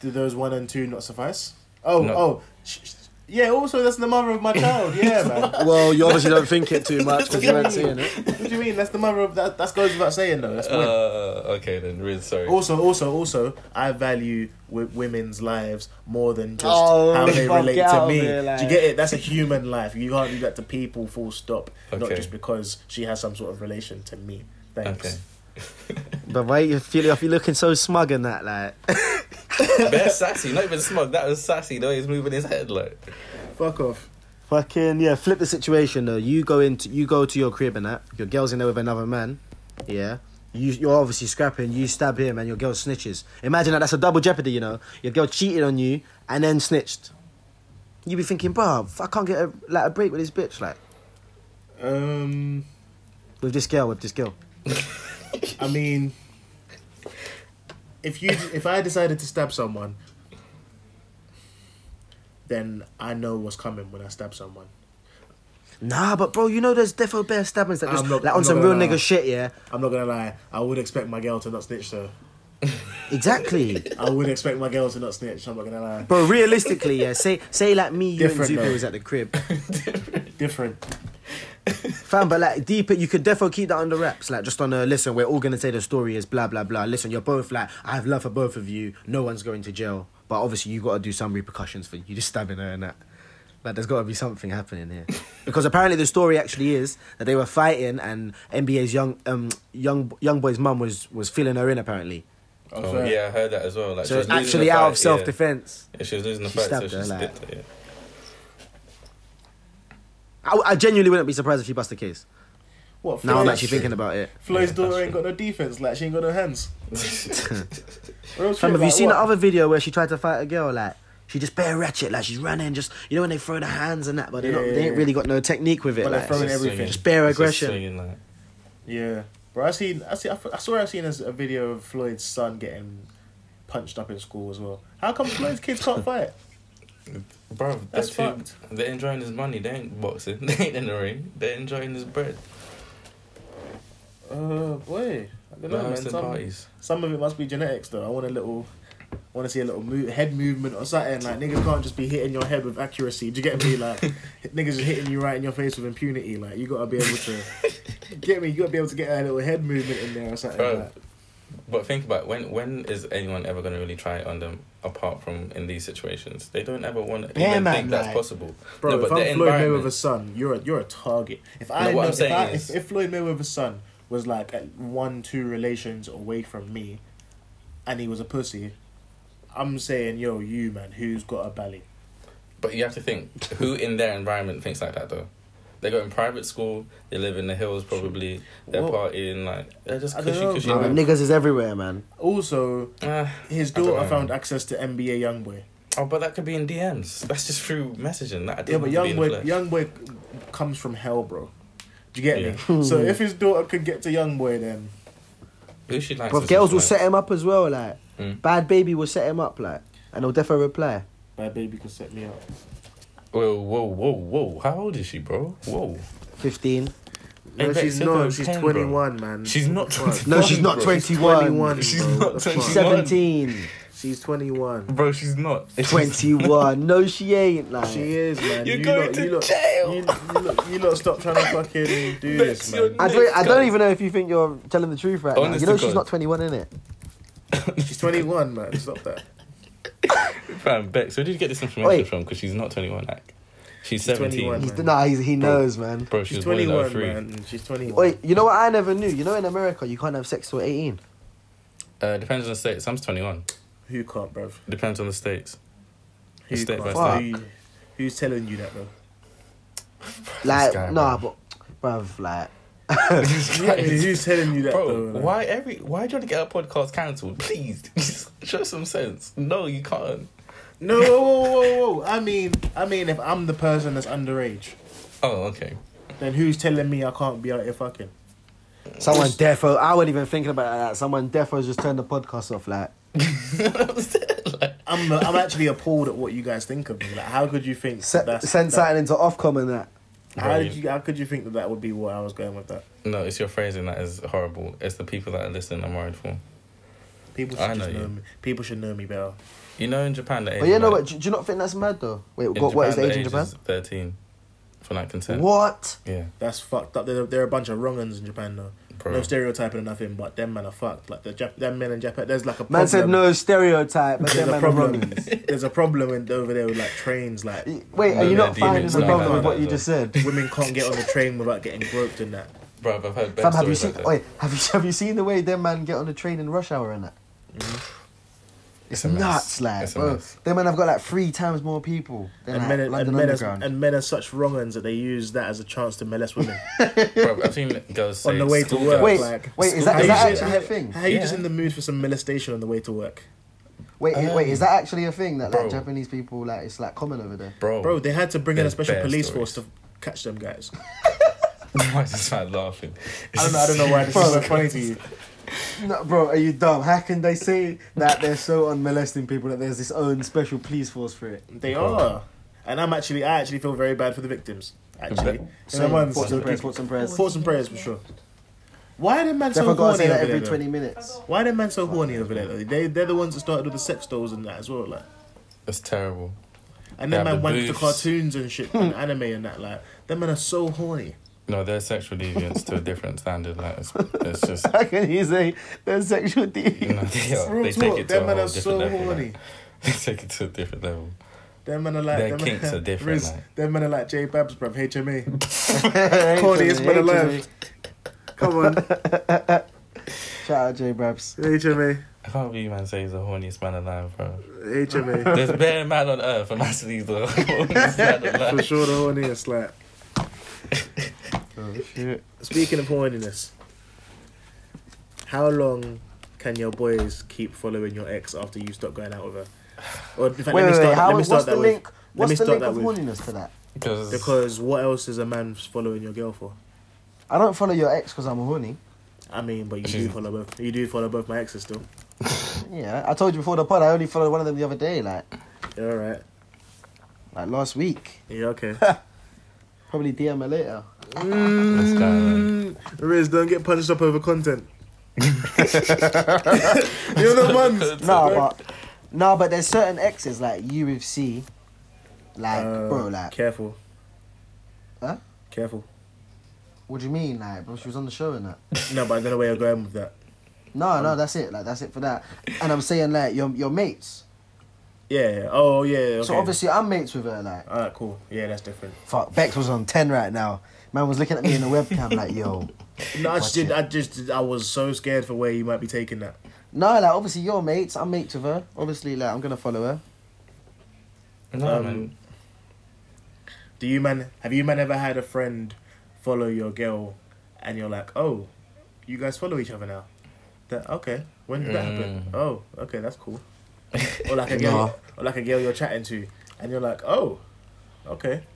[SPEAKER 3] do those one and two not suffice? Oh
[SPEAKER 1] No.
[SPEAKER 3] oh. Sh- sh- yeah, also that's the mother of my child. Yeah, man.
[SPEAKER 2] Well, you obviously don't think it too much because you ain't seeing it.
[SPEAKER 3] What do you mean? That's the mother of that. That goes without saying, though. That's
[SPEAKER 1] Uh,
[SPEAKER 3] point.
[SPEAKER 1] okay then, really sorry.
[SPEAKER 3] Also, also, also, I value w- women's lives more than just
[SPEAKER 2] Oh,
[SPEAKER 3] how they
[SPEAKER 2] fuck,
[SPEAKER 3] relate
[SPEAKER 2] get
[SPEAKER 3] to
[SPEAKER 2] out
[SPEAKER 3] me.
[SPEAKER 2] of here, like-
[SPEAKER 3] Do you get it? That's a human life. You can't do that to people. Full stop. Not
[SPEAKER 1] Okay.
[SPEAKER 3] just because she has some sort of relation to me. Thanks.
[SPEAKER 1] Okay.
[SPEAKER 2] But why you feel off? You looking so smug in that, like.
[SPEAKER 1] Bare sassy, not even smug. That was sassy. The way he's moving his head, like.
[SPEAKER 3] Fuck off.
[SPEAKER 2] Fucking yeah, flip the situation though. You go into you go to your crib and that your girl's in there with another man. Yeah. You you're obviously scrapping, you stab him and your girl snitches. Imagine that that's a double jeopardy, you know. Your girl cheated on you and then snitched. You be thinking, bruv, I can't get a like a break with this bitch, like
[SPEAKER 3] Um,
[SPEAKER 2] with this girl, with this girl.
[SPEAKER 3] I mean, if you, if I decided to stab someone, then I know what's coming when I stab someone.
[SPEAKER 2] Nah, but bro, you know there's defo bear stabbings that
[SPEAKER 3] I'm
[SPEAKER 2] just
[SPEAKER 3] not-
[SPEAKER 2] like
[SPEAKER 3] I'm
[SPEAKER 2] on some
[SPEAKER 3] not
[SPEAKER 2] real
[SPEAKER 3] gonna lie.
[SPEAKER 2] nigga shit, yeah.
[SPEAKER 3] I'm not gonna lie. I would expect my girl to not snitch, though.
[SPEAKER 2] Exactly.
[SPEAKER 3] I would expect my girl to not snitch. I'm not gonna lie.
[SPEAKER 2] Bro, realistically, yeah, say say like me, you
[SPEAKER 3] Different,
[SPEAKER 2] and
[SPEAKER 3] though.
[SPEAKER 2] Zuko was at the crib.
[SPEAKER 3] Different.
[SPEAKER 2] Fam, but like deeper, you could defo keep that under wraps. Like just on a listen, we're all gonna say the story is blah blah blah. Listen, you're both like I have love for both of you. No one's going to jail. But obviously, you got to do some repercussions for you just stabbing her and that. Like, there's got to be something happening here, because apparently the story actually is that they were fighting and NBA's young um young young boy's mum was was filling her in apparently.
[SPEAKER 3] Oh,
[SPEAKER 1] Oh,
[SPEAKER 3] sorry.
[SPEAKER 1] yeah, I heard that as well. Like, she
[SPEAKER 2] So it's
[SPEAKER 1] was losing the
[SPEAKER 2] actually out of
[SPEAKER 1] fight,
[SPEAKER 2] self
[SPEAKER 1] yeah.
[SPEAKER 2] defense.
[SPEAKER 1] Yeah, she was losing the
[SPEAKER 2] She
[SPEAKER 1] fight, so
[SPEAKER 2] stabbed
[SPEAKER 1] she
[SPEAKER 2] her,
[SPEAKER 1] just
[SPEAKER 2] like-
[SPEAKER 1] dipped it. Yeah.
[SPEAKER 2] I, I genuinely wouldn't be surprised if she bust the case.
[SPEAKER 3] What?
[SPEAKER 2] Now I'm
[SPEAKER 3] Flo's-
[SPEAKER 2] actually thinking about it.
[SPEAKER 3] Flo's
[SPEAKER 1] Yeah,
[SPEAKER 3] daughter
[SPEAKER 1] that's
[SPEAKER 3] ain't got no defense. Like she ain't got no hands. Or else
[SPEAKER 2] Fam, have
[SPEAKER 3] we're
[SPEAKER 2] you
[SPEAKER 3] like,
[SPEAKER 2] seen
[SPEAKER 3] what?
[SPEAKER 2] the other video where she tried to fight a girl? Like she just bare ratchet, like she's running, just you know when they throw the hands and that, but they're not,
[SPEAKER 3] Yeah,
[SPEAKER 2] they ain't
[SPEAKER 3] yeah,
[SPEAKER 2] really got no technique with it.
[SPEAKER 3] But they're
[SPEAKER 2] like,
[SPEAKER 3] throwing
[SPEAKER 2] it's just-
[SPEAKER 3] everything.
[SPEAKER 1] swinging.
[SPEAKER 2] Just bare
[SPEAKER 1] It's
[SPEAKER 2] aggression.
[SPEAKER 1] swinging, like-
[SPEAKER 3] Yeah, bro. I seen. I see. I, f- I swear I seen a, a video of Floyd's son getting punched up in school as well. How come Floyd's kids can't fight?
[SPEAKER 1] Bro,
[SPEAKER 3] That's
[SPEAKER 1] that's too,
[SPEAKER 3] fucked.
[SPEAKER 1] They're enjoying his money. They ain't boxing. They ain't in the ring. They're enjoying his bread.
[SPEAKER 3] Uh, boy. I
[SPEAKER 1] They're
[SPEAKER 3] don't know, man.
[SPEAKER 1] hosting
[SPEAKER 3] Some,
[SPEAKER 1] parties.
[SPEAKER 3] some of it must be genetics, though. I want a little. I want to see a little mo- head movement or something. Like niggas can't just be hitting your head with accuracy. Do you get me? Like niggas is hitting you right in your face with impunity. Like you gotta be able to get me. You gotta be able to get a little head movement in there or something.
[SPEAKER 1] Bro.
[SPEAKER 3] Like.
[SPEAKER 1] But think about it, when when is anyone ever gonna really try it on them apart from in these situations? They don't ever want to
[SPEAKER 2] Yeah,
[SPEAKER 1] even
[SPEAKER 2] man,
[SPEAKER 1] think that's
[SPEAKER 2] like-
[SPEAKER 1] possible.
[SPEAKER 3] Bro,
[SPEAKER 1] no,
[SPEAKER 3] if
[SPEAKER 1] but
[SPEAKER 3] I'm
[SPEAKER 1] the
[SPEAKER 3] Floyd
[SPEAKER 1] environment.
[SPEAKER 3] Mayweather's son, you're a, you're a target. If I,
[SPEAKER 1] No, what
[SPEAKER 3] know,
[SPEAKER 1] I'm
[SPEAKER 3] if,
[SPEAKER 1] saying
[SPEAKER 3] I
[SPEAKER 1] is-
[SPEAKER 3] if, if Floyd Mayweather's son was like at one two relations away from me, and he was a pussy, I'm saying yo you man who's got a belly.
[SPEAKER 1] But you have to think who in their environment thinks like that though. They go in private school. They live in the hills probably. They're
[SPEAKER 3] Well,
[SPEAKER 1] partying like they're just
[SPEAKER 3] I don't
[SPEAKER 1] cushy
[SPEAKER 3] know,
[SPEAKER 1] cushy.
[SPEAKER 2] Nah,
[SPEAKER 3] bro.
[SPEAKER 1] man.
[SPEAKER 2] niggas is everywhere, man.
[SPEAKER 3] Also,
[SPEAKER 1] Ah,
[SPEAKER 3] his
[SPEAKER 1] I don't
[SPEAKER 3] daughter
[SPEAKER 1] know.
[SPEAKER 3] found access to NBA YoungBoy.
[SPEAKER 1] oh, but that could be in DMs. That's just through messaging. That
[SPEAKER 3] Yeah,
[SPEAKER 1] doesn't have to be in
[SPEAKER 3] but
[SPEAKER 1] the
[SPEAKER 3] YoungBoy
[SPEAKER 1] flesh.
[SPEAKER 3] YoungBoy comes from hell, bro. Do you get
[SPEAKER 1] Yeah.
[SPEAKER 3] me? so if his daughter could get to YoungBoy, then
[SPEAKER 1] Who she likes
[SPEAKER 2] Bro,
[SPEAKER 1] is
[SPEAKER 2] girls
[SPEAKER 1] just
[SPEAKER 2] will
[SPEAKER 1] like-
[SPEAKER 2] set him up as well, like
[SPEAKER 3] Hmm.
[SPEAKER 1] Mm.
[SPEAKER 2] bad baby will set him up, like, and he'll definitely reply.
[SPEAKER 3] my baby could set me up.
[SPEAKER 1] Whoa, whoa, whoa, whoa! How old is she, bro? Whoa.
[SPEAKER 2] Fifteen.
[SPEAKER 1] Hey, Bex, you're doing 10, bro.
[SPEAKER 3] man.
[SPEAKER 1] She's not
[SPEAKER 3] Fuck.
[SPEAKER 1] 20.
[SPEAKER 2] No, she's not
[SPEAKER 1] Bro, she's
[SPEAKER 2] twenty-one.
[SPEAKER 1] She's
[SPEAKER 3] bro.
[SPEAKER 1] not
[SPEAKER 3] What the fuck?
[SPEAKER 1] 21.
[SPEAKER 2] Seventeen.
[SPEAKER 3] She's 21.
[SPEAKER 1] Bro, she's not.
[SPEAKER 2] Twenty-one. No, she ain't. Like,
[SPEAKER 3] She is, man.
[SPEAKER 1] You're
[SPEAKER 3] You
[SPEAKER 1] going
[SPEAKER 3] lot-
[SPEAKER 1] to
[SPEAKER 3] you lot-
[SPEAKER 1] jail.
[SPEAKER 3] You, you, lot, you lot stop trying to fucking do
[SPEAKER 1] That's
[SPEAKER 3] this,
[SPEAKER 1] your
[SPEAKER 3] man.
[SPEAKER 2] I
[SPEAKER 1] Next
[SPEAKER 2] don't. I
[SPEAKER 1] guy.
[SPEAKER 2] don't even know if you think you're telling the truth right
[SPEAKER 1] Honest
[SPEAKER 2] now. You
[SPEAKER 1] to
[SPEAKER 2] know she's
[SPEAKER 1] God.
[SPEAKER 2] not twenty-one, in it.
[SPEAKER 3] She's 21, man. Stop that.
[SPEAKER 1] Fam, Bex, where did you get this information
[SPEAKER 2] Wait.
[SPEAKER 1] from? Because she's not 21, like. She's
[SPEAKER 3] She's
[SPEAKER 1] 17.
[SPEAKER 3] 21.
[SPEAKER 2] He's nah. He's, he knows, man.
[SPEAKER 1] Bro, she was
[SPEAKER 3] She's
[SPEAKER 1] born in
[SPEAKER 3] 21,
[SPEAKER 1] 03.
[SPEAKER 3] man. She's 21.
[SPEAKER 2] Wait, you know what I never knew? You know in America you can't have sex till 18.
[SPEAKER 1] Uh, depends on the state. Some's 21.
[SPEAKER 3] Who can't, bruv?
[SPEAKER 1] Depends on the states.
[SPEAKER 3] Who
[SPEAKER 1] Step
[SPEAKER 3] can't?
[SPEAKER 1] by
[SPEAKER 3] Who, who's telling you that, bro?
[SPEAKER 2] Like,
[SPEAKER 1] guy,
[SPEAKER 2] nah, but, bruv, like,
[SPEAKER 3] who's telling you that,
[SPEAKER 1] Bro,
[SPEAKER 3] though,
[SPEAKER 1] why every why do you want to get a podcast cancelled? Please, show some sense. No, you can't.
[SPEAKER 3] No, whoa, whoa, whoa, whoa. I mean, I mean, if I'm the person that's underage,
[SPEAKER 1] Oh, okay.
[SPEAKER 3] then who's telling me I can't be out here fucking?
[SPEAKER 2] someone defo. I wasn't even thinking about that. Someone defo just turned the podcast off. Like,
[SPEAKER 1] like,
[SPEAKER 3] I'm, I'm actually appalled at what you guys think of me. Like, how could you think
[SPEAKER 2] se-
[SPEAKER 3] that's
[SPEAKER 2] send
[SPEAKER 3] that,
[SPEAKER 2] something into Ofcom and that.
[SPEAKER 3] How did you? How could you think that that would be what I was going with that?
[SPEAKER 1] no, it's your phrasing that is horrible. It's the people that are listening I'm worried for.
[SPEAKER 3] People
[SPEAKER 1] I
[SPEAKER 3] should
[SPEAKER 1] know
[SPEAKER 3] just know,
[SPEAKER 1] you.
[SPEAKER 3] me. People should know me better.
[SPEAKER 1] You know, in Japan, the age.
[SPEAKER 2] But you
[SPEAKER 1] of,
[SPEAKER 2] know
[SPEAKER 1] like-
[SPEAKER 2] what? Do, do you not think that's mad though? Wait,
[SPEAKER 1] in
[SPEAKER 2] what, what is the
[SPEAKER 1] Japan,
[SPEAKER 2] age in Japan?
[SPEAKER 1] is 13 for like consent.
[SPEAKER 2] What?
[SPEAKER 1] Yeah,
[SPEAKER 3] That's fucked up. There, there are a bunch of wrong ones in Japan though.
[SPEAKER 1] bro.
[SPEAKER 3] No stereotyping or nothing, but them men are fucked. Like the Jap- them men in Japan, there's like a problem.
[SPEAKER 2] Man said no stereotype, but
[SPEAKER 3] There's
[SPEAKER 2] then man
[SPEAKER 3] a problem.
[SPEAKER 2] wrong.
[SPEAKER 3] there's a problem in, over there with like trains. Like
[SPEAKER 2] Wait,
[SPEAKER 1] No,
[SPEAKER 2] are you
[SPEAKER 1] no,
[SPEAKER 2] not
[SPEAKER 1] demons,
[SPEAKER 2] finding the
[SPEAKER 1] no,
[SPEAKER 2] problem
[SPEAKER 1] no,
[SPEAKER 2] with
[SPEAKER 1] no,
[SPEAKER 2] what you
[SPEAKER 1] no.
[SPEAKER 2] just said?
[SPEAKER 3] women can't get on the train without getting groped and that.
[SPEAKER 1] bro, I've heard better
[SPEAKER 2] Fam, have you
[SPEAKER 1] stories
[SPEAKER 2] seen?
[SPEAKER 1] like that.
[SPEAKER 2] Wait, have you have you seen the way them man get on the train in rush hour and that? It's,
[SPEAKER 1] Mm. It's a mess.
[SPEAKER 2] nuts, like,
[SPEAKER 1] It's a
[SPEAKER 2] bro.
[SPEAKER 1] mess.
[SPEAKER 2] Them man have got like three times more people than
[SPEAKER 3] And
[SPEAKER 2] like,
[SPEAKER 3] men, are, and,
[SPEAKER 2] London
[SPEAKER 3] men are,
[SPEAKER 2] Underground.
[SPEAKER 3] and men are such wrong ones that they use that as a chance to molest women
[SPEAKER 1] bro, I've seen girls say
[SPEAKER 3] on the way to
[SPEAKER 1] school
[SPEAKER 3] work.
[SPEAKER 1] girls-
[SPEAKER 2] Wait,
[SPEAKER 3] like,
[SPEAKER 2] wait, is that-
[SPEAKER 1] is that
[SPEAKER 3] How you-
[SPEAKER 2] actually a thing?
[SPEAKER 3] How are you just
[SPEAKER 1] Yeah.
[SPEAKER 3] in the mood for some molestation on the way to work?
[SPEAKER 2] wait, i- wait, is
[SPEAKER 1] Um,
[SPEAKER 2] that actually a thing that like
[SPEAKER 1] bro.
[SPEAKER 2] Japanese people like it's like common over there?
[SPEAKER 1] bro,
[SPEAKER 3] Bro, they had to bring in a
[SPEAKER 1] There's
[SPEAKER 3] special
[SPEAKER 1] bear
[SPEAKER 3] police
[SPEAKER 1] Oh. stories.
[SPEAKER 3] force to catch them guys.
[SPEAKER 1] why is this man laughing?
[SPEAKER 3] I don't know. I don't know why this is so funny to you.
[SPEAKER 2] No, bro, are you dumb? How can they say that they're so on molesting people that there's this own special police force for it?
[SPEAKER 3] They are, and I'm actually. I actually feel very bad for the victims. Actually, someone's
[SPEAKER 2] thoughts and prayers,
[SPEAKER 3] prayers.
[SPEAKER 2] thoughts and prayers.
[SPEAKER 3] Thoughts and prayers for sure. Why are them man so
[SPEAKER 2] Definitely gotta
[SPEAKER 3] horny
[SPEAKER 2] say that
[SPEAKER 3] over
[SPEAKER 2] every
[SPEAKER 3] there? though?
[SPEAKER 2] twenty minutes.
[SPEAKER 3] Why are them man so horny over there? though? They they're the ones that started with the sex dolls and that as well. Like,
[SPEAKER 1] It's terrible.
[SPEAKER 3] and
[SPEAKER 1] They
[SPEAKER 3] then
[SPEAKER 1] have
[SPEAKER 3] man
[SPEAKER 1] the
[SPEAKER 3] went to
[SPEAKER 1] boobs.
[SPEAKER 3] cartoons and shit and anime and that. Like, them men are so horny.
[SPEAKER 1] No, their sexual deviance to a different standard. Like, it's, it's just.
[SPEAKER 2] How can you say there's sexual
[SPEAKER 1] You
[SPEAKER 2] deviant?
[SPEAKER 1] know, they, are,
[SPEAKER 3] Real
[SPEAKER 1] they
[SPEAKER 3] talk,
[SPEAKER 1] take it to
[SPEAKER 3] them
[SPEAKER 1] a
[SPEAKER 3] men
[SPEAKER 1] whole
[SPEAKER 3] are
[SPEAKER 1] different
[SPEAKER 3] so
[SPEAKER 1] level.
[SPEAKER 3] horny.
[SPEAKER 1] Like, They take it to a different level.
[SPEAKER 3] Them men are like
[SPEAKER 1] Their
[SPEAKER 3] them
[SPEAKER 1] kinks are different,
[SPEAKER 3] Riz,
[SPEAKER 1] like.
[SPEAKER 3] Them men are like J Babs, bruv. HME, corniest
[SPEAKER 2] Corniest
[SPEAKER 3] man alive. Come on,
[SPEAKER 2] Shout out J Brabs.
[SPEAKER 3] HME,
[SPEAKER 1] I can't believe man say he's the horniest man alive, bro.
[SPEAKER 3] HME.
[SPEAKER 1] There's bare man on earth, and that's he's the horniest man
[SPEAKER 3] For
[SPEAKER 1] alive.
[SPEAKER 3] sure, the horniest. Like
[SPEAKER 1] Oh, shit.
[SPEAKER 3] speaking of horniness, how long can your boys keep following your ex after you stop going out with her? Or in fact,
[SPEAKER 2] Wait,
[SPEAKER 3] let me
[SPEAKER 2] wait, wait.
[SPEAKER 3] start. let
[SPEAKER 2] How,
[SPEAKER 3] me
[SPEAKER 2] what's
[SPEAKER 3] start
[SPEAKER 2] the
[SPEAKER 3] that way.
[SPEAKER 2] link? What's the
[SPEAKER 3] start
[SPEAKER 2] link
[SPEAKER 3] that
[SPEAKER 2] of
[SPEAKER 3] with-
[SPEAKER 2] horniness to that?
[SPEAKER 1] Because
[SPEAKER 3] Because what else is a man following your girl for?
[SPEAKER 2] I don't follow your ex because I'm horny.
[SPEAKER 3] I mean, but you do
[SPEAKER 1] She's-
[SPEAKER 3] follow both. You do follow both my exes still.
[SPEAKER 2] Yeah, I told you before the pod. I only followed one of them the other day, like
[SPEAKER 3] You're all right.
[SPEAKER 2] like last week.
[SPEAKER 3] Yeah, okay.
[SPEAKER 2] Probably DM her later.
[SPEAKER 1] guy, man.
[SPEAKER 3] Mm, Riz, don't get punched up over content. You're the ones.
[SPEAKER 2] No, but no, but there's certain exes like you with C, like
[SPEAKER 3] Uh,
[SPEAKER 2] bro, like
[SPEAKER 3] Careful.
[SPEAKER 2] Huh?
[SPEAKER 3] Careful.
[SPEAKER 2] what do you mean, like bro? She was on the show and that.
[SPEAKER 3] No, but I don't know where you're going with that.
[SPEAKER 2] No, no, that's it. Like that's it for that. And I'm saying like your your mates.
[SPEAKER 3] Yeah. yeah. Oh, yeah. Okay.
[SPEAKER 2] So obviously I'm mates with her. Like
[SPEAKER 3] All right, cool. Yeah, that's different.
[SPEAKER 2] fuck, Bex was on ten right now. Man was looking at me in the webcam like yo.
[SPEAKER 3] No, I just
[SPEAKER 2] Watch
[SPEAKER 3] did.
[SPEAKER 2] it.
[SPEAKER 3] I just. I was so scared for where you might be taking that.
[SPEAKER 2] No, like obviously your mates. I'm mates with her. Obviously, like I'm gonna follow her.
[SPEAKER 1] No,
[SPEAKER 3] Um,
[SPEAKER 1] man.
[SPEAKER 3] Do you man? Have you man ever had a friend follow your girl, and you're like, oh, you guys follow each other now? That okay? When did that happen?
[SPEAKER 1] Mm.
[SPEAKER 3] Oh, okay, that's cool. Or like a
[SPEAKER 2] No.
[SPEAKER 3] girl, or like a girl you're chatting to, and you're like, oh, okay.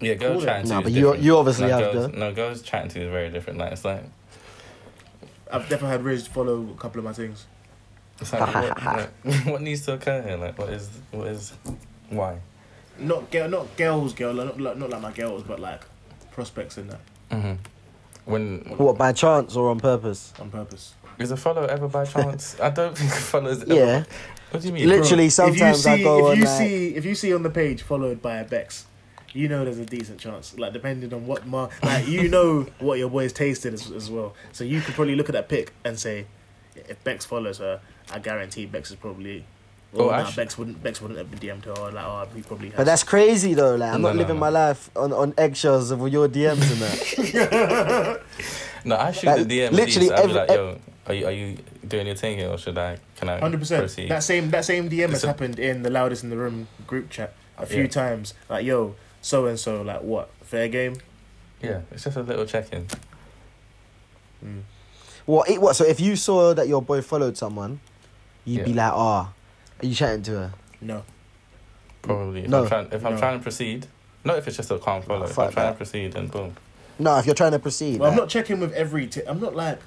[SPEAKER 1] Yeah, girls
[SPEAKER 3] Cool then.
[SPEAKER 1] chatting to
[SPEAKER 2] No,
[SPEAKER 1] you is
[SPEAKER 2] but you-
[SPEAKER 1] different.
[SPEAKER 2] you obviously
[SPEAKER 1] no,
[SPEAKER 2] have
[SPEAKER 1] girls,
[SPEAKER 2] the-
[SPEAKER 1] No, girls chatting to you is very different. Like it's like
[SPEAKER 3] I've definitely had Riz follow a couple of my things.
[SPEAKER 1] it's like what, like, what needs to occur here? Like what is what is why?
[SPEAKER 3] Not girl, not girls, girl, not like, not like my girls, but like prospects in that
[SPEAKER 1] Mm-hmm. When
[SPEAKER 2] What by chance or on purpose?
[SPEAKER 3] on purpose.
[SPEAKER 1] is a follow ever by chance? I don't think a follow is. Ever.
[SPEAKER 2] Yeah.
[SPEAKER 1] What do you mean?
[SPEAKER 2] Literally- sometimes
[SPEAKER 3] if you see,
[SPEAKER 2] I go
[SPEAKER 3] if
[SPEAKER 2] on,
[SPEAKER 3] you
[SPEAKER 2] like-
[SPEAKER 3] see if you see on the page followed by a Bex, you know there's a decent chance. Like depending on what mar, like you know what your boy's tasted as, as well. So you could probably look at that pic and say, if Bex follows her, I guarantee Bex is probably.
[SPEAKER 1] Oh,
[SPEAKER 3] Or nah,
[SPEAKER 1] actually-
[SPEAKER 3] Bex wouldn't. Bex wouldn't have been DM'd her. Or like, oh, he probably. Has.
[SPEAKER 2] But that's crazy though. Like I'm
[SPEAKER 1] No,
[SPEAKER 2] not
[SPEAKER 1] no,
[SPEAKER 2] living
[SPEAKER 1] no.
[SPEAKER 2] my life on, on eggshells of your DMs and that.
[SPEAKER 1] No, I shoot
[SPEAKER 2] Like,
[SPEAKER 1] the DM.
[SPEAKER 2] uh, literally
[SPEAKER 1] Literally, I'd be
[SPEAKER 2] every-
[SPEAKER 1] like, yo, are you, are you doing your thing here, or should I? Can I?
[SPEAKER 3] Hundred percent.
[SPEAKER 1] proceed?
[SPEAKER 3] That same that same DM has
[SPEAKER 1] It's a-
[SPEAKER 3] happened in the loudest in the room group chat a few
[SPEAKER 1] Yeah.
[SPEAKER 3] times. Like, yo, so and so, like, what fair game?
[SPEAKER 1] Yeah, it's just a little check-in.
[SPEAKER 3] Mm,
[SPEAKER 2] What? It, what? So if you saw that your boy followed someone, you'd be
[SPEAKER 1] Yeah.
[SPEAKER 2] like, ah, are you chatting to her?
[SPEAKER 3] No,
[SPEAKER 1] Probably. If
[SPEAKER 2] No.
[SPEAKER 1] I'm trying, if I'm
[SPEAKER 3] No.
[SPEAKER 1] trying to proceed, not if it's just a calm follow. If
[SPEAKER 2] fuck
[SPEAKER 1] I'm trying
[SPEAKER 2] that.
[SPEAKER 1] to proceed, then boom.
[SPEAKER 2] No, if you're trying to proceed.
[SPEAKER 3] well, I'm
[SPEAKER 2] like-
[SPEAKER 3] not checking with every. T- I'm not like.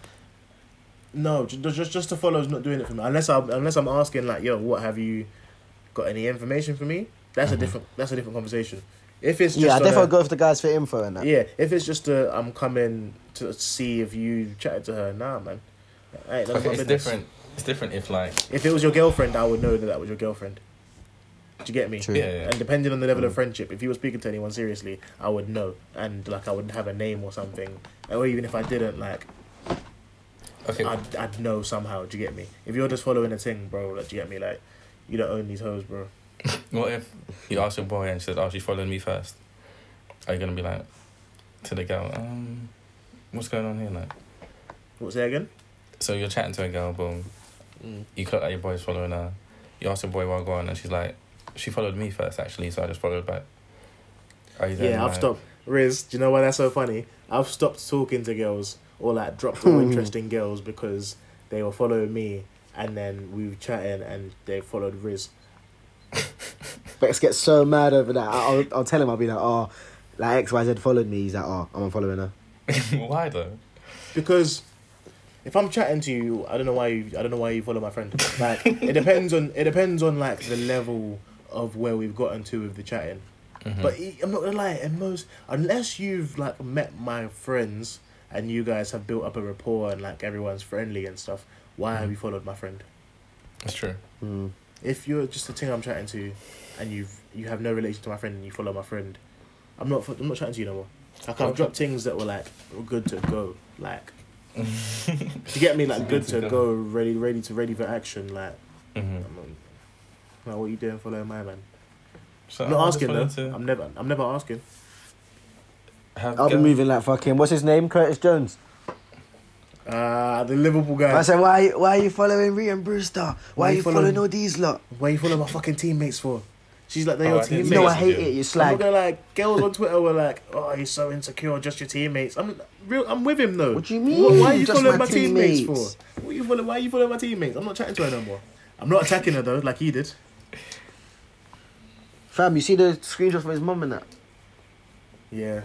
[SPEAKER 3] No, ju- ju- just just to follow is not doing it for me. Unless I'm unless I'm asking like, yo, what have you got any information for me? That's a different that's a different conversation. If it's just
[SPEAKER 2] Mm-hmm. yeah, I
[SPEAKER 3] on
[SPEAKER 2] definitely
[SPEAKER 3] a-
[SPEAKER 2] go for the guys for info and that.
[SPEAKER 3] Yeah, if it's just i I'm coming to see if you chatted to her. Nah, man. Hey, that's
[SPEAKER 1] Okay,
[SPEAKER 3] my
[SPEAKER 1] it's
[SPEAKER 3] business.
[SPEAKER 1] different. It's different if like
[SPEAKER 3] If it was your girlfriend, I would know that that was your girlfriend. Do you get me?
[SPEAKER 2] True.
[SPEAKER 1] yeah, yeah.
[SPEAKER 3] And depending on the
[SPEAKER 1] Mm.
[SPEAKER 3] level of friendship, if you were speaking to anyone seriously, I would know, and like I would have a name or something, or even if I didn't, like
[SPEAKER 1] okay.
[SPEAKER 3] I'd, I'd know somehow. Do you get me? If you're just following a thing, bro, like do you get me? Like you don't own these hoes, bro.
[SPEAKER 1] What if you ask your boy and she says, "Oh, she's following me first? Are you gonna be like to the girl? Um, what's going on here? Like,
[SPEAKER 3] What's that again?
[SPEAKER 1] so you're chatting to a girl, boom.
[SPEAKER 3] Mm.
[SPEAKER 1] You clock that your boy's following her. You ask your boy while going, and she's like, "She followed me first, actually, so I just followed back." Are you then,
[SPEAKER 3] Yeah, I've
[SPEAKER 1] like-
[SPEAKER 3] stopped. Riz, do you know why that's so funny? I've stopped talking to girls or like dropped all interest in girls because they were following me, and then we were chatting, and they followed Riz.
[SPEAKER 2] Bex gets so mad over that. I- I'll, I'll tell him. I'll be like, oh, like X Y Z followed me. He's like, oh, I'm unfollowing her.
[SPEAKER 1] Why though?
[SPEAKER 3] because if I'm chatting to you, I don't know why you, I don't know why you follow my friend. Like it depends on it depends on like the level of where we've gotten to with the chatting.
[SPEAKER 1] Mm-hmm. Hmm.
[SPEAKER 3] But e- I'm not gonna lie, and most unless you've like met my friends and you guys have built up a rapport and like everyone's friendly and stuff, why have you followed my friend?
[SPEAKER 1] That's true.
[SPEAKER 2] Mm.
[SPEAKER 3] If you're just the thing I'm chatting to, and you've you have no relation to my friend and you follow my friend, I'm not fo- I'm not chatting to you no more. Like I've dropped things that were like good to go, like do you get me? Like good to go, ready, ready to ready for action. Like
[SPEAKER 1] hmm
[SPEAKER 3] I'm, um, Like, what are you doing following my man?
[SPEAKER 1] So
[SPEAKER 3] I'm not
[SPEAKER 1] I
[SPEAKER 3] asking
[SPEAKER 1] just
[SPEAKER 3] though.
[SPEAKER 1] wanted
[SPEAKER 3] I'm never. I'm never asking.
[SPEAKER 1] to have
[SPEAKER 2] I'll be
[SPEAKER 1] girls-
[SPEAKER 2] moving like fucking. What's his name? Curtis Jones.
[SPEAKER 3] Uh, the Liverpool
[SPEAKER 2] I
[SPEAKER 3] guy.
[SPEAKER 2] said, why? Why are you following Reed and Brewster? Why,
[SPEAKER 3] Why
[SPEAKER 2] are
[SPEAKER 3] you
[SPEAKER 2] you following,
[SPEAKER 3] following-
[SPEAKER 2] all these lot?
[SPEAKER 3] What are you following my fucking teammates for? She's like, they're
[SPEAKER 1] Oh,
[SPEAKER 3] your
[SPEAKER 1] I didn't
[SPEAKER 2] You
[SPEAKER 3] teammates.
[SPEAKER 1] Teammates.
[SPEAKER 2] know I hate
[SPEAKER 1] Yeah.
[SPEAKER 2] it. You
[SPEAKER 3] I'm not
[SPEAKER 2] slag.
[SPEAKER 3] gonna like girls on Twitter were like, "Oh, he's so insecure, just your teammates." I'm real. I'm with him though.
[SPEAKER 2] What do you
[SPEAKER 3] Wh-
[SPEAKER 2] mean,
[SPEAKER 3] Why are you
[SPEAKER 2] just
[SPEAKER 3] following my
[SPEAKER 2] my
[SPEAKER 3] teammates,
[SPEAKER 2] teammates?
[SPEAKER 3] for? What are you following? Why are you following my teammates? I'm not chatting to her no more. I'm not attacking her though, like he did.
[SPEAKER 2] Fam, you see the screenshot from his mum and that.
[SPEAKER 3] Yeah.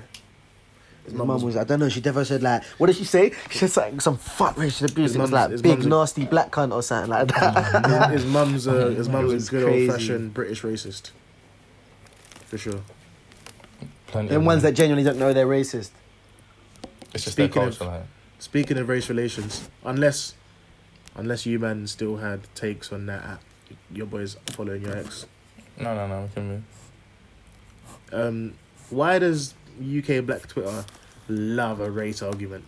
[SPEAKER 3] His
[SPEAKER 2] His mum was, I don't know, she definitely said like, what did she say? She said something, some fuck racial abuse.
[SPEAKER 3] His
[SPEAKER 2] It was
[SPEAKER 3] mum's-
[SPEAKER 2] like
[SPEAKER 3] his
[SPEAKER 2] big
[SPEAKER 3] mum's a-
[SPEAKER 2] nasty black cunt or something like that.
[SPEAKER 3] his mum's a his mum's
[SPEAKER 2] Oh, was
[SPEAKER 3] a good
[SPEAKER 2] crazy.
[SPEAKER 3] old fashioned British racist. For sure.
[SPEAKER 1] plenty
[SPEAKER 2] Them
[SPEAKER 1] of
[SPEAKER 2] ones that
[SPEAKER 1] them.
[SPEAKER 2] genuinely don't know they're racist.
[SPEAKER 1] it's just their
[SPEAKER 3] Speaking of-
[SPEAKER 1] culture, like
[SPEAKER 3] Speaking of race relations, unless unless you man still had takes on that, app, your boys following your ex.
[SPEAKER 1] no, no, no, we can move.
[SPEAKER 3] Um, why does UK black Twitter love a race argument?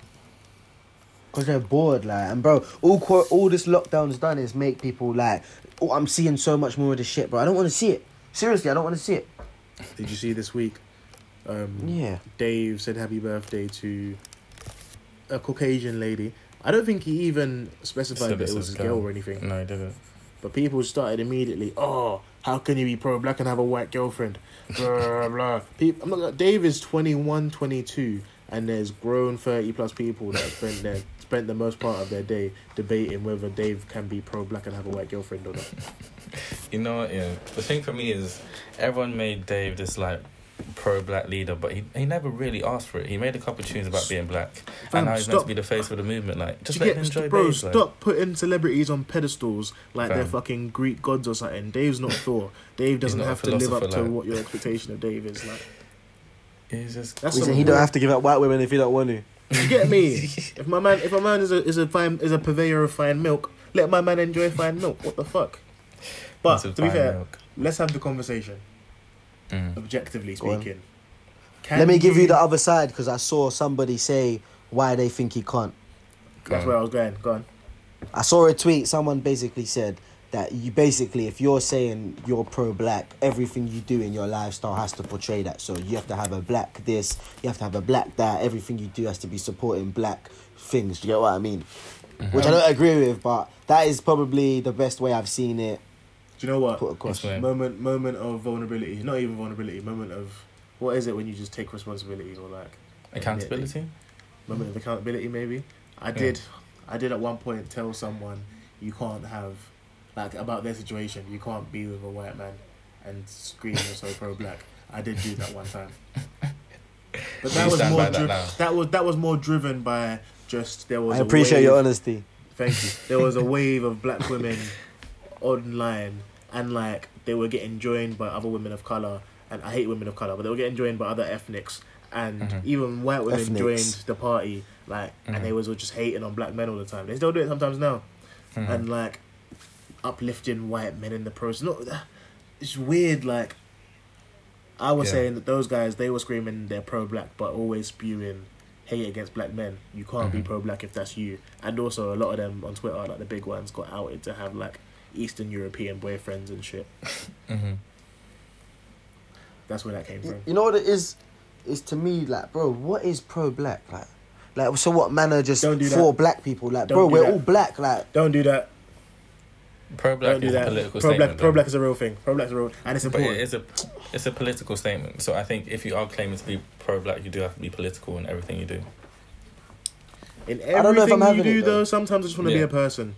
[SPEAKER 2] Cause they're bored, like, and bro, all qu- all this lockdown's done is make people like, oh, I'm seeing so much more of this shit, bro. I don't want to see it. Seriously, I don't want to see it.
[SPEAKER 3] Did you see this week? Um,
[SPEAKER 2] Yeah.
[SPEAKER 3] Dave said happy birthday to a Caucasian lady. I don't think he even specified
[SPEAKER 1] Said
[SPEAKER 3] that
[SPEAKER 1] it's
[SPEAKER 3] it
[SPEAKER 1] a
[SPEAKER 3] was a
[SPEAKER 1] girl. Mm.
[SPEAKER 3] girl or anything,
[SPEAKER 1] No, he didn't.
[SPEAKER 3] but people started immediately. Oh, how can you be pro black and have a white girlfriend? blah blah. People, I'm not. gonna- Dave is 21, 22, and there's grown thirty plus people that have spent their spent the most part of their day debating whether Dave can be pro black and have a white girlfriend or not.
[SPEAKER 1] You know what? Yeah, the thing for me is, everyone made Dave this like pro-black leader, but he he never really asked for it. He made a couple of tunes about being black,
[SPEAKER 3] Fam,
[SPEAKER 1] and now he's meant
[SPEAKER 3] stop.
[SPEAKER 1] to be the face of the movement. Like, just
[SPEAKER 3] Do you
[SPEAKER 1] let
[SPEAKER 3] get-
[SPEAKER 1] him enjoy
[SPEAKER 3] bro,
[SPEAKER 1] Dave, like.
[SPEAKER 3] stop putting celebrities on pedestals like they're
[SPEAKER 1] Fam.
[SPEAKER 3] fucking Greek gods or something. Dave's not Thor. Dave doesn't
[SPEAKER 1] not a
[SPEAKER 3] have to live up
[SPEAKER 1] philosopher,
[SPEAKER 3] to
[SPEAKER 1] like.
[SPEAKER 3] what your expectation of Dave is. Like,
[SPEAKER 1] He's just
[SPEAKER 3] That's
[SPEAKER 2] He
[SPEAKER 3] some
[SPEAKER 2] said he don't have to give up white women if he don't want to.
[SPEAKER 3] you get me? if my man, if my man is a is a fine is a purveyor of fine milk, let my man enjoy fine milk. What the fuck? But
[SPEAKER 1] into
[SPEAKER 3] to be
[SPEAKER 1] fine
[SPEAKER 3] fair,
[SPEAKER 1] milk.
[SPEAKER 3] let's have the conversation
[SPEAKER 1] Mm.
[SPEAKER 3] objectively
[SPEAKER 2] Go on.
[SPEAKER 3] speaking. Can
[SPEAKER 2] Let me give you the other side because I saw somebody say why they think he can't.
[SPEAKER 1] Go
[SPEAKER 3] That's
[SPEAKER 1] on.
[SPEAKER 3] where I was going. Go on.
[SPEAKER 2] I saw a tweet. Someone basically said that you basically, if you're saying you're pro-black, everything you do in your lifestyle has to portray that. So you have to have a black this, you have to have a black that. Everything you do has to be supporting black things. Do you get what I mean? Which I don't agree with, but that is probably the best way I've seen it
[SPEAKER 3] Do you know what?
[SPEAKER 2] put across.
[SPEAKER 1] Explain.
[SPEAKER 3] Moment, moment of vulnerability. Not even vulnerability. Moment of what is it when you just take responsibility or like
[SPEAKER 1] Accountability.
[SPEAKER 3] moment of accountability maybe i did i did at one point tell someone you can't have like about their situation you can't be with a white man and scream you're so pro-black i did do that one time but
[SPEAKER 1] You
[SPEAKER 3] that was
[SPEAKER 1] stand
[SPEAKER 3] more
[SPEAKER 1] by that
[SPEAKER 3] dri-
[SPEAKER 1] now.
[SPEAKER 3] that, was that was more driven by just there was
[SPEAKER 2] I
[SPEAKER 3] a
[SPEAKER 2] appreciate
[SPEAKER 3] wave,
[SPEAKER 2] your honesty.
[SPEAKER 3] thank you there was a wave of black women online and like they were getting joined by other women of color and i hate women of color but they were getting joined by other ethnics and
[SPEAKER 1] Mhm.
[SPEAKER 3] even white women
[SPEAKER 2] Ethnics.
[SPEAKER 3] joined the party like
[SPEAKER 1] Mhm.
[SPEAKER 3] and they was all just hating on black men all the time they still do it sometimes now
[SPEAKER 1] Mhm.
[SPEAKER 3] and like uplifting white men in the process not it's weird like i was
[SPEAKER 1] Yeah.
[SPEAKER 3] saying that those guys they were screaming they're pro-black but always spewing hate against black men you can't be
[SPEAKER 1] Mhm.
[SPEAKER 3] pro-black if that's you and also a lot of them on twitter like the big ones got outed to have like eastern european boyfriends and shit
[SPEAKER 1] Mhm.
[SPEAKER 3] that's where that came
[SPEAKER 2] Y-
[SPEAKER 3] from
[SPEAKER 2] You know what it is? Is to me like, bro, what is pro black like? Like, so what man are just
[SPEAKER 3] Don't do
[SPEAKER 2] for
[SPEAKER 3] that.
[SPEAKER 2] black people? Like,
[SPEAKER 3] Don't
[SPEAKER 2] bro,
[SPEAKER 3] do
[SPEAKER 2] we're
[SPEAKER 3] that.
[SPEAKER 2] all black. Like,
[SPEAKER 3] don't do that
[SPEAKER 1] Pro-black
[SPEAKER 3] don't do
[SPEAKER 1] is a
[SPEAKER 3] that
[SPEAKER 1] political
[SPEAKER 3] pro black
[SPEAKER 1] statement.
[SPEAKER 3] pro
[SPEAKER 1] though.
[SPEAKER 3] black is a real thing pro black is a real and it's
[SPEAKER 1] But
[SPEAKER 3] important
[SPEAKER 1] it is a it's a political statement. So I think if you are claiming to be pro-black, you do have to be political in everything you do.
[SPEAKER 3] in
[SPEAKER 2] I don't know if I'm
[SPEAKER 3] everything you
[SPEAKER 2] having
[SPEAKER 3] do
[SPEAKER 2] it, though.
[SPEAKER 3] though sometimes i just want to be
[SPEAKER 1] Yeah.
[SPEAKER 3] a person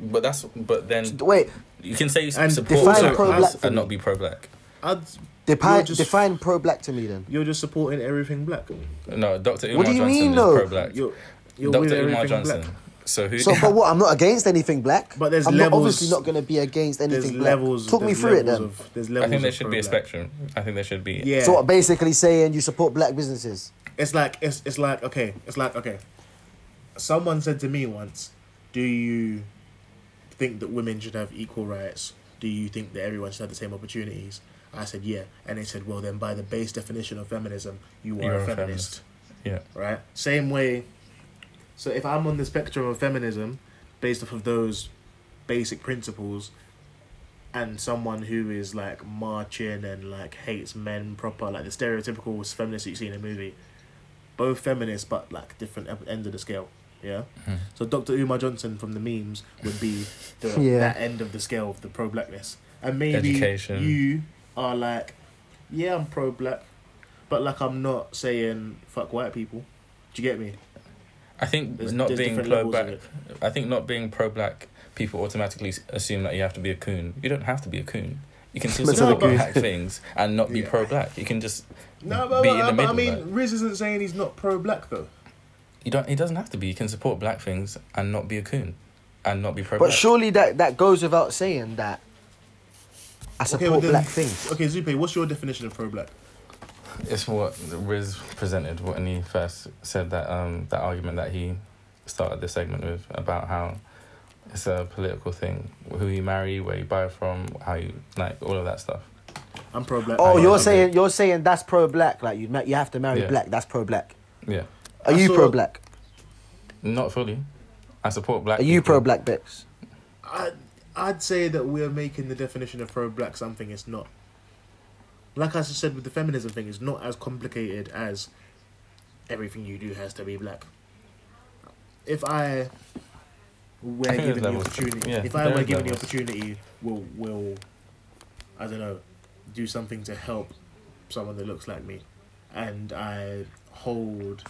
[SPEAKER 1] But that's but then
[SPEAKER 2] wait,
[SPEAKER 1] you can say you
[SPEAKER 3] And
[SPEAKER 1] support
[SPEAKER 2] define
[SPEAKER 1] black
[SPEAKER 2] pro-black
[SPEAKER 1] lives
[SPEAKER 2] for
[SPEAKER 1] and
[SPEAKER 2] me.
[SPEAKER 1] not be pro-black.
[SPEAKER 3] I'd,
[SPEAKER 2] define
[SPEAKER 3] You're just-
[SPEAKER 2] define pro black to me then.
[SPEAKER 3] you're just supporting everything black
[SPEAKER 1] No, Dr. Umar
[SPEAKER 2] What do you
[SPEAKER 1] Johnson
[SPEAKER 2] mean,
[SPEAKER 1] is
[SPEAKER 2] though?
[SPEAKER 1] pro-black.
[SPEAKER 3] you're, you're with
[SPEAKER 1] Dr. Umar
[SPEAKER 3] everything
[SPEAKER 1] Johnson.
[SPEAKER 3] black
[SPEAKER 1] So who?
[SPEAKER 2] So, but what? I'm not against anything black.
[SPEAKER 3] But there's
[SPEAKER 2] I'm not-
[SPEAKER 3] levels-
[SPEAKER 2] obviously not going to be against
[SPEAKER 3] there's
[SPEAKER 2] anything black.
[SPEAKER 3] levels
[SPEAKER 2] Talk me
[SPEAKER 3] there's
[SPEAKER 2] through it
[SPEAKER 3] levels
[SPEAKER 2] then.
[SPEAKER 3] of- there's levels
[SPEAKER 1] I think there
[SPEAKER 3] of
[SPEAKER 1] should be a
[SPEAKER 3] pro-black.
[SPEAKER 1] spectrum. I think there should be.
[SPEAKER 3] yeah
[SPEAKER 2] So, um, what, basically saying you support black businesses.
[SPEAKER 3] it's like it's it's like okay, it's like okay. Someone said to me once, "Do you think that women should have equal rights? Do you think that everyone should have the same opportunities?" I said, "Yeah," and they said, "Well, then, by the base definition of feminism, you are
[SPEAKER 1] You're
[SPEAKER 3] a
[SPEAKER 1] a
[SPEAKER 3] feminist,
[SPEAKER 1] Yeah.
[SPEAKER 3] right?" Same way. So if I'm on the spectrum of feminism, based off of those basic principles, and someone who is like marching and like hates men proper, like the stereotypical feminist that you see in a movie. Both feminists, but like different ep- end of the scale. Yeah.
[SPEAKER 1] Mhm.
[SPEAKER 3] So Dr. Umar Johnson from the memes would be the,
[SPEAKER 2] Yeah.
[SPEAKER 3] that end of the scale of the pro blackness, and maybe
[SPEAKER 1] Education.
[SPEAKER 3] you are like, yeah, I'm pro black, but like I'm not saying fuck white people. Do you get me?
[SPEAKER 1] I think
[SPEAKER 3] There's
[SPEAKER 1] not
[SPEAKER 3] there's
[SPEAKER 1] being
[SPEAKER 3] different
[SPEAKER 1] pro
[SPEAKER 3] levels of
[SPEAKER 1] black.
[SPEAKER 3] it.
[SPEAKER 1] I think not being pro black. People automatically s- assume that you have to be a coon. You don't have to be a coon. You can still
[SPEAKER 2] Let's
[SPEAKER 3] have a
[SPEAKER 1] support
[SPEAKER 3] coon.
[SPEAKER 1] black things and not be
[SPEAKER 3] Yeah.
[SPEAKER 1] pro black. You can just
[SPEAKER 3] No, but,
[SPEAKER 1] be
[SPEAKER 3] but,
[SPEAKER 1] in the
[SPEAKER 3] but I
[SPEAKER 1] middle,
[SPEAKER 3] mean,
[SPEAKER 1] like.
[SPEAKER 3] Riz isn't saying he's not pro black though.
[SPEAKER 1] you don't. It doesn't have to be. You can support black things and not be a coon, and not be pro
[SPEAKER 2] But
[SPEAKER 1] black.
[SPEAKER 2] surely that, that goes without saying that I support
[SPEAKER 3] well then-
[SPEAKER 2] black things.
[SPEAKER 3] Okay, Zupe, what's your definition of pro black?
[SPEAKER 1] It's what Riz presented when he first said that um, that argument that he started this segment with about how it's a political thing, who you marry, where you buy from, how you like all of that stuff.
[SPEAKER 3] I'm pro black.
[SPEAKER 2] Oh,
[SPEAKER 1] yeah,
[SPEAKER 2] you're
[SPEAKER 1] okay.
[SPEAKER 2] saying you're saying that's pro black. Like you, ma- you have to marry
[SPEAKER 1] Yeah.
[SPEAKER 2] black. That's pro black.
[SPEAKER 1] Yeah,
[SPEAKER 2] Are
[SPEAKER 3] I
[SPEAKER 2] you
[SPEAKER 3] saw-
[SPEAKER 2] pro black?
[SPEAKER 1] not fully. I support black.
[SPEAKER 2] Are you
[SPEAKER 1] people.
[SPEAKER 2] pro black, Bex?
[SPEAKER 3] I, I'd say that we're making the definition of pro black something it's not. Like I just said with the feminism thing, it's not as complicated as everything you do has to be black. If I were
[SPEAKER 1] I think
[SPEAKER 3] given
[SPEAKER 1] there's
[SPEAKER 3] the
[SPEAKER 1] levels.
[SPEAKER 3] opportunity,
[SPEAKER 1] Yeah,
[SPEAKER 3] if I
[SPEAKER 1] there
[SPEAKER 3] were
[SPEAKER 1] is
[SPEAKER 3] given the
[SPEAKER 1] levels.
[SPEAKER 3] opportunity, will will, I don't know, do something to help someone that looks like me, and I hold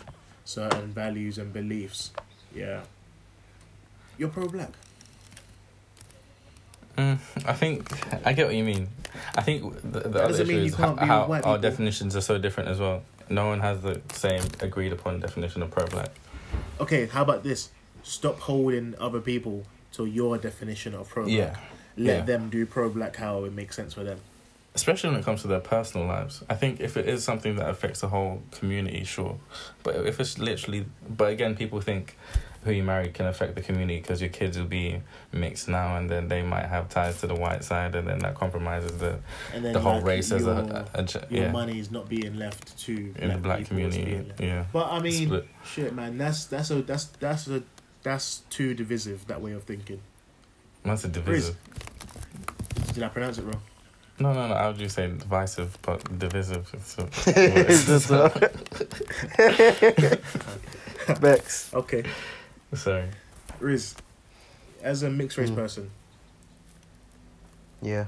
[SPEAKER 3] certain values and beliefs, yeah, you're pro black.
[SPEAKER 1] Mm, I think I get what you mean. I think the, the other
[SPEAKER 3] doesn't
[SPEAKER 1] issue
[SPEAKER 3] mean you
[SPEAKER 1] is how,
[SPEAKER 3] can't be
[SPEAKER 1] how
[SPEAKER 3] with white
[SPEAKER 1] our
[SPEAKER 3] people.
[SPEAKER 1] definitions are so different as well. No one has the same agreed upon definition of pro black.
[SPEAKER 3] okay, how about this? Stop holding other people to your definition of pro black.
[SPEAKER 1] Yeah.
[SPEAKER 3] Let
[SPEAKER 1] Yeah.
[SPEAKER 3] them do pro black how it makes sense for them.
[SPEAKER 1] especially when it comes to their personal lives. I think if it is something that affects the whole community, sure. But if it's literally, but again, people think who you marry can affect the community because your kids will be mixed now, and then they might have ties to the white side, and then that compromises the
[SPEAKER 3] And then
[SPEAKER 1] the whole
[SPEAKER 3] like,
[SPEAKER 1] race
[SPEAKER 3] your,
[SPEAKER 1] as a, a, a ge-
[SPEAKER 3] your
[SPEAKER 1] yeah
[SPEAKER 3] money is not being left to
[SPEAKER 1] in the black
[SPEAKER 3] people, it's
[SPEAKER 1] community.
[SPEAKER 3] being left-
[SPEAKER 1] Yeah,
[SPEAKER 3] But I mean,
[SPEAKER 1] Split.
[SPEAKER 3] shit, man, that's that's a that's that's a that's too divisive that way of thinking.
[SPEAKER 1] that's a divisive.
[SPEAKER 3] Did I pronounce it wrong?
[SPEAKER 1] No, no, no. I would just say divisive, but divisive. It's a,
[SPEAKER 2] Is this so? Bex.
[SPEAKER 3] Okay,
[SPEAKER 1] sorry.
[SPEAKER 3] Riz, as a mixed
[SPEAKER 1] Hmm.
[SPEAKER 3] race
[SPEAKER 2] Mm.
[SPEAKER 3] person,
[SPEAKER 2] Yeah.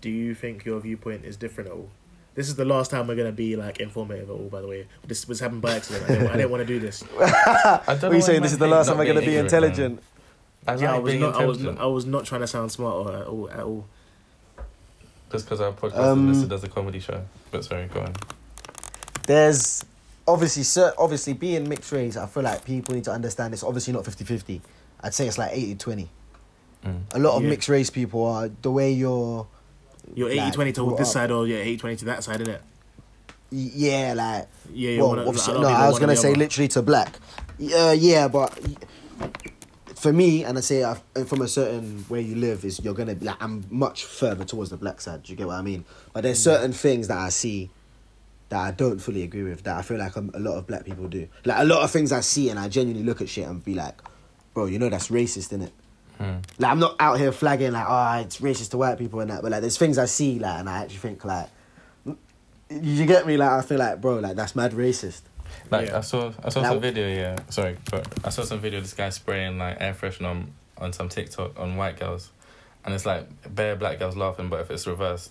[SPEAKER 3] do you think your viewpoint is different at all? This is the last time we're gonna be like informative at all. By the way, this was happened by accident. I didn't, I didn't want to do this.
[SPEAKER 1] I don't know
[SPEAKER 2] What are
[SPEAKER 1] why
[SPEAKER 2] you saying?
[SPEAKER 1] man
[SPEAKER 2] This is the
[SPEAKER 1] hate
[SPEAKER 2] last
[SPEAKER 1] not
[SPEAKER 2] time we're going to
[SPEAKER 1] being
[SPEAKER 2] be
[SPEAKER 1] ignorant, man.
[SPEAKER 2] intelligent.
[SPEAKER 1] I,
[SPEAKER 3] yeah, I
[SPEAKER 1] like
[SPEAKER 3] was
[SPEAKER 1] being
[SPEAKER 3] not. I was.
[SPEAKER 1] intelligent.
[SPEAKER 3] Not, I was not trying to sound smart or at all. At all.
[SPEAKER 1] Just because our podcast
[SPEAKER 2] Um,
[SPEAKER 1] is listed as a comedy show. But sorry, go on.
[SPEAKER 2] There's obviously, cer- obviously being mixed race, I feel like people need to understand it's obviously not 50 50. I'd say it's like 80 20.
[SPEAKER 1] Mm.
[SPEAKER 2] A lot of
[SPEAKER 3] Yeah.
[SPEAKER 2] mixed race people are the way you're,
[SPEAKER 3] You're
[SPEAKER 2] Like,
[SPEAKER 3] 80 20 to
[SPEAKER 2] brought
[SPEAKER 3] this
[SPEAKER 2] up.
[SPEAKER 3] side, or yeah, 80 20 to that side,
[SPEAKER 2] y-
[SPEAKER 3] innit?
[SPEAKER 2] yeah, like,
[SPEAKER 3] Yeah, yeah.
[SPEAKER 2] well,
[SPEAKER 3] one or-
[SPEAKER 2] obviously,
[SPEAKER 3] a lot
[SPEAKER 2] no,
[SPEAKER 3] of people
[SPEAKER 2] I was
[SPEAKER 3] one or
[SPEAKER 2] gonna
[SPEAKER 3] the
[SPEAKER 2] say
[SPEAKER 3] other.
[SPEAKER 2] literally to black. Yeah, uh, yeah, but for me, and I say I've, from a certain where you live is you're gonna be like I'm much further towards the black side. Do you get what I mean? But there's
[SPEAKER 3] Mm.
[SPEAKER 2] certain things that I see that I don't fully agree with that I feel like um a lot of black people do. Like a lot of things I see, and I genuinely look at shit and be like, bro, you know that's racist, innit?
[SPEAKER 1] Hmm.
[SPEAKER 2] Like I'm not out here flagging like oh it's racist to white people and that, but like there's things I see like and I actually think like. You get me, like I feel like, bro, like that's mad racist.
[SPEAKER 1] Like
[SPEAKER 3] Yeah.
[SPEAKER 1] I saw, I saw
[SPEAKER 2] Now-
[SPEAKER 1] some video. Yeah, sorry, but I saw some video. This guy spraying like air freshener on on some TikTok on white girls, and it's like bare black girls laughing. But if it's reversed,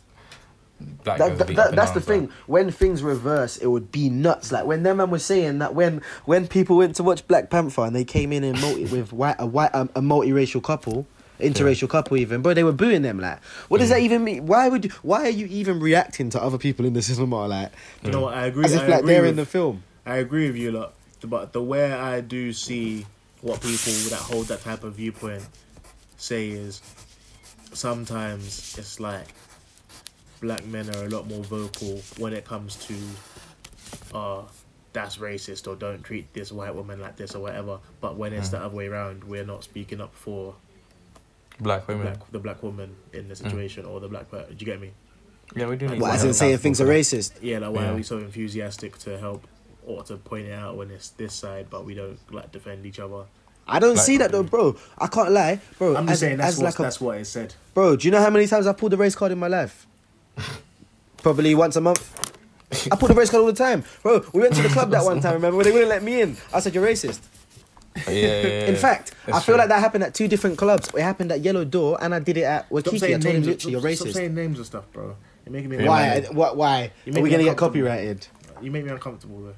[SPEAKER 1] black
[SPEAKER 2] That,
[SPEAKER 1] girls
[SPEAKER 2] that,
[SPEAKER 1] be
[SPEAKER 2] that-
[SPEAKER 1] up in
[SPEAKER 2] that's the
[SPEAKER 1] arms, like,
[SPEAKER 2] thing. When things reverse, it would be nuts. Like when their man was saying that when when people went to watch Black Panther and they came in and multi with white a white um, a multiracial couple, interracial couple even, bro, they were booing them. Like, what does that even mean? Why would you, why are you even reacting to other people in the cinema? Like,
[SPEAKER 3] You know what? I agree.
[SPEAKER 2] as if
[SPEAKER 3] I,
[SPEAKER 2] like
[SPEAKER 3] agree
[SPEAKER 2] they're
[SPEAKER 3] with,
[SPEAKER 2] in the film.
[SPEAKER 3] I agree with you lot, but the way I do see what people that hold that type of viewpoint say is sometimes it's like black men are a lot more vocal when it comes to uh that's racist or don't treat this white woman like this or whatever but when it's the other way around we're not speaking up for
[SPEAKER 1] Black women.
[SPEAKER 3] black the black woman in the situation or the black per- do you get me
[SPEAKER 1] Yeah, we do. Need
[SPEAKER 2] What,
[SPEAKER 1] to
[SPEAKER 2] as
[SPEAKER 1] have
[SPEAKER 2] in
[SPEAKER 1] a
[SPEAKER 2] saying
[SPEAKER 1] black
[SPEAKER 2] things are
[SPEAKER 1] woman.
[SPEAKER 2] racist.
[SPEAKER 3] yeah like why
[SPEAKER 1] Yeah.
[SPEAKER 3] are we so enthusiastic to help or to point it out when it's this side but we don't like defend each other
[SPEAKER 2] I don't
[SPEAKER 1] Like-
[SPEAKER 2] see that though, bro. I can't lie, bro.
[SPEAKER 3] I'm
[SPEAKER 2] as,
[SPEAKER 3] just saying that's
[SPEAKER 2] as
[SPEAKER 3] what
[SPEAKER 2] like a-
[SPEAKER 3] that's what it said.
[SPEAKER 2] Bro, do you know how many times I pulled a race card in my life? Probably once a month. I pulled a race card all the time. Bro, we went to the club that one time, remember? They wouldn't let me in. I said, You're racist.
[SPEAKER 1] Yeah, yeah, yeah.
[SPEAKER 2] in fact, I
[SPEAKER 1] That's
[SPEAKER 2] feel
[SPEAKER 1] true.
[SPEAKER 2] like that happened at two different clubs. It happened at Yellow Door and I did it at
[SPEAKER 3] Stop
[SPEAKER 2] Wakiki. I
[SPEAKER 3] saying
[SPEAKER 2] told him,
[SPEAKER 3] names.
[SPEAKER 2] literally,
[SPEAKER 3] stop,
[SPEAKER 2] You're
[SPEAKER 3] stop
[SPEAKER 2] racist.
[SPEAKER 3] saying names and stuff, bro. You're making me.
[SPEAKER 2] Why?
[SPEAKER 3] uncomfortable.
[SPEAKER 2] Why? why? Are we
[SPEAKER 3] You make me
[SPEAKER 2] going to get
[SPEAKER 3] uncomfortable.
[SPEAKER 2] copyrighted?
[SPEAKER 3] You make me uncomfortable though.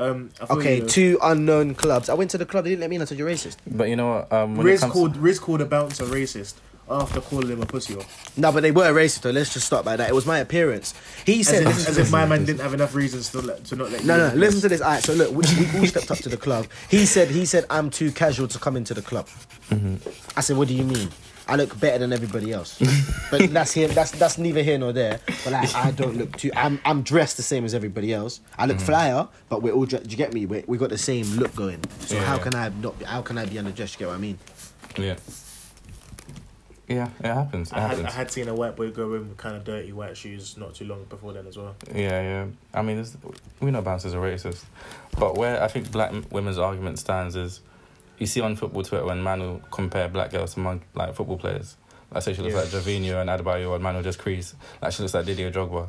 [SPEAKER 3] Um, I feel
[SPEAKER 2] Okay,
[SPEAKER 3] you, though.
[SPEAKER 2] two unknown clubs. I went to the club, they didn't let me in. I said, You're racist.
[SPEAKER 1] But you know what? Um, when
[SPEAKER 3] Riz
[SPEAKER 1] it comes
[SPEAKER 3] called Riz called a bouncer racist after calling him a pussy off.
[SPEAKER 2] No, but they were racist, though. Let's just stop by that. It was my appearance. He
[SPEAKER 3] As
[SPEAKER 2] said,
[SPEAKER 3] if, as if my man didn't have enough reasons to let, to not let.
[SPEAKER 2] No,
[SPEAKER 3] you
[SPEAKER 2] no.
[SPEAKER 3] in.
[SPEAKER 2] Listen to this. All right. So look, we, we all stepped up to the club. He said, he said, I'm too casual to come into the club.
[SPEAKER 1] Mm-hmm.
[SPEAKER 2] I said, what do you mean? I look better than everybody else. but that's here. That's that's neither here nor there. But like, I don't look too. I'm I'm dressed the same as everybody else. I
[SPEAKER 1] Mm.
[SPEAKER 2] look flyer, but we're all. dre- Do you get me? We we got the same look going. So
[SPEAKER 1] Yeah,
[SPEAKER 2] how
[SPEAKER 1] yeah.
[SPEAKER 2] can I not? be- How can I be underdressed? You get what I mean?
[SPEAKER 1] Yeah. Yeah, it happens. It
[SPEAKER 3] I had,
[SPEAKER 1] happens.
[SPEAKER 3] I had seen a white boy go in with kind of dirty white shoes not too long before then as well.
[SPEAKER 1] Yeah, yeah. I mean, it's, we know bouncers are racist, but where I think black m- women's argument stands is, you see on football Twitter when man will compare black girls to mon- like football players. Like say she looks
[SPEAKER 3] Yeah.
[SPEAKER 1] like Javinho and Adebayo, and man will just crease. Like she looks like Didier Drogba.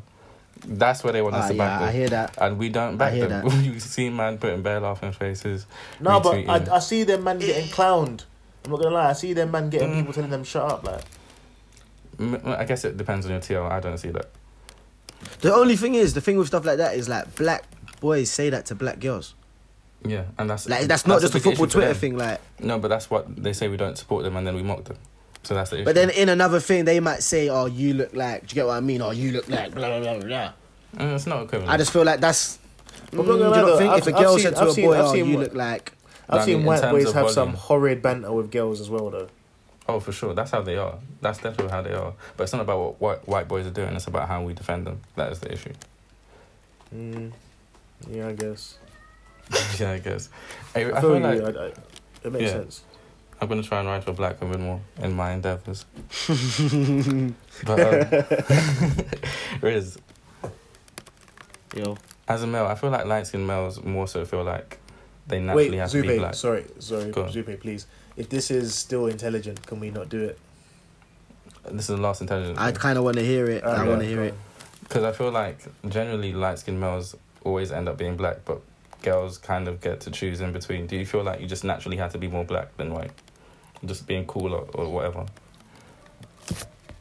[SPEAKER 1] That's where they want us
[SPEAKER 2] Ah,
[SPEAKER 1] to back
[SPEAKER 2] yeah, I
[SPEAKER 1] them,
[SPEAKER 2] hear that.
[SPEAKER 1] and we don't back
[SPEAKER 2] hear
[SPEAKER 1] them.
[SPEAKER 2] that.
[SPEAKER 1] you see man putting bare laughing faces.
[SPEAKER 3] No, but
[SPEAKER 1] retweeting.
[SPEAKER 3] I, I see them man getting clowned. I'm not gonna lie, I see them man getting
[SPEAKER 1] Mm.
[SPEAKER 3] people telling them shut up. Like
[SPEAKER 1] M- I guess it depends on your TL. I don't see that.
[SPEAKER 2] The only thing is, the thing with stuff like that is like black boys say that to black girls.
[SPEAKER 1] Yeah, and that's
[SPEAKER 2] Like that's not just a
[SPEAKER 1] big issue
[SPEAKER 2] football
[SPEAKER 1] for
[SPEAKER 2] Twitter
[SPEAKER 1] them.
[SPEAKER 2] thing. Like.
[SPEAKER 1] No, but that's what they say. We don't support them, and then we mock them. So that's the issue.
[SPEAKER 2] But then in another thing, they might say, "Oh, you look like." Do you get what I mean? Oh, you look like. Blah blah blah blah.
[SPEAKER 1] Mm, it's not equivalent.
[SPEAKER 2] I just feel like that's. Mm,
[SPEAKER 3] But look
[SPEAKER 2] do
[SPEAKER 3] at
[SPEAKER 2] you
[SPEAKER 3] that
[SPEAKER 2] not
[SPEAKER 3] though,
[SPEAKER 2] think
[SPEAKER 3] I've-
[SPEAKER 2] if a
[SPEAKER 3] I've
[SPEAKER 2] girl
[SPEAKER 3] seen-
[SPEAKER 2] said to
[SPEAKER 3] I've
[SPEAKER 2] a
[SPEAKER 3] seen-
[SPEAKER 2] boy,
[SPEAKER 3] I've
[SPEAKER 2] "Oh,
[SPEAKER 3] seen
[SPEAKER 2] you
[SPEAKER 3] what-
[SPEAKER 2] look like,"
[SPEAKER 3] I've
[SPEAKER 1] Danny,
[SPEAKER 3] seen
[SPEAKER 1] in
[SPEAKER 3] white
[SPEAKER 1] terms
[SPEAKER 3] boys
[SPEAKER 1] of
[SPEAKER 3] have some
[SPEAKER 1] volume.
[SPEAKER 3] horrid banter with girls as well though.
[SPEAKER 1] Oh, for sure. That's how they are. That's definitely how they are. But it's not about what white, white boys are doing. It's about how we defend them. That is the issue.
[SPEAKER 3] Mm, yeah, I guess.
[SPEAKER 1] yeah, I guess. I, I feel
[SPEAKER 3] I feel
[SPEAKER 1] like
[SPEAKER 3] you. I, I, it makes
[SPEAKER 1] Yeah.
[SPEAKER 3] sense.
[SPEAKER 1] I'm going to try and write for black women more in my endeavours. but, um, Riz,
[SPEAKER 2] yo,
[SPEAKER 1] as a male, I feel like light-skinned males more so feel like they
[SPEAKER 3] Wait,
[SPEAKER 1] naturally have to be
[SPEAKER 3] Zube,
[SPEAKER 1] black.
[SPEAKER 3] sorry, sorry,
[SPEAKER 1] Go on.
[SPEAKER 3] Zube, please. If this is still intelligent, can we not do it?
[SPEAKER 1] This is the last intelligence.
[SPEAKER 2] I kind of want to hear it. I
[SPEAKER 1] Okay.
[SPEAKER 2] want to hear it.
[SPEAKER 1] Because I feel like generally light-skinned males always end up being black, but girls kind of get to choose in between. Do you feel like you just naturally have to be more black than white? Just being cool or, or whatever?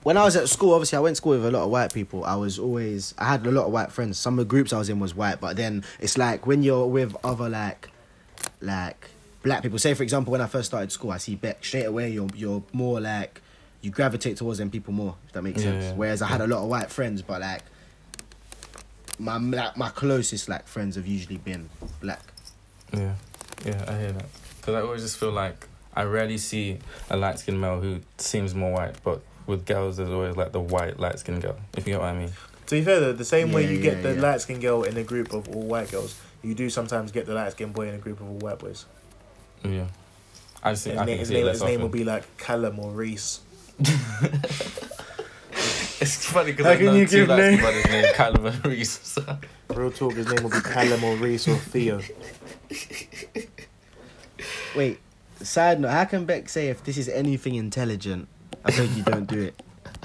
[SPEAKER 2] When I was at school, obviously I went to school with a lot of white people. I was always I had a lot of white friends. Some of the groups I was in was white, but then it's like when you're with other like like black people. Say for example, when I first started school, I see Beck straight away. You're you're more like you gravitate towards them people more. If that makes
[SPEAKER 1] Yeah,
[SPEAKER 2] sense.
[SPEAKER 1] yeah.
[SPEAKER 2] Whereas I had a lot of white friends, but like my like my closest like friends have usually been black.
[SPEAKER 1] Yeah, yeah, I hear that. Because I always just feel like I rarely see a light skinned male who seems more white, but with girls, there's always like the white light skinned girl, if you get what I mean.
[SPEAKER 3] To be fair, though, the same way
[SPEAKER 2] Yeah,
[SPEAKER 3] you
[SPEAKER 2] yeah,
[SPEAKER 3] get the
[SPEAKER 2] yeah.
[SPEAKER 3] light skinned girl in a group of all white girls, you do sometimes get the light skinned boy in a group of all white boys.
[SPEAKER 1] Yeah. I just
[SPEAKER 3] His,
[SPEAKER 1] think, I
[SPEAKER 3] name,
[SPEAKER 1] think I
[SPEAKER 3] his,
[SPEAKER 1] see it
[SPEAKER 3] name,
[SPEAKER 1] less
[SPEAKER 3] his name will
[SPEAKER 1] often.
[SPEAKER 3] be like Callum or Reese.
[SPEAKER 1] It's funny because
[SPEAKER 2] How
[SPEAKER 1] I
[SPEAKER 2] can
[SPEAKER 1] know
[SPEAKER 2] you
[SPEAKER 1] two
[SPEAKER 2] give
[SPEAKER 1] light
[SPEAKER 2] name?
[SPEAKER 1] skinned brothers named Callum and Reese. so-
[SPEAKER 3] Real talk, his name will be Callum or Reese or Theo.
[SPEAKER 2] Wait, side note: How can Beck say if this is anything intelligent? I beg you, don't do it.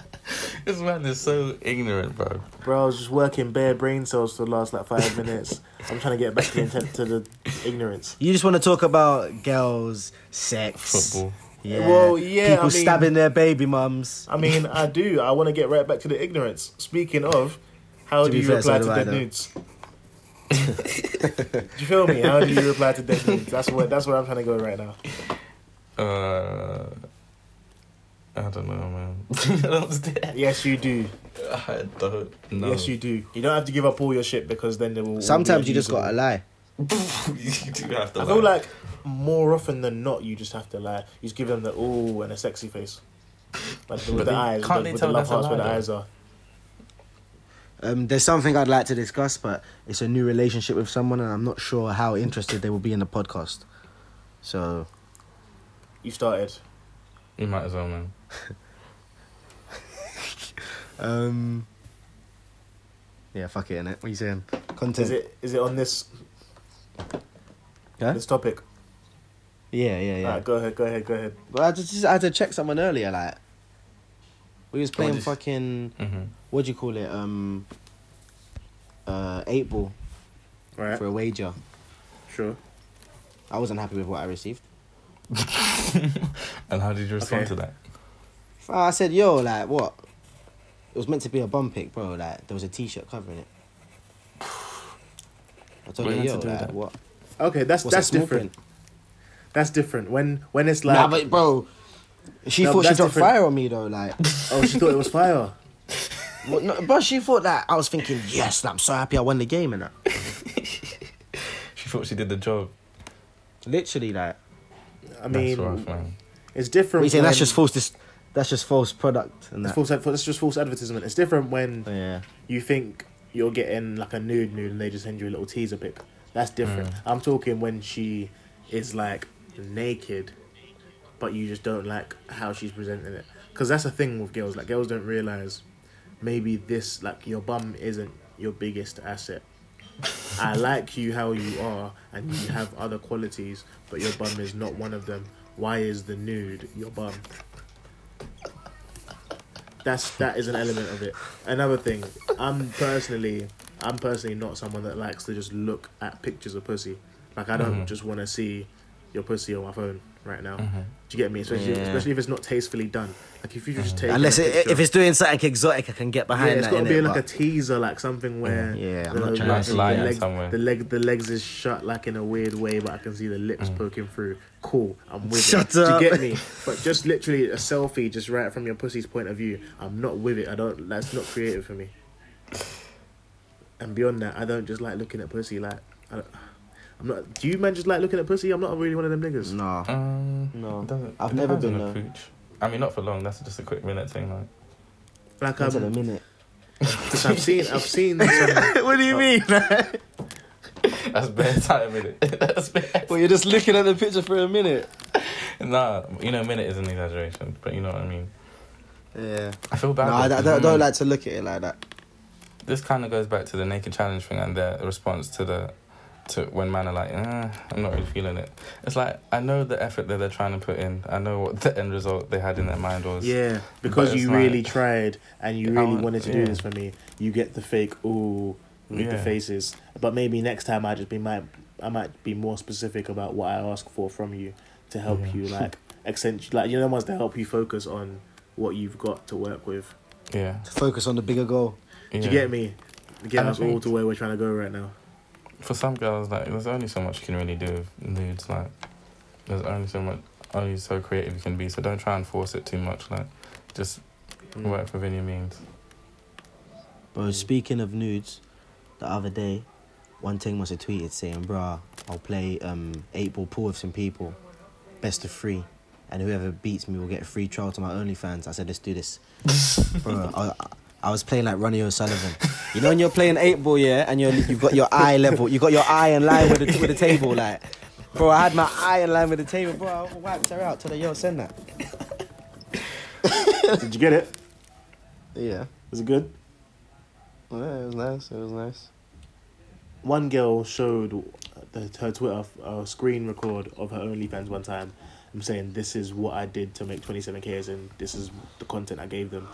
[SPEAKER 1] this man is so ignorant, bro.
[SPEAKER 3] Bro, I was just working bare brain cells for the last like five minutes. I'm trying to get back to the, intent, to the ignorance.
[SPEAKER 2] You just want to talk about girls, sex,
[SPEAKER 1] Football.
[SPEAKER 2] Yeah.
[SPEAKER 3] Well, yeah,
[SPEAKER 2] People
[SPEAKER 3] I mean-
[SPEAKER 2] stabbing their baby mums.
[SPEAKER 3] I mean, I do. I want to get right back to the ignorance. Speaking of, how
[SPEAKER 2] To
[SPEAKER 3] do
[SPEAKER 2] be
[SPEAKER 3] you
[SPEAKER 2] fair, so
[SPEAKER 3] reply
[SPEAKER 2] do
[SPEAKER 3] to
[SPEAKER 2] I,
[SPEAKER 3] dead
[SPEAKER 2] though.
[SPEAKER 3] nudes? do you feel me? How do you reply to dead nudes? That's what that's where I'm trying to go right now.
[SPEAKER 1] Uh, I don't know, man. I don't-
[SPEAKER 3] Yes, you do.
[SPEAKER 1] I don't know.
[SPEAKER 3] Yes, you do. You don't have to give up all your shit because then they will. will be
[SPEAKER 2] Sometimes you just
[SPEAKER 3] abusable.
[SPEAKER 2] gotta lie.
[SPEAKER 1] you do have to
[SPEAKER 3] I
[SPEAKER 1] lie.
[SPEAKER 3] feel like more often than not, you just have to lie. You just give them the ooh and a sexy face, like with
[SPEAKER 1] But
[SPEAKER 3] the
[SPEAKER 1] they-
[SPEAKER 3] eyes, with
[SPEAKER 1] can't
[SPEAKER 3] the-
[SPEAKER 1] they
[SPEAKER 3] with the
[SPEAKER 1] tell
[SPEAKER 3] love
[SPEAKER 1] that's a
[SPEAKER 3] hearts where the
[SPEAKER 1] lie, though?
[SPEAKER 3] eyes are.
[SPEAKER 2] Um, there's something I'd like to discuss, but it's a new relationship with someone, and I'm not sure how interested they will be in the podcast. So
[SPEAKER 3] You started.
[SPEAKER 1] You might as well, man.
[SPEAKER 2] um, yeah, fuck it, innit? What are you saying? Content.
[SPEAKER 3] Is it is it on this
[SPEAKER 2] Huh?
[SPEAKER 3] this topic?
[SPEAKER 2] Yeah, yeah, yeah.
[SPEAKER 3] Alright, go ahead, go ahead, go ahead.
[SPEAKER 2] But I just, just I had to check someone earlier. Like we was playing
[SPEAKER 3] just-
[SPEAKER 2] fucking
[SPEAKER 1] Mm-hmm.
[SPEAKER 2] what do you call it? Um, uh, eight ball
[SPEAKER 3] Right,
[SPEAKER 2] for a wager.
[SPEAKER 3] sure.
[SPEAKER 2] I wasn't happy with what I received.
[SPEAKER 1] And how did you respond
[SPEAKER 3] Okay.
[SPEAKER 1] to that?
[SPEAKER 2] I said, yo, like what? It was meant to be a bum pick, bro. Like there was a T-shirt covering it. I told
[SPEAKER 1] Why
[SPEAKER 2] her,
[SPEAKER 1] not
[SPEAKER 2] yo,
[SPEAKER 1] to do
[SPEAKER 2] like
[SPEAKER 1] that?
[SPEAKER 2] what?
[SPEAKER 3] Okay, that's
[SPEAKER 2] What's
[SPEAKER 3] that's
[SPEAKER 2] that small
[SPEAKER 3] different.
[SPEAKER 2] print?
[SPEAKER 3] That's different. When when it's like
[SPEAKER 2] Nah, but bro, she
[SPEAKER 3] No, but
[SPEAKER 2] thought she
[SPEAKER 3] that's
[SPEAKER 2] dropped
[SPEAKER 3] different.
[SPEAKER 2] fire on me though. Like,
[SPEAKER 3] oh, she thought it was fire.
[SPEAKER 2] what, no, bro, she thought that I was thinking, yes, I'm so happy I won the game and that.
[SPEAKER 1] She thought she did the job.
[SPEAKER 2] Literally, like.
[SPEAKER 3] I mean,
[SPEAKER 1] That's rough, man.
[SPEAKER 3] it's different.
[SPEAKER 2] What you saying? That's
[SPEAKER 3] when-
[SPEAKER 2] just false. Dis- that's just false product and
[SPEAKER 3] It's
[SPEAKER 2] that.
[SPEAKER 3] false. ad- That's just false advertisement. It's different when
[SPEAKER 2] Yeah.
[SPEAKER 3] you think you're getting like a nude nude and they just send you a little teaser pic. That's different.
[SPEAKER 2] Mm.
[SPEAKER 3] I'm talking when she is like naked, but you just don't like how she's presenting it. Because that's the thing with girls. Like girls don't realize maybe this like your bum isn't your biggest asset. I like you how you are, and you have other qualities, but your bum is not one of them. Why is the nude your bum? That's that is an element of it. Another thing, I'm personally, I'm personally not someone that likes to just look at pictures of pussy. Like I don't
[SPEAKER 1] Mhm.
[SPEAKER 3] just want to see your pussy on my phone right now.
[SPEAKER 1] Mhm.
[SPEAKER 3] Do you get me? Especially
[SPEAKER 2] Yeah.
[SPEAKER 3] especially if it's not tastefully done. Like if you just take
[SPEAKER 2] Unless
[SPEAKER 3] a
[SPEAKER 2] it,
[SPEAKER 3] picture-
[SPEAKER 2] if it's doing something exotic, I can get behind
[SPEAKER 3] yeah, it's
[SPEAKER 2] that.
[SPEAKER 3] got to be
[SPEAKER 2] innit?
[SPEAKER 3] like a
[SPEAKER 2] But-
[SPEAKER 3] teaser, like something where
[SPEAKER 2] Yeah, I'm
[SPEAKER 3] the-
[SPEAKER 2] not trying
[SPEAKER 1] to
[SPEAKER 3] like,
[SPEAKER 1] see
[SPEAKER 3] the,
[SPEAKER 1] that.
[SPEAKER 3] legs,
[SPEAKER 1] Somewhere.
[SPEAKER 3] the leg, the legs is shut like in a weird way, but I can see the lips poking through. Cool, I'm with
[SPEAKER 2] Mm. Shut
[SPEAKER 3] it.
[SPEAKER 2] up.
[SPEAKER 3] Do you get me? But just literally a selfie, just right from your pussy's point of view. I'm not with it. I don't. That's not creative for me. And beyond that, I don't just like looking at pussy. Like, I don't, I'm not. Do you men just like looking at pussy? I'm not really one of them niggas.
[SPEAKER 2] Nah.
[SPEAKER 1] Um,
[SPEAKER 2] No.
[SPEAKER 1] it doesn't-
[SPEAKER 2] I've
[SPEAKER 1] it
[SPEAKER 2] never
[SPEAKER 1] depends
[SPEAKER 2] been
[SPEAKER 1] on the
[SPEAKER 2] a-
[SPEAKER 1] pooch. I mean, not for long. That's just a quick minute thing. Like,
[SPEAKER 3] Like,
[SPEAKER 2] That's in a
[SPEAKER 3] um,
[SPEAKER 2] minute.
[SPEAKER 3] cause I've seen, I've seen. Some,
[SPEAKER 2] what do you mean?
[SPEAKER 1] that's bare time, innit? that's bare.
[SPEAKER 2] well, you're just looking at the picture for a minute.
[SPEAKER 1] Nah, you know, minute is an exaggeration, but you know what I mean.
[SPEAKER 2] Yeah.
[SPEAKER 1] I feel bad.
[SPEAKER 2] No, I, I
[SPEAKER 1] because
[SPEAKER 2] don't, I don't
[SPEAKER 1] women-
[SPEAKER 2] like to look at it like that.
[SPEAKER 1] This kind of goes back to the naked challenge thing and their response to the, to when men are like, eh, I'm not really feeling it. It's like I know the effort that they're trying to put in. I know what the end result they had in their mind was.
[SPEAKER 3] Yeah, because
[SPEAKER 1] it's
[SPEAKER 3] you
[SPEAKER 1] like-
[SPEAKER 3] really tried and you
[SPEAKER 1] I
[SPEAKER 3] really
[SPEAKER 1] want-
[SPEAKER 3] wanted to
[SPEAKER 1] yeah.
[SPEAKER 3] do this for me. You get the fake ooh with the
[SPEAKER 1] Yeah.
[SPEAKER 3] faces, but maybe next time I just be might I might be more specific about what I ask for from you to help
[SPEAKER 1] Yeah.
[SPEAKER 3] you like accentuate like you know the ones to help you focus on what you've got to work with.
[SPEAKER 1] Yeah.
[SPEAKER 2] Focus on the bigger goal.
[SPEAKER 1] yeah.
[SPEAKER 3] Do you get me? Get
[SPEAKER 1] And I
[SPEAKER 3] us all
[SPEAKER 1] think-
[SPEAKER 3] to where we're trying to go right now.
[SPEAKER 1] For some girls, like there's only so much you can really do with nudes. Like there's only so much, only so creative you can be. So don't try and force it too much. Like just
[SPEAKER 3] Mm.
[SPEAKER 1] work within your means.
[SPEAKER 2] Bro, speaking of nudes, the other day, one thing must have tweeted saying, bruh, I'll play um, eight ball pool with some people, best of three, and whoever beats me will get a free trial to my OnlyFans. I said, let's do this. Bro, I, I was playing like Ronnie O'Sullivan. You know when you're playing eight ball, yeah, and you're, you've got your eye level, you've got your eye in line with the, with the table, like. Bro, I had my eye in line with the table, bro. I wiped her out. Told her, yo, send that.
[SPEAKER 3] Did you get it?
[SPEAKER 2] Yeah.
[SPEAKER 3] Was it good?
[SPEAKER 2] Yeah, it was nice. It was nice.
[SPEAKER 3] one girl showed the, her Twitter uh, screen record of her OnlyFans one time. I'm saying this is what I did to make 27k, and this is the content I gave them,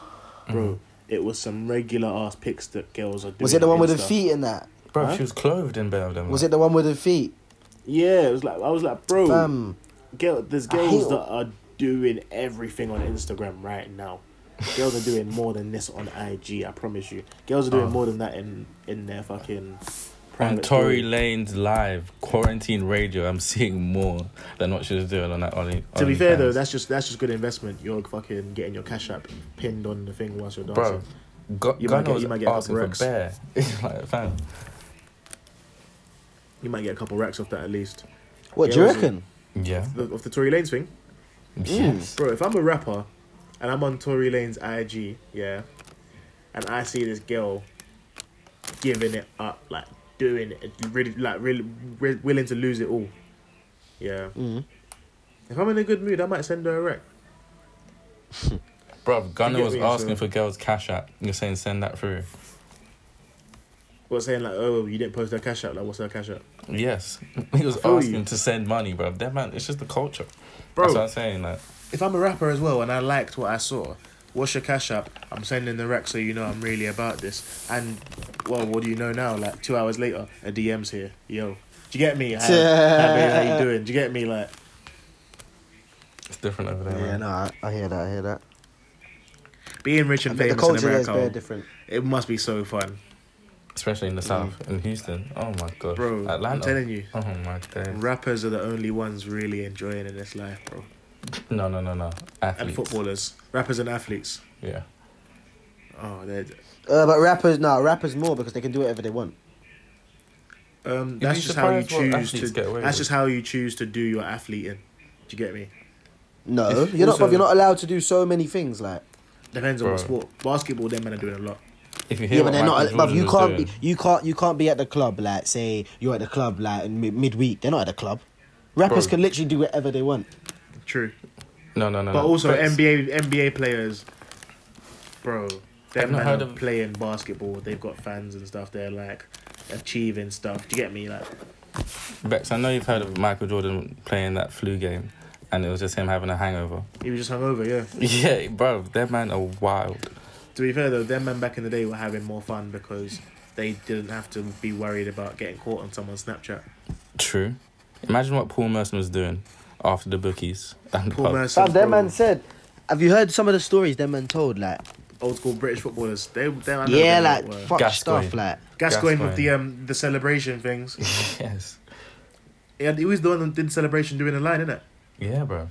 [SPEAKER 3] bro. It was some regular ass pics that girls are doing.
[SPEAKER 2] Was it the one
[SPEAKER 3] on
[SPEAKER 2] with the
[SPEAKER 3] Insta.
[SPEAKER 2] feet in that?
[SPEAKER 1] Bro,
[SPEAKER 3] Huh?
[SPEAKER 1] she was clothed in bare of them.
[SPEAKER 2] Was
[SPEAKER 1] like.
[SPEAKER 2] it the one with the feet?
[SPEAKER 3] Yeah, it was like I was like, bro,
[SPEAKER 2] Um,
[SPEAKER 3] girl, there's
[SPEAKER 2] I hate
[SPEAKER 3] girls
[SPEAKER 2] it.
[SPEAKER 3] that are doing everything on Instagram right now. girls are doing more than this on IG. I promise you. Girls are doing
[SPEAKER 1] Oh.
[SPEAKER 3] more than that in in their
[SPEAKER 1] On
[SPEAKER 3] fucking. private
[SPEAKER 1] Tory
[SPEAKER 3] story.
[SPEAKER 1] Lane's live quarantine radio, I'm seeing more than what she was doing on that Ollie.
[SPEAKER 3] To be fair though, that's just that's just good investment. You're fucking getting your cash app pinned on the thing whilst you're dancing.
[SPEAKER 1] bro. Gu-
[SPEAKER 3] You might
[SPEAKER 1] Gunner
[SPEAKER 3] get-
[SPEAKER 1] was
[SPEAKER 3] you might get
[SPEAKER 1] asking
[SPEAKER 3] Upper X.
[SPEAKER 1] for bear. like, fam,
[SPEAKER 3] You might get a couple racks off that at least.
[SPEAKER 2] what
[SPEAKER 3] Yeah,
[SPEAKER 2] do you
[SPEAKER 3] it was a-
[SPEAKER 2] reckon?
[SPEAKER 1] yeah,
[SPEAKER 3] The, off the Tory Lanez thing,
[SPEAKER 1] yes.
[SPEAKER 3] bro. If I'm a rapper and I'm on Tory Lane's IG, yeah, and I see this girl giving it up, like doing it, really, like really, re- willing to lose it all, yeah.
[SPEAKER 2] Mm.
[SPEAKER 3] If I'm in a good mood, I might send her a rec.
[SPEAKER 1] Bro, Gunner
[SPEAKER 3] get
[SPEAKER 1] was
[SPEAKER 3] me,
[SPEAKER 1] asking
[SPEAKER 3] so-
[SPEAKER 1] for girls' cash app. You're saying send that through.
[SPEAKER 3] What saying like, oh, you didn't post her cash out. Like, what's her cash out,
[SPEAKER 1] Yes, he was
[SPEAKER 3] I feel
[SPEAKER 1] asking
[SPEAKER 3] you.
[SPEAKER 1] to send money, bro. That man, it's just the culture.
[SPEAKER 3] bro?
[SPEAKER 1] That's what I'm saying. Like,
[SPEAKER 3] if I'm a rapper as well and I liked what I saw, what's your cash app? I'm sending the rec so you know I'm really about this. And well, what do you know now? Like two hours later, a DM's here. Yo, do you get me? How, how, how you doing? Do you get me? Like,
[SPEAKER 1] it's different over there.
[SPEAKER 2] Yeah,
[SPEAKER 1] man.
[SPEAKER 2] no, I, I hear that. I hear that.
[SPEAKER 3] being rich
[SPEAKER 2] I
[SPEAKER 3] and
[SPEAKER 2] think the
[SPEAKER 3] famous in
[SPEAKER 2] culture there is very
[SPEAKER 3] America,
[SPEAKER 2] different.
[SPEAKER 3] it must be so fun,
[SPEAKER 1] Especially in the south, in Houston. Oh my god,
[SPEAKER 3] Mm. bro. I'm
[SPEAKER 1] Atlanta.
[SPEAKER 3] telling you,
[SPEAKER 1] oh my god.
[SPEAKER 3] rappers are the only ones really enjoying in this life, bro.
[SPEAKER 1] No, no, no, no.
[SPEAKER 3] And
[SPEAKER 1] Athletes.
[SPEAKER 3] footballers, rappers and athletes.
[SPEAKER 1] Yeah.
[SPEAKER 3] Oh, they're.
[SPEAKER 2] Uh, but rappers, no, rappers more because they can do whatever they want.
[SPEAKER 3] Um,
[SPEAKER 1] be
[SPEAKER 3] that's just how you
[SPEAKER 1] surprised what
[SPEAKER 3] choose
[SPEAKER 1] athletes
[SPEAKER 3] to.
[SPEAKER 1] get away
[SPEAKER 3] That's
[SPEAKER 1] with.
[SPEAKER 3] just how you choose to do your athleting. Do you get me?
[SPEAKER 2] No,
[SPEAKER 1] It's
[SPEAKER 2] you're not.
[SPEAKER 1] also-
[SPEAKER 2] You're not allowed to do so many things. Like
[SPEAKER 3] Depends on what
[SPEAKER 1] Bro.
[SPEAKER 3] sport. Basketball, them men are doing a lot.
[SPEAKER 1] If you hear
[SPEAKER 2] yeah,
[SPEAKER 1] what
[SPEAKER 2] but they're not.
[SPEAKER 1] Michael
[SPEAKER 2] But
[SPEAKER 1] Jordan
[SPEAKER 2] you
[SPEAKER 1] was
[SPEAKER 2] can't
[SPEAKER 1] doing,
[SPEAKER 2] be. You can't. You can't be at the club. Like say you're at the club like in mid- midweek. They're not at the club. Rappers
[SPEAKER 1] Bro.
[SPEAKER 2] can literally do whatever they want.
[SPEAKER 3] True.
[SPEAKER 1] Uh, No, no, no.
[SPEAKER 3] But
[SPEAKER 1] no.
[SPEAKER 3] also
[SPEAKER 1] Facts.
[SPEAKER 3] NBA NBA players, bro,
[SPEAKER 1] I've
[SPEAKER 3] them
[SPEAKER 1] not
[SPEAKER 3] men
[SPEAKER 1] heard
[SPEAKER 3] are
[SPEAKER 1] of-
[SPEAKER 3] playing basketball. They've got fans and stuff. They're like achieving stuff. Do you get me? Like,
[SPEAKER 1] Bex, I know you've heard of Michael Jordan playing that flu game, and it was just him having a hangover.
[SPEAKER 3] he was just hungover. Yeah.
[SPEAKER 1] Yeah, bro, that man are wild.
[SPEAKER 3] To be fair though, them men back in the day were having more fun because they didn't have to be worried about getting caught on someone's Snapchat.
[SPEAKER 1] True. Imagine what Paul Merson was doing after the bookies and the
[SPEAKER 3] Paul
[SPEAKER 1] pub.
[SPEAKER 3] Merson,
[SPEAKER 2] Fam, that
[SPEAKER 3] bro,
[SPEAKER 2] man said. Have you heard some of the stories that man told? Like
[SPEAKER 3] old school British footballers. They, they I know
[SPEAKER 2] yeah,
[SPEAKER 3] them lot
[SPEAKER 2] like
[SPEAKER 3] were-
[SPEAKER 2] fuck
[SPEAKER 1] Gascoigne.
[SPEAKER 2] stuff. Like
[SPEAKER 3] Gascoigne
[SPEAKER 1] Gascoigne.
[SPEAKER 3] with the um the celebration things.
[SPEAKER 1] Yes.
[SPEAKER 3] Yeah, he was the one that did celebration doing the line, innit?
[SPEAKER 1] Yeah, bro.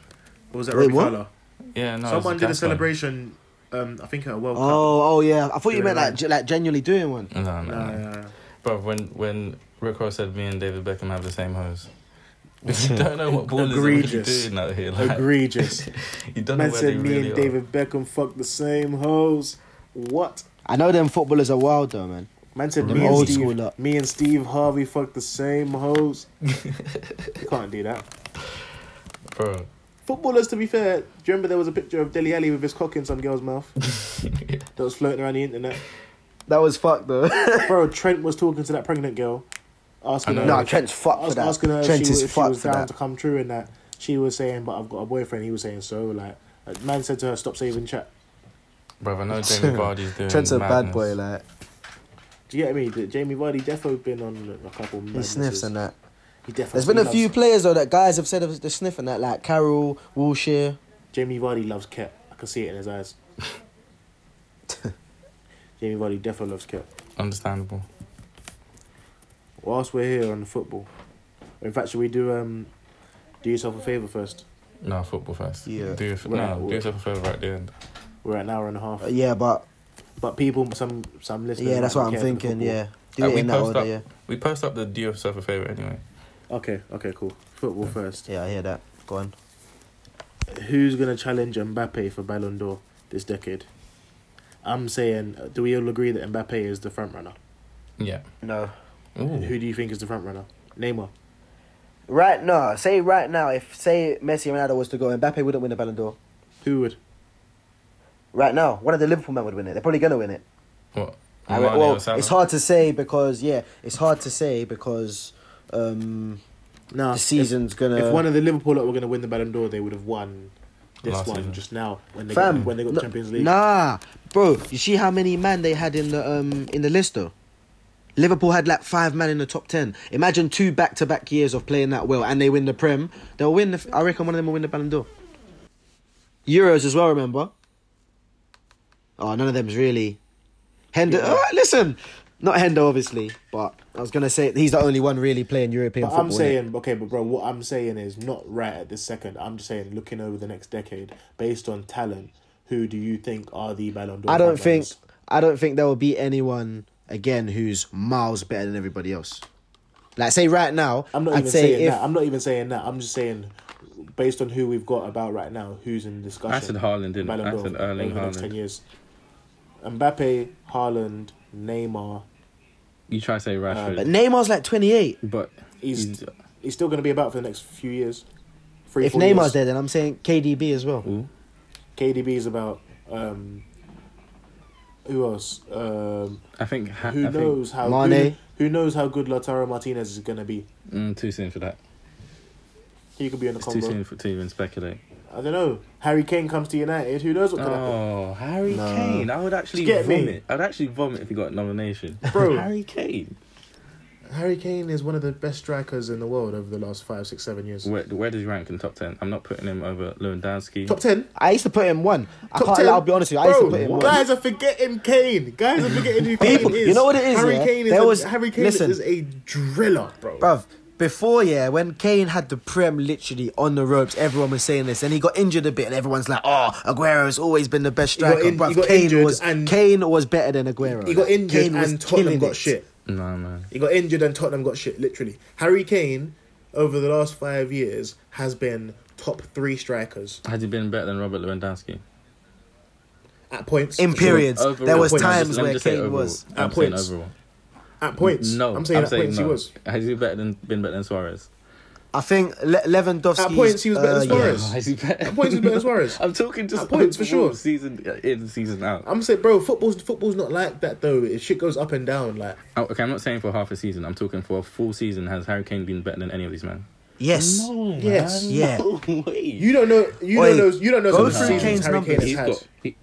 [SPEAKER 3] Or was that
[SPEAKER 2] Wait,
[SPEAKER 3] Robbie
[SPEAKER 2] what?
[SPEAKER 3] Fowler?
[SPEAKER 1] Yeah, no. it was
[SPEAKER 3] Someone did a
[SPEAKER 1] Gascoigne.
[SPEAKER 3] celebration. Um, I think at a World Cup.
[SPEAKER 2] oh, oh yeah. I thought you
[SPEAKER 3] Doing
[SPEAKER 2] meant
[SPEAKER 3] it
[SPEAKER 2] like
[SPEAKER 3] right.
[SPEAKER 2] ge- like genuinely doing one.
[SPEAKER 1] No, no, no.
[SPEAKER 3] Nah, nah, nah.
[SPEAKER 1] Bro, when when Rico said me and David Beckham have the same hose, you don't know what ballers are really
[SPEAKER 3] Egregious.
[SPEAKER 1] doing out here. Like,
[SPEAKER 3] Egregious.
[SPEAKER 1] you don't know
[SPEAKER 3] man
[SPEAKER 1] where
[SPEAKER 3] said
[SPEAKER 1] they
[SPEAKER 3] me
[SPEAKER 1] really
[SPEAKER 3] and
[SPEAKER 1] are.
[SPEAKER 3] David Beckham fucked the same hoes. What?
[SPEAKER 2] I know them footballers are wild though, man.
[SPEAKER 3] Man said
[SPEAKER 2] Them
[SPEAKER 3] me and
[SPEAKER 2] old school
[SPEAKER 3] Steve.
[SPEAKER 2] lot.
[SPEAKER 3] Me and Steve Harvey fucked the same hoes. you can't do that.
[SPEAKER 1] Bro,
[SPEAKER 3] Footballers, to be fair, do you remember there was a picture of Deli Ali with his cock in some girl's mouth that was floating around the internet?
[SPEAKER 2] That was fucked though.
[SPEAKER 3] Bro, Trent was talking to that pregnant girl, asking
[SPEAKER 1] I
[SPEAKER 3] her.
[SPEAKER 1] know.
[SPEAKER 2] no, Trent's
[SPEAKER 3] I
[SPEAKER 2] fucked for
[SPEAKER 3] was
[SPEAKER 2] that.
[SPEAKER 3] asking her if
[SPEAKER 2] Trent
[SPEAKER 3] she, was,
[SPEAKER 2] is
[SPEAKER 3] if she was
[SPEAKER 2] fucked for
[SPEAKER 3] down
[SPEAKER 2] that.
[SPEAKER 3] to come true and that she was saying, but I've got a boyfriend. He was saying so. Like, a man said to her, stop saving chat.
[SPEAKER 1] bro, I know Jamie Vardy's doing
[SPEAKER 2] Trent's a bad
[SPEAKER 1] madness.
[SPEAKER 2] boy, like
[SPEAKER 3] Do you get me? That Jamie Vardy defo been on a couple.
[SPEAKER 2] he sniffs and that.
[SPEAKER 3] He definitely.
[SPEAKER 2] There's been a
[SPEAKER 3] loves-
[SPEAKER 2] few players though that guys have said of the sniffing that, like Carroll, Wilshire.
[SPEAKER 3] Jamie Vardy loves Kep. I can see it in his eyes. Jamie Vardy defo loves Kep.
[SPEAKER 1] Understandable.
[SPEAKER 3] Whilst we're here on football, in fact, should we do um, do yourself a favor first?
[SPEAKER 1] No, football first.
[SPEAKER 2] Yeah.
[SPEAKER 1] Do your,
[SPEAKER 3] Right.
[SPEAKER 1] no, do yourself a favour right at the end.
[SPEAKER 3] We're at an hour and a half,
[SPEAKER 2] Uh, yeah, but
[SPEAKER 3] but people, some some listeners.
[SPEAKER 2] yeah, that's
[SPEAKER 3] might
[SPEAKER 2] what
[SPEAKER 3] be
[SPEAKER 2] I'm
[SPEAKER 3] caring for
[SPEAKER 2] thinking.
[SPEAKER 3] football.
[SPEAKER 2] Yeah, do
[SPEAKER 1] Uh,
[SPEAKER 2] it
[SPEAKER 1] we
[SPEAKER 2] in that
[SPEAKER 1] post
[SPEAKER 2] order.
[SPEAKER 1] up-
[SPEAKER 2] Yeah,
[SPEAKER 1] We post up the do yourself a favour anyway.
[SPEAKER 3] Okay. Okay. Cool. Football first.
[SPEAKER 2] yeah, I hear that. Go on.
[SPEAKER 3] who's gonna challenge Mbappe for Ballon d'Or this decade? I'm saying, uh, do we all agree that Mbappe is the front runner?
[SPEAKER 1] Yeah.
[SPEAKER 2] No,
[SPEAKER 1] Ooh.
[SPEAKER 3] Who do you think is the front runner? Neymar.
[SPEAKER 2] right now, say right now, if say Messi and Ronaldo was to go, Mbappe wouldn't win the Ballon d'Or.
[SPEAKER 3] Who would?
[SPEAKER 2] Right now, one of the Liverpool men would win it. They're probably gonna win it.
[SPEAKER 1] What?
[SPEAKER 2] I
[SPEAKER 1] Mane
[SPEAKER 2] mean,
[SPEAKER 1] or
[SPEAKER 2] well,
[SPEAKER 1] Salah?
[SPEAKER 2] it's hard to say because yeah, it's hard to say because um,
[SPEAKER 3] No.
[SPEAKER 2] the season's gonna.
[SPEAKER 3] If, if one of the Liverpool lot were gonna win the Ballon d'Or, they would have won this
[SPEAKER 1] Last
[SPEAKER 3] one
[SPEAKER 1] season.
[SPEAKER 3] just now when they
[SPEAKER 2] Fam,
[SPEAKER 3] got, when they got
[SPEAKER 2] no-
[SPEAKER 3] Champions League.
[SPEAKER 2] Nah, bro, you see how many man they had in the um in the list though. Liverpool had like five man in the top ten. Imagine two back to back years of playing that well, and they win the Prem. They'll win. The, I reckon one of them will win the Ballon d'Or. Euros as well. Remember? Oh, none of them's really. Hendo.
[SPEAKER 3] Yeah.
[SPEAKER 2] Oh, listen, not Hendo obviously, but I was gonna say he's the only one really playing European
[SPEAKER 3] But
[SPEAKER 2] football.
[SPEAKER 3] I'm
[SPEAKER 2] innit?
[SPEAKER 3] saying, okay, but bro, what I'm saying is not right at this second. I'm just saying, looking over the next decade, based on talent, who do you think are the Ballon d'Or?
[SPEAKER 2] I don't
[SPEAKER 3] front
[SPEAKER 2] think
[SPEAKER 3] runners?
[SPEAKER 2] I don't think there will be anyone again who's miles better than everybody else. Like say right now,
[SPEAKER 3] I'm not
[SPEAKER 2] I'd
[SPEAKER 3] even
[SPEAKER 2] say
[SPEAKER 3] saying
[SPEAKER 2] if
[SPEAKER 3] that. I'm not even saying that. I'm just saying, based on who we've got about right now, who's in discussion.
[SPEAKER 1] I said Haaland, didn't I?
[SPEAKER 3] Ballon
[SPEAKER 1] I
[SPEAKER 3] d'Or
[SPEAKER 1] said Erling
[SPEAKER 3] over the next ten
[SPEAKER 1] Haaland.
[SPEAKER 3] years. Mbappe, Haaland, Neymar.
[SPEAKER 1] You try to say
[SPEAKER 2] but
[SPEAKER 1] Rashford,
[SPEAKER 2] Neymar's like 28.
[SPEAKER 1] but
[SPEAKER 3] He's he's still going to be about for the next few years. Three,
[SPEAKER 2] If
[SPEAKER 3] four
[SPEAKER 2] Neymar's
[SPEAKER 3] years.
[SPEAKER 2] there, then I'm saying KDB as well.
[SPEAKER 1] Ooh.
[SPEAKER 3] KDB is about um, who else? Um,
[SPEAKER 1] I think. Ha-
[SPEAKER 3] who
[SPEAKER 1] I think
[SPEAKER 3] knows how
[SPEAKER 2] Mane.
[SPEAKER 3] good, who knows how good Lautaro Martinez is gonna be?
[SPEAKER 1] mm, too soon for that.
[SPEAKER 3] He could be on the
[SPEAKER 1] It's too
[SPEAKER 3] combo.
[SPEAKER 1] soon for, to even speculate.
[SPEAKER 3] I don't know. Harry Kane comes to United. Who knows what could happen?
[SPEAKER 1] Oh, Harry
[SPEAKER 3] No.
[SPEAKER 1] Kane! I would actually
[SPEAKER 3] Get me.
[SPEAKER 1] vomit. I'd actually vomit if he got a nomination.
[SPEAKER 3] Bro.
[SPEAKER 1] Harry Kane.
[SPEAKER 3] Harry Kane is one of the best strikers in the world over the last five, six, seven years.
[SPEAKER 1] Where, where does he rank in top ten? I'm not putting him over Lewandowski.
[SPEAKER 3] Top ten.
[SPEAKER 2] I used to put him one. I
[SPEAKER 3] Top
[SPEAKER 2] can't.
[SPEAKER 3] 10.
[SPEAKER 2] lie, I'll be honest with you. I used to
[SPEAKER 3] Bro,
[SPEAKER 2] put him one.
[SPEAKER 3] guys are forgetting Kane. Guys are forgetting who Kane
[SPEAKER 2] People-
[SPEAKER 3] is.
[SPEAKER 2] you know what it is,
[SPEAKER 3] Harry
[SPEAKER 2] yeah?
[SPEAKER 3] Kane is
[SPEAKER 2] There
[SPEAKER 3] a,
[SPEAKER 2] was-
[SPEAKER 3] Harry Kane
[SPEAKER 2] listen.
[SPEAKER 3] is a driller, bro.
[SPEAKER 2] Bruv, before, yeah, when Kane had the Prem literally on the ropes, everyone was saying this, and he got injured a bit, and everyone's like, oh, Aguero's always been the best
[SPEAKER 3] got
[SPEAKER 2] striker.
[SPEAKER 3] in- he
[SPEAKER 2] Bruv,
[SPEAKER 3] got
[SPEAKER 2] Kane
[SPEAKER 3] injured
[SPEAKER 2] was,
[SPEAKER 3] and-
[SPEAKER 2] Kane was better than Aguero.
[SPEAKER 3] He got
[SPEAKER 2] Like,
[SPEAKER 3] injured
[SPEAKER 2] Kane was
[SPEAKER 3] and Tottenham
[SPEAKER 2] killing
[SPEAKER 3] got
[SPEAKER 2] it.
[SPEAKER 3] shit.
[SPEAKER 1] No man.
[SPEAKER 3] He got injured and Tottenham got shit. Literally, Harry Kane over the last five years has been top three strikers
[SPEAKER 1] Has he been better than Robert Lewandowski?
[SPEAKER 3] at points.
[SPEAKER 2] In periods.
[SPEAKER 1] Overall-
[SPEAKER 2] there was
[SPEAKER 3] At points.
[SPEAKER 2] times
[SPEAKER 1] Let me
[SPEAKER 2] where
[SPEAKER 1] just say
[SPEAKER 2] Kane
[SPEAKER 1] overall.
[SPEAKER 2] was...
[SPEAKER 1] I'm
[SPEAKER 3] At
[SPEAKER 1] saying
[SPEAKER 3] points.
[SPEAKER 1] overall.
[SPEAKER 3] At points.
[SPEAKER 1] No,
[SPEAKER 3] I'm saying at points
[SPEAKER 1] no.
[SPEAKER 3] he was.
[SPEAKER 1] Has he better than been better than Suarez?
[SPEAKER 2] I think Le- Lewandowski...
[SPEAKER 3] At points, he was better than
[SPEAKER 2] yeah.
[SPEAKER 3] Suarez.
[SPEAKER 1] Has he better?
[SPEAKER 3] At points he's better than Suarez.
[SPEAKER 1] I'm talking just
[SPEAKER 3] At points, for
[SPEAKER 1] overall,
[SPEAKER 3] sure.
[SPEAKER 1] Season in, season out.
[SPEAKER 3] I'm saying, bro, football's football's not like that though. It shit goes up and down. Like
[SPEAKER 1] Oh, okay, I'm not saying for half a season. I'm talking for a full season. Has Harry Kane been better than any of these men?
[SPEAKER 2] Yes.
[SPEAKER 3] Yes.
[SPEAKER 1] man,
[SPEAKER 2] Yeah.
[SPEAKER 1] No way.
[SPEAKER 3] you don't know, you
[SPEAKER 2] Oi,
[SPEAKER 3] don't know, you don't know
[SPEAKER 2] go
[SPEAKER 3] some of the
[SPEAKER 2] through
[SPEAKER 3] seasons
[SPEAKER 2] Kane's
[SPEAKER 3] Harry Kane
[SPEAKER 2] numbers.
[SPEAKER 3] has
[SPEAKER 1] He's
[SPEAKER 3] had.
[SPEAKER 1] got. He,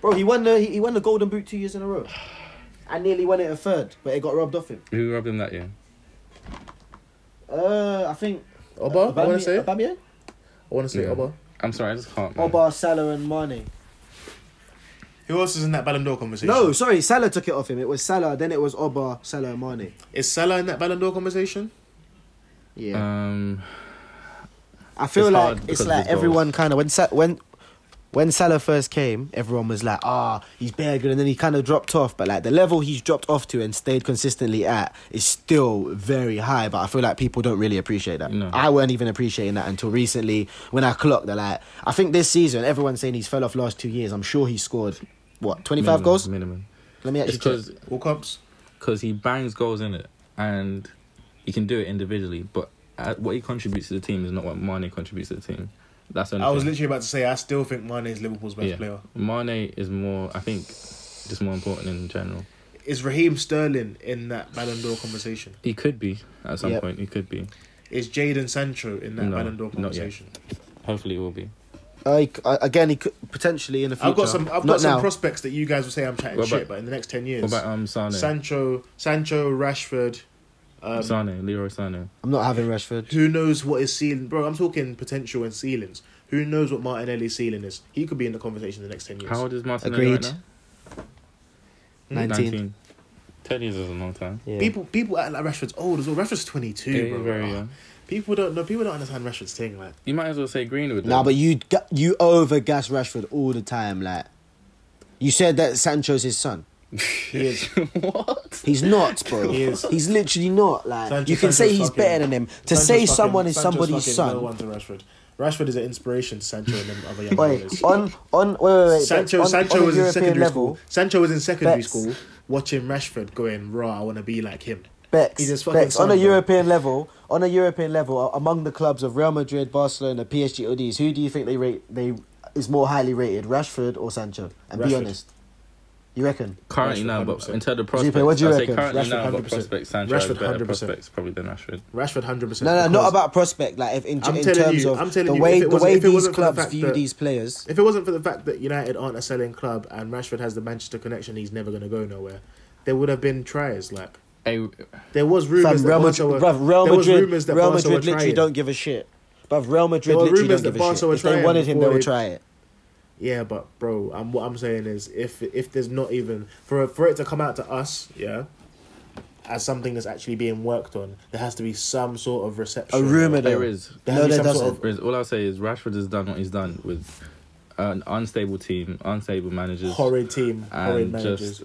[SPEAKER 2] Bro, he won the he, he won the Golden Boot two years in a row. I nearly won it in third, but it got robbed off him.
[SPEAKER 1] who robbed him that year?
[SPEAKER 2] Uh, I think...
[SPEAKER 3] Oba, I want to say, I
[SPEAKER 2] Aubameyang?
[SPEAKER 3] want to say
[SPEAKER 1] Yeah.
[SPEAKER 3] Oba.
[SPEAKER 1] I'm sorry, I just can't. man.
[SPEAKER 2] Oba, Salah and Mane.
[SPEAKER 3] Who else is in that Ballon d'Or conversation?
[SPEAKER 2] No, sorry, Salah took it off him. It was Salah, then it was Oba, Salah, and Mane.
[SPEAKER 3] is Salah in that Ballon d'Or conversation?
[SPEAKER 2] Yeah,
[SPEAKER 1] Um,
[SPEAKER 2] I feel
[SPEAKER 1] it's hard
[SPEAKER 2] like
[SPEAKER 1] because
[SPEAKER 2] it's
[SPEAKER 1] of
[SPEAKER 2] like
[SPEAKER 1] his goals.
[SPEAKER 2] everyone kind of when Sa- when when Salah first came, everyone was like, ah, he's bare good, and then he kind of dropped off. But like the level he's dropped off to and stayed consistently at is still very high. But I feel like people don't really appreciate that.
[SPEAKER 1] No.
[SPEAKER 2] I weren't even appreciating that until recently when I clocked that. Like I think this season, everyone's saying he's fell off last two years. I'm sure he scored what twenty five
[SPEAKER 1] minimum,
[SPEAKER 2] goals.
[SPEAKER 1] minimum.
[SPEAKER 2] Let me
[SPEAKER 1] It's
[SPEAKER 2] actually check.
[SPEAKER 1] because
[SPEAKER 3] All cups.
[SPEAKER 1] because he bangs goals in it, and he can do it individually. But uh what he contributes to the team is not what Mane contributes to the team. That's the only
[SPEAKER 3] I was
[SPEAKER 1] thing.
[SPEAKER 3] literally about to say, I still think Mane is Liverpool's best
[SPEAKER 1] Yeah.
[SPEAKER 3] player.
[SPEAKER 1] Mane is more, I think, just more important in general.
[SPEAKER 3] Is Raheem Sterling in that Ballon d'Or conversation?
[SPEAKER 1] He could be at some
[SPEAKER 2] Yep.
[SPEAKER 1] point. He could be.
[SPEAKER 3] Is Jaden Sancho in that
[SPEAKER 1] No,
[SPEAKER 3] Ballon d'Or
[SPEAKER 1] not yet.
[SPEAKER 3] conversation?
[SPEAKER 1] Hopefully, he will be.
[SPEAKER 2] Uh, he c- uh, again, he could potentially in the future.
[SPEAKER 3] I've got some. I've
[SPEAKER 2] Not
[SPEAKER 3] got some
[SPEAKER 2] now.
[SPEAKER 3] prospects that you guys will say I'm chatting
[SPEAKER 1] What about-
[SPEAKER 3] shit, but in the next ten
[SPEAKER 1] What
[SPEAKER 3] years,
[SPEAKER 1] about um Sane?
[SPEAKER 3] Sancho, Sancho, Rashford. Um,
[SPEAKER 1] Sane, Leroy Sane.
[SPEAKER 2] I'm not having Rashford.
[SPEAKER 3] who knows what his ceiling, bro? I'm talking potential and ceilings. Who knows what Martinelli's ceiling is? He could be in the conversation in the next ten years.
[SPEAKER 1] How old is Martinelli
[SPEAKER 2] Agreed.
[SPEAKER 1] right now?
[SPEAKER 2] 19.
[SPEAKER 1] Ten years is a long time.
[SPEAKER 2] Yeah.
[SPEAKER 3] People, people act like Rashford's old as well. Rashford's 22,
[SPEAKER 1] Yeah, he's
[SPEAKER 3] bro.
[SPEAKER 1] very young.
[SPEAKER 3] People don't know. People don't understand Rashford's thing. Like,
[SPEAKER 1] You might as well say Greenwood.
[SPEAKER 2] Nah,
[SPEAKER 1] then.
[SPEAKER 2] but you ga- you overgas Rashford all the time. Like you said that Sancho's his son.
[SPEAKER 3] he is.
[SPEAKER 1] what?
[SPEAKER 2] He's not, bro.
[SPEAKER 3] He is.
[SPEAKER 2] He's literally not. Like
[SPEAKER 3] Sancho-
[SPEAKER 2] you can
[SPEAKER 3] Sancho's
[SPEAKER 2] say he's
[SPEAKER 3] fucking-
[SPEAKER 2] better than him. To
[SPEAKER 3] Sancho's
[SPEAKER 2] say
[SPEAKER 3] fucking-
[SPEAKER 2] someone is
[SPEAKER 3] Sancho's
[SPEAKER 2] somebody's
[SPEAKER 3] fucking
[SPEAKER 2] son.
[SPEAKER 3] No one to Rashford. Rashford is an inspiration to Sancho and them other young
[SPEAKER 2] Wait,
[SPEAKER 3] players.
[SPEAKER 2] on on wait wait wait.
[SPEAKER 3] Sancho,
[SPEAKER 2] on,
[SPEAKER 3] Sancho
[SPEAKER 2] on a
[SPEAKER 3] was in
[SPEAKER 2] European
[SPEAKER 3] secondary
[SPEAKER 2] level.
[SPEAKER 3] school. Sancho was in secondary
[SPEAKER 2] Bex.
[SPEAKER 3] school watching Rashford going raw. I want to be like him.
[SPEAKER 2] Bex,
[SPEAKER 3] He's his fucking
[SPEAKER 2] Bex, on a
[SPEAKER 3] son, bro.
[SPEAKER 2] European level, on a European level, a- among the clubs of Real Madrid, Barcelona, PSG, or these, who do you think they rate? They is more highly rated, Rashford or Sancho? And be
[SPEAKER 3] Rashford.
[SPEAKER 2] honest, you reckon?
[SPEAKER 1] Currently
[SPEAKER 3] Rashford,
[SPEAKER 1] now, but
[SPEAKER 3] 100%.
[SPEAKER 1] in terms of prospects,
[SPEAKER 2] Zipa, what do you
[SPEAKER 1] I'd say
[SPEAKER 2] reckon?
[SPEAKER 1] currently
[SPEAKER 2] Rashford,
[SPEAKER 1] now, but
[SPEAKER 3] 100%.
[SPEAKER 1] prospects, Sancho has
[SPEAKER 3] Rashford,
[SPEAKER 1] better
[SPEAKER 3] 100%.
[SPEAKER 1] prospects probably than Rashford.
[SPEAKER 3] Rashford, hundred percent.
[SPEAKER 2] No, no, not about prospect. Like if in,
[SPEAKER 3] I'm
[SPEAKER 2] in
[SPEAKER 3] telling
[SPEAKER 2] terms
[SPEAKER 3] you-
[SPEAKER 2] of
[SPEAKER 3] I'm telling
[SPEAKER 2] the
[SPEAKER 3] you,
[SPEAKER 2] way
[SPEAKER 3] if
[SPEAKER 2] the
[SPEAKER 3] it wasn't-
[SPEAKER 2] way
[SPEAKER 3] if it
[SPEAKER 2] these
[SPEAKER 3] wasn't for the
[SPEAKER 2] clubs
[SPEAKER 3] fact
[SPEAKER 2] view
[SPEAKER 3] that-
[SPEAKER 2] these players.
[SPEAKER 3] If it wasn't for the fact that United aren't a selling club and Rashford has the Manchester connection, he's never going to go nowhere. There would have been tries. Like
[SPEAKER 1] Hey,
[SPEAKER 3] there was rumors
[SPEAKER 2] Fam, Real
[SPEAKER 3] that Barca
[SPEAKER 2] Madrid,
[SPEAKER 3] were,
[SPEAKER 2] bruv, Real
[SPEAKER 3] there was
[SPEAKER 2] Madrid,
[SPEAKER 3] rumours that
[SPEAKER 2] Real
[SPEAKER 3] Barca
[SPEAKER 2] Madrid
[SPEAKER 3] were
[SPEAKER 2] literally
[SPEAKER 3] trying.
[SPEAKER 2] don't give a shit. Bruv, Real Madrid
[SPEAKER 3] There were
[SPEAKER 2] literally don't
[SPEAKER 3] rumours
[SPEAKER 2] give
[SPEAKER 3] that
[SPEAKER 2] a shit.
[SPEAKER 3] Barca were
[SPEAKER 2] If they
[SPEAKER 3] trying
[SPEAKER 2] wanted him, they
[SPEAKER 3] before
[SPEAKER 2] would
[SPEAKER 3] they-
[SPEAKER 2] try it.
[SPEAKER 3] Yeah, but bro, i what I'm saying is, if if there's not even for for it to come out to us, yeah, as something that's actually being worked on, there has to be some sort of reception.
[SPEAKER 2] A rumor
[SPEAKER 3] There
[SPEAKER 2] though.
[SPEAKER 1] there is.
[SPEAKER 3] has
[SPEAKER 2] No,
[SPEAKER 3] to be
[SPEAKER 2] there
[SPEAKER 3] some
[SPEAKER 2] doesn't.
[SPEAKER 3] sort of
[SPEAKER 1] Whereas all I'll say is Rashford has done what he's done with an unstable team, unstable managers,
[SPEAKER 3] horrid team, horrid
[SPEAKER 1] and
[SPEAKER 3] managers.
[SPEAKER 1] just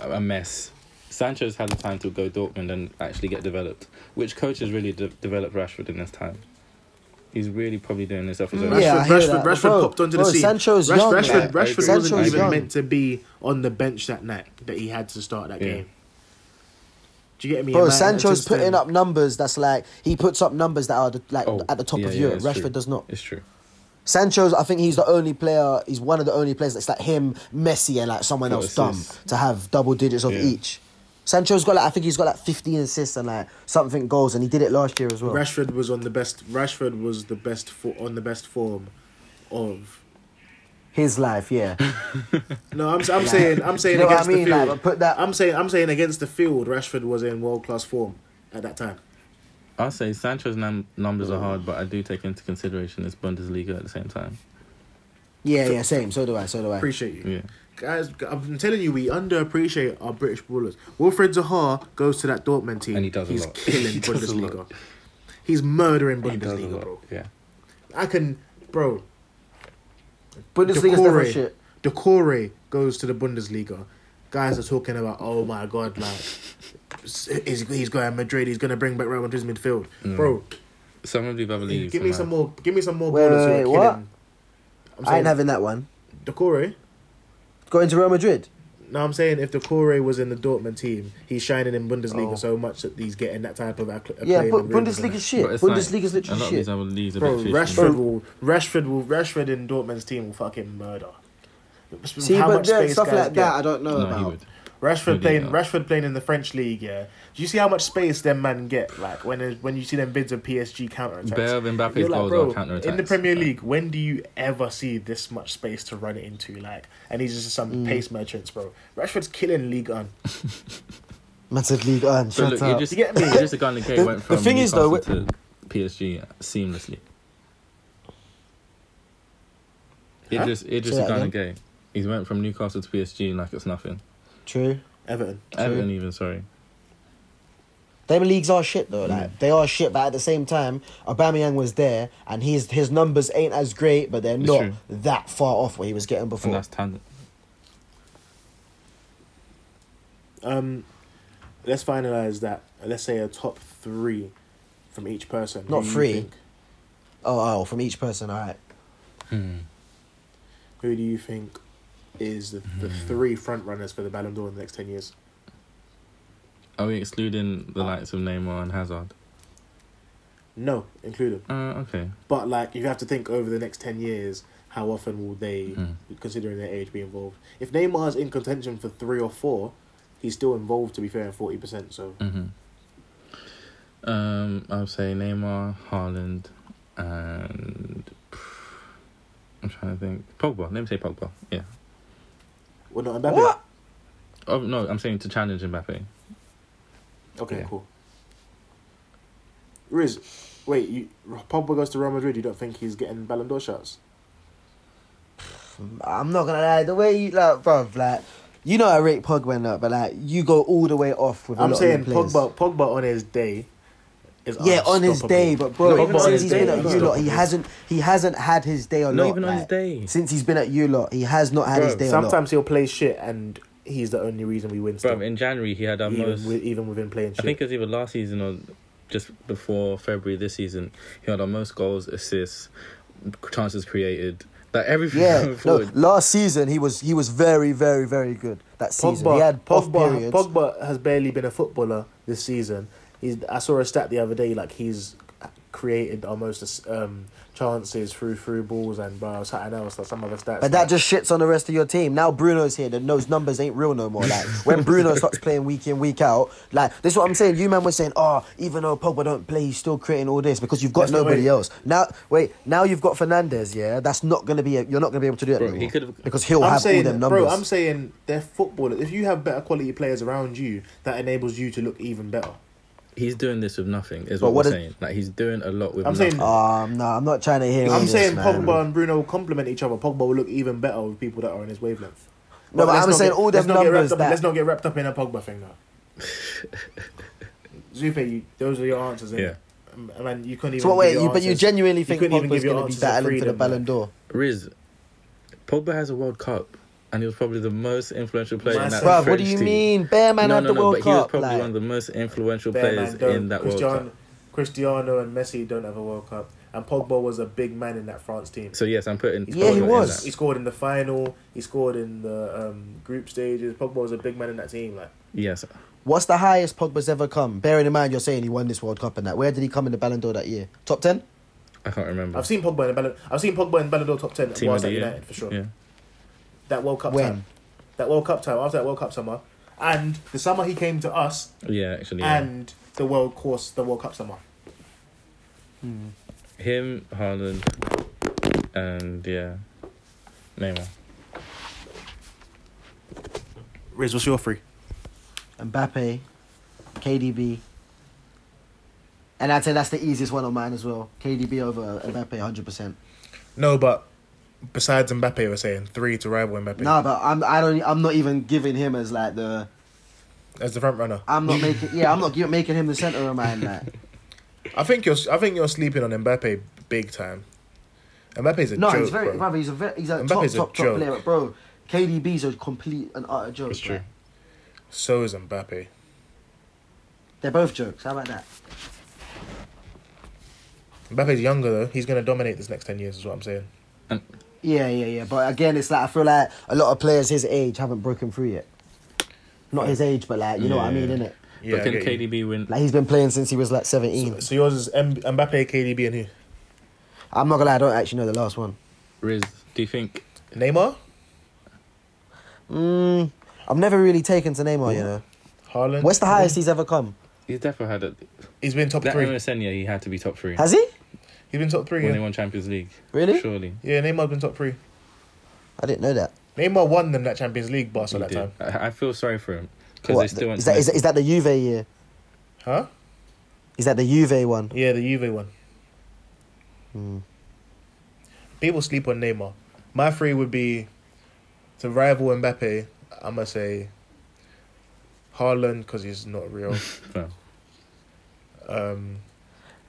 [SPEAKER 1] a a mess. Sancho's had the time to go Dortmund and actually get developed. Which coach has really de- developed Rashford in this time? He's really probably doing this off his own.
[SPEAKER 3] Rashford,
[SPEAKER 2] Mm, Yeah, I hear
[SPEAKER 3] Rashford,
[SPEAKER 2] that.
[SPEAKER 3] Rashford
[SPEAKER 2] Bro,
[SPEAKER 3] popped onto
[SPEAKER 2] bro,
[SPEAKER 3] the scene.
[SPEAKER 2] Sancho's
[SPEAKER 3] Rash-
[SPEAKER 2] young,
[SPEAKER 3] Rashford,
[SPEAKER 1] man.
[SPEAKER 3] Rashford
[SPEAKER 1] I agree.
[SPEAKER 3] wasn't
[SPEAKER 1] Sancho's
[SPEAKER 3] even
[SPEAKER 1] young.
[SPEAKER 3] meant to be on the bench that night that he had to start that
[SPEAKER 1] Yeah.
[SPEAKER 3] game. Do you get me?
[SPEAKER 2] Bro,
[SPEAKER 3] And that-
[SPEAKER 2] Sancho's
[SPEAKER 3] that's just
[SPEAKER 2] putting
[SPEAKER 3] him.
[SPEAKER 2] up numbers that's like he puts up numbers that are the, like
[SPEAKER 1] Oh,
[SPEAKER 2] at the top
[SPEAKER 1] yeah,
[SPEAKER 2] of
[SPEAKER 1] yeah,
[SPEAKER 2] Europe.
[SPEAKER 1] it's
[SPEAKER 2] Rashford
[SPEAKER 1] true.
[SPEAKER 2] does not.
[SPEAKER 1] It's true.
[SPEAKER 2] Sancho's, I think he's the only player, he's one of the only players that's like him, Messi, and like someone
[SPEAKER 1] Got
[SPEAKER 2] else dumb
[SPEAKER 1] assists.
[SPEAKER 2] to have double digits of
[SPEAKER 1] Yeah.
[SPEAKER 2] each. Sancho's got like, I think he's got like 15 assists and like something goals, and he did it last year as well.
[SPEAKER 3] Rashford was on the best. Rashford was the best for, on the best form of.
[SPEAKER 2] His life, yeah.
[SPEAKER 3] No, I'm, I'm saying I'm saying
[SPEAKER 2] You know what I
[SPEAKER 3] against
[SPEAKER 2] mean?
[SPEAKER 3] the
[SPEAKER 2] Like, but
[SPEAKER 3] field.
[SPEAKER 2] put that-
[SPEAKER 3] I'm saying I'm saying against the field. Rashford was in world class form at that time.
[SPEAKER 1] I'll say Sancho's num- numbers are hard, but I do take into consideration it's Bundesliga at the same time.
[SPEAKER 2] Yeah, yeah, same. So do I, so do I.
[SPEAKER 3] Appreciate you.
[SPEAKER 1] Yeah.
[SPEAKER 3] Guys, I'm telling you, we underappreciate our British ballers. Wilfred Zaha goes to that Dortmund team.
[SPEAKER 1] And he does a
[SPEAKER 3] He's
[SPEAKER 1] lot.
[SPEAKER 3] killing
[SPEAKER 1] He does a
[SPEAKER 3] Bundesliga.
[SPEAKER 1] lot.
[SPEAKER 3] He's murdering
[SPEAKER 1] He does a
[SPEAKER 3] Bundesliga,
[SPEAKER 1] lot,
[SPEAKER 3] bro.
[SPEAKER 1] Yeah.
[SPEAKER 3] I can, bro.
[SPEAKER 2] Bundesliga's different shit.
[SPEAKER 3] Decore goes to the Bundesliga. Guys are talking about, oh my god, like he's, he's going Madrid. He's going to bring back Real Madrid's midfield, bro.
[SPEAKER 1] Some of the other leagues.
[SPEAKER 3] give me
[SPEAKER 1] Mm. man.
[SPEAKER 3] some more. Give me some more
[SPEAKER 2] Wait, wait,
[SPEAKER 3] ballers who are
[SPEAKER 2] wait, what?
[SPEAKER 3] killing.
[SPEAKER 2] I
[SPEAKER 3] I'm
[SPEAKER 2] ain't
[SPEAKER 3] saying
[SPEAKER 2] having that one.
[SPEAKER 3] Decore.
[SPEAKER 2] Going to Real Madrid.
[SPEAKER 3] No, I'm saying if Decore was in the Dortmund team, he's shining in Bundesliga
[SPEAKER 2] Oh.
[SPEAKER 3] so much that he's getting that type of acc-
[SPEAKER 2] Yeah,
[SPEAKER 3] acclaim
[SPEAKER 2] but
[SPEAKER 3] and rings and
[SPEAKER 2] Bundesliga's
[SPEAKER 3] that.
[SPEAKER 2] shit.
[SPEAKER 1] But it's like,
[SPEAKER 2] Bundesliga's
[SPEAKER 1] a lot
[SPEAKER 2] literally
[SPEAKER 1] of these
[SPEAKER 2] shit.
[SPEAKER 1] other leagues are a
[SPEAKER 3] Bro,
[SPEAKER 1] bit fishy.
[SPEAKER 3] Rashford will Rashford will Rashford in Dortmund's team will fucking murder.
[SPEAKER 2] See, but yeah,
[SPEAKER 3] space
[SPEAKER 2] stuff
[SPEAKER 3] guys
[SPEAKER 2] like
[SPEAKER 3] get.
[SPEAKER 2] that, I don't know
[SPEAKER 1] No,
[SPEAKER 2] about.
[SPEAKER 1] he would. Who
[SPEAKER 3] Rashford
[SPEAKER 1] did
[SPEAKER 3] playing
[SPEAKER 1] that?
[SPEAKER 3] Rashford playing in the French league, yeah. Do you see how much space them man get? Like when when you see them bids of PSG counter attacks.
[SPEAKER 1] Better than Mbappe's goals are counterattacks.
[SPEAKER 3] in the Premier
[SPEAKER 1] Like,
[SPEAKER 3] League, when do you ever see this much space to run it into? Like, and he's just
[SPEAKER 2] Mm.
[SPEAKER 3] some pace merchants, bro. Rashford's killing league on.
[SPEAKER 2] Massive league on.
[SPEAKER 1] But
[SPEAKER 2] Shut
[SPEAKER 1] look,
[SPEAKER 2] up.
[SPEAKER 1] it just,
[SPEAKER 3] You get me?
[SPEAKER 1] it just a gun in the gate
[SPEAKER 2] The-
[SPEAKER 1] went
[SPEAKER 2] the
[SPEAKER 1] from
[SPEAKER 2] thing is, though,
[SPEAKER 1] Newcastle to PSG seamlessly. It
[SPEAKER 3] Huh?
[SPEAKER 1] just it just
[SPEAKER 2] Say
[SPEAKER 1] a
[SPEAKER 2] that
[SPEAKER 1] gun in the gate. He's went from Newcastle to PSG like it's nothing.
[SPEAKER 2] True.
[SPEAKER 3] Everton.
[SPEAKER 1] Everton even sorry.
[SPEAKER 2] Them leagues are shit though.
[SPEAKER 1] Mm.
[SPEAKER 2] Like they are shit, but at the same time, Aubameyang was there, and his his numbers ain't as great, but they're
[SPEAKER 1] It's
[SPEAKER 2] not
[SPEAKER 1] true.
[SPEAKER 2] that far off what he was getting
[SPEAKER 1] And
[SPEAKER 2] before.
[SPEAKER 1] that's tangent.
[SPEAKER 3] Um, let's finalize that. Let's say a top three from each person.
[SPEAKER 2] Not
[SPEAKER 3] Who you
[SPEAKER 2] three.
[SPEAKER 3] think-
[SPEAKER 2] Oh, oh, from each person. All right.
[SPEAKER 3] Who do you think is the, the three front runners for the Ballon d'Or in the next ten years?
[SPEAKER 1] Are we excluding the likes of Neymar and Hazard?
[SPEAKER 3] No, include them.
[SPEAKER 1] Uh, okay.
[SPEAKER 3] But like, you have to think over the next ten years, how often will they,
[SPEAKER 1] Mhm.
[SPEAKER 3] considering their age, be involved? If Neymar's in contention for three or four, he's still involved. To be fair, in forty percent. So
[SPEAKER 1] Mm-hmm. Um, I would say Neymar, Haaland, and I'm trying to think. Pogba. Let me say Pogba. Yeah.
[SPEAKER 3] well, not Mbappe.
[SPEAKER 2] What?
[SPEAKER 1] Oh no, I'm saying to challenge Mbappe.
[SPEAKER 3] Okay,
[SPEAKER 1] Yeah.
[SPEAKER 3] cool. Riz, wait, you Pogba goes to Real Madrid. You don't think he's getting Ballon d'Or shots?
[SPEAKER 2] I'm not gonna lie. The way you like, bruv, like you know I rate Pogba and that, but like you go all the way off with. a
[SPEAKER 3] I'm
[SPEAKER 2] lot
[SPEAKER 3] saying
[SPEAKER 2] of them players.
[SPEAKER 3] Pogba. Pogba on his day. Is
[SPEAKER 2] Yeah, on his
[SPEAKER 3] unstoppable.
[SPEAKER 2] day, but bro,
[SPEAKER 3] Not
[SPEAKER 2] even
[SPEAKER 3] on
[SPEAKER 2] since
[SPEAKER 3] his
[SPEAKER 2] he's
[SPEAKER 3] day,
[SPEAKER 2] been at
[SPEAKER 3] bro.
[SPEAKER 2] you lot, he hasn't he hasn't had his day a
[SPEAKER 1] Not
[SPEAKER 2] lot.
[SPEAKER 1] even on his
[SPEAKER 2] like,
[SPEAKER 1] day.
[SPEAKER 2] Since he's been at you lot, he has not had
[SPEAKER 1] Bro,
[SPEAKER 2] his day a lot.
[SPEAKER 3] Sometimes he'll play shit, and he's the only reason we win. Still,
[SPEAKER 1] Bro, in January he had our
[SPEAKER 3] even,
[SPEAKER 1] most.
[SPEAKER 3] with, even within playing shit.
[SPEAKER 1] I think it was either last season or just before February this season. He had our most goals, assists, chances created. Like everything
[SPEAKER 2] Yeah,
[SPEAKER 1] going
[SPEAKER 2] no,
[SPEAKER 1] forward.
[SPEAKER 2] last season he was he was very very very good. That season he had off
[SPEAKER 3] Pogba,
[SPEAKER 2] periods.
[SPEAKER 3] Pogba has barely been a footballer this season. He's, I saw a stat the other day, like he's created almost um, chances through through balls and bro, something else, like some other stats.
[SPEAKER 2] But that just shits on the rest of your team. Now Bruno's here, then those numbers ain't real no more. Like when Bruno starts playing week in, week out, like this is what I'm saying. You man were saying, oh, even though Pogba don't play, he's still creating all this because you've got
[SPEAKER 3] That's the
[SPEAKER 2] nobody
[SPEAKER 3] way.
[SPEAKER 2] else. Now wait, now you've got Fernandez, yeah. That's not gonna be a, you're not gonna be able to do that
[SPEAKER 1] Bro,
[SPEAKER 2] no
[SPEAKER 1] he
[SPEAKER 2] more.
[SPEAKER 1] could've-
[SPEAKER 2] because he'll
[SPEAKER 3] I'm
[SPEAKER 2] have all
[SPEAKER 3] saying,
[SPEAKER 2] them numbers.
[SPEAKER 3] bro, I'm saying they're footballers. If you have better quality players around you, that enables you to look even better.
[SPEAKER 1] He's doing this with nothing, is
[SPEAKER 2] But
[SPEAKER 1] what,
[SPEAKER 2] what
[SPEAKER 1] we're
[SPEAKER 2] is-
[SPEAKER 1] saying. Like he's doing a lot with.
[SPEAKER 3] I'm
[SPEAKER 1] nothing.
[SPEAKER 3] saying-
[SPEAKER 2] Um, no, I'm not trying to hear. all
[SPEAKER 3] I'm
[SPEAKER 2] this,
[SPEAKER 3] saying
[SPEAKER 2] man.
[SPEAKER 3] Pogba and Bruno complement each other. Pogba will look even better with people that are on his wavelength.
[SPEAKER 2] No, but
[SPEAKER 3] let's
[SPEAKER 2] I'm
[SPEAKER 3] not
[SPEAKER 2] saying
[SPEAKER 3] get-
[SPEAKER 2] all them
[SPEAKER 3] let's not get
[SPEAKER 2] numbers
[SPEAKER 3] wrapped up,
[SPEAKER 2] that
[SPEAKER 3] Let's not get wrapped up in a Pogba thing, though. Zupe, you, those are your answers.
[SPEAKER 1] Yeah.
[SPEAKER 3] innit? Um, I mean, you couldn't even.
[SPEAKER 2] So what, wait,
[SPEAKER 3] give your
[SPEAKER 2] you, but you
[SPEAKER 3] answers.
[SPEAKER 2] genuinely think
[SPEAKER 3] couldn't even
[SPEAKER 2] Pogba's
[SPEAKER 3] give your
[SPEAKER 2] going to be
[SPEAKER 3] answers of
[SPEAKER 2] battling for the Ballon
[SPEAKER 3] freedom,
[SPEAKER 2] d'Or?
[SPEAKER 1] Riz, Pogba has a World Cup, and he was probably the most influential player in that.
[SPEAKER 3] Massive.
[SPEAKER 2] Bruv, what
[SPEAKER 1] French
[SPEAKER 2] do you
[SPEAKER 1] team.
[SPEAKER 2] mean? Bear man
[SPEAKER 1] no,
[SPEAKER 2] had
[SPEAKER 1] no,
[SPEAKER 2] the
[SPEAKER 1] no,
[SPEAKER 2] World
[SPEAKER 1] but he was
[SPEAKER 2] Cup.
[SPEAKER 1] probably
[SPEAKER 2] like-
[SPEAKER 1] one of the most influential
[SPEAKER 3] Bear
[SPEAKER 1] players
[SPEAKER 3] man don't.
[SPEAKER 1] in that World
[SPEAKER 3] Cristiano,
[SPEAKER 1] Cup.
[SPEAKER 3] Cristiano and Messi don't have a World Cup, and Pogba was a big man in that France team.
[SPEAKER 1] So yes, I'm putting.
[SPEAKER 2] Yeah,
[SPEAKER 1] Pogba
[SPEAKER 2] he
[SPEAKER 1] in
[SPEAKER 2] was.
[SPEAKER 3] He
[SPEAKER 1] that.
[SPEAKER 3] scored in the final. He scored in the um, group stages. Pogba was a big man in that team. Like
[SPEAKER 1] Yes,
[SPEAKER 2] What's the highest Pogba's ever come? Bearing in mind you're saying he won this World Cup and that. Where did he come in the Ballon d'Or that year? Top ten?
[SPEAKER 1] I can't remember.
[SPEAKER 3] I've seen Pogba in Ballon. I've seen Pogba in Ballon d'Or top ten. at
[SPEAKER 1] Team of
[SPEAKER 3] whilst
[SPEAKER 1] the
[SPEAKER 3] at
[SPEAKER 1] year.
[SPEAKER 3] United for sure.
[SPEAKER 1] Yeah.
[SPEAKER 3] That World Cup
[SPEAKER 2] When?
[SPEAKER 3] time. That World Cup time. After that World Cup summer, and the summer he came to us,
[SPEAKER 1] Yeah, actually. Yeah.
[SPEAKER 3] and the World Course, the World Cup summer.
[SPEAKER 1] Him, Haaland, and yeah. Neymar.
[SPEAKER 3] Riz, what's your free?
[SPEAKER 2] Mbappe, KDB. And I'd say that's the easiest one on mine as well. KDB over Mbappe, hundred percent.
[SPEAKER 3] No, but besides Mbappe, we're saying three to rival Mbappe
[SPEAKER 2] No, but I'm I don't I'm not even giving him as like the
[SPEAKER 3] as the front runner.
[SPEAKER 2] I'm not making yeah I'm not gi- making him the center of mine. Like
[SPEAKER 3] I think you're. I think you're sleeping on Mbappe big time. Mbappe's a
[SPEAKER 2] no,
[SPEAKER 3] joke,
[SPEAKER 2] he's very
[SPEAKER 3] bro.
[SPEAKER 2] brother. He's a very, he's a
[SPEAKER 3] Mbappe's a
[SPEAKER 2] top top top
[SPEAKER 3] joke.
[SPEAKER 2] player, bro. KDB's a complete and utter joke.
[SPEAKER 1] It's true.
[SPEAKER 2] like.
[SPEAKER 3] So is Mbappe.
[SPEAKER 2] They're both jokes. How about that?
[SPEAKER 3] Mbappe's younger though. He's gonna dominate this next ten years. Is what I'm saying.
[SPEAKER 2] Yeah, yeah, yeah. But again, it's like I feel like a lot of players his age haven't broken through yet. Not his age, but like you know what I
[SPEAKER 1] Yeah.
[SPEAKER 2] mean, innit?
[SPEAKER 3] Yeah,
[SPEAKER 1] but
[SPEAKER 3] I
[SPEAKER 1] can
[SPEAKER 3] get you.
[SPEAKER 1] KDB win?
[SPEAKER 2] Like he's been playing since he was like seventeen.
[SPEAKER 3] So, so yours is M- Mbappe, KDB, and who?
[SPEAKER 2] I'm not gonna lie, I don't actually know the last one.
[SPEAKER 1] Riz, do you think?
[SPEAKER 3] Neymar,
[SPEAKER 2] Mm, I've never really taken to Neymar, you know.
[SPEAKER 3] Haaland.
[SPEAKER 2] What's the highest he's ever come?
[SPEAKER 1] He's definitely had it.
[SPEAKER 3] He's been top
[SPEAKER 1] That
[SPEAKER 3] three.
[SPEAKER 1] MSN year, he had to be top three.
[SPEAKER 2] Has he?
[SPEAKER 3] He's been top three.
[SPEAKER 1] when they
[SPEAKER 3] Yeah.
[SPEAKER 1] won Champions League.
[SPEAKER 2] Really?
[SPEAKER 1] Surely.
[SPEAKER 3] yeah, Neymar's been top three.
[SPEAKER 2] I didn't know that.
[SPEAKER 3] Neymar won them that Champions League
[SPEAKER 1] He
[SPEAKER 3] Barca that
[SPEAKER 1] did.
[SPEAKER 3] time.
[SPEAKER 1] I, I feel sorry for him because
[SPEAKER 2] What,
[SPEAKER 1] they still went
[SPEAKER 2] is
[SPEAKER 1] to
[SPEAKER 2] that is,
[SPEAKER 1] Messi.
[SPEAKER 2] is that the Juve year?
[SPEAKER 3] Huh?
[SPEAKER 2] Is that the Juve one?
[SPEAKER 3] Yeah, the Juve one.
[SPEAKER 2] Hmm.
[SPEAKER 3] People sleep on Neymar. My three would be to rival Mbappe. I'm gonna say Haaland because he's not real.
[SPEAKER 1] No.
[SPEAKER 3] um,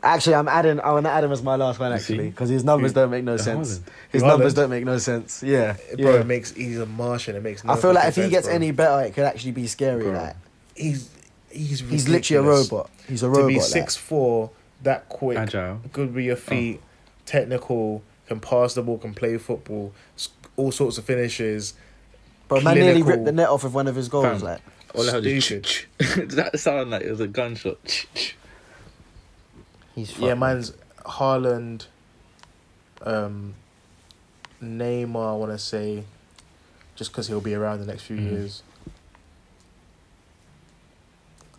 [SPEAKER 2] Actually, I'm adding. I want to add him as my last one
[SPEAKER 1] You
[SPEAKER 2] actually
[SPEAKER 1] see?
[SPEAKER 2] because his numbers
[SPEAKER 1] Who-
[SPEAKER 2] don't make no
[SPEAKER 1] The
[SPEAKER 2] sense.
[SPEAKER 1] Haaland.
[SPEAKER 2] His
[SPEAKER 3] Haaland?
[SPEAKER 2] numbers don't make no sense. Yeah,
[SPEAKER 3] bro,
[SPEAKER 2] yeah.
[SPEAKER 3] it makes he's a Martian. It makes. No
[SPEAKER 2] I feel like if
[SPEAKER 3] fucking
[SPEAKER 2] he gets
[SPEAKER 3] sense, bro.
[SPEAKER 2] any better, it could actually be scary.
[SPEAKER 1] Bro.
[SPEAKER 2] Like
[SPEAKER 3] he's he's
[SPEAKER 2] he's literally a
[SPEAKER 3] ridiculous.
[SPEAKER 2] robot. He's a
[SPEAKER 3] To
[SPEAKER 2] robot.
[SPEAKER 3] be
[SPEAKER 2] like.
[SPEAKER 3] six four, that quick,
[SPEAKER 1] Agile.
[SPEAKER 3] good with your feet, technical, can pass the ball, can play football, s- all sorts of finishes.
[SPEAKER 2] Bro, man nearly
[SPEAKER 3] clinical.
[SPEAKER 2] ripped the net off with one of his goals.
[SPEAKER 1] Fam.
[SPEAKER 2] Like
[SPEAKER 1] All I heard is
[SPEAKER 3] Stupid.
[SPEAKER 1] Did that sound like it was a gunshot?
[SPEAKER 2] he's
[SPEAKER 3] Yeah,
[SPEAKER 2] fucked.
[SPEAKER 3] mine's Haaland, um, Neymar. I want to say, just because he'll be around the next few
[SPEAKER 1] Mhm.
[SPEAKER 3] years.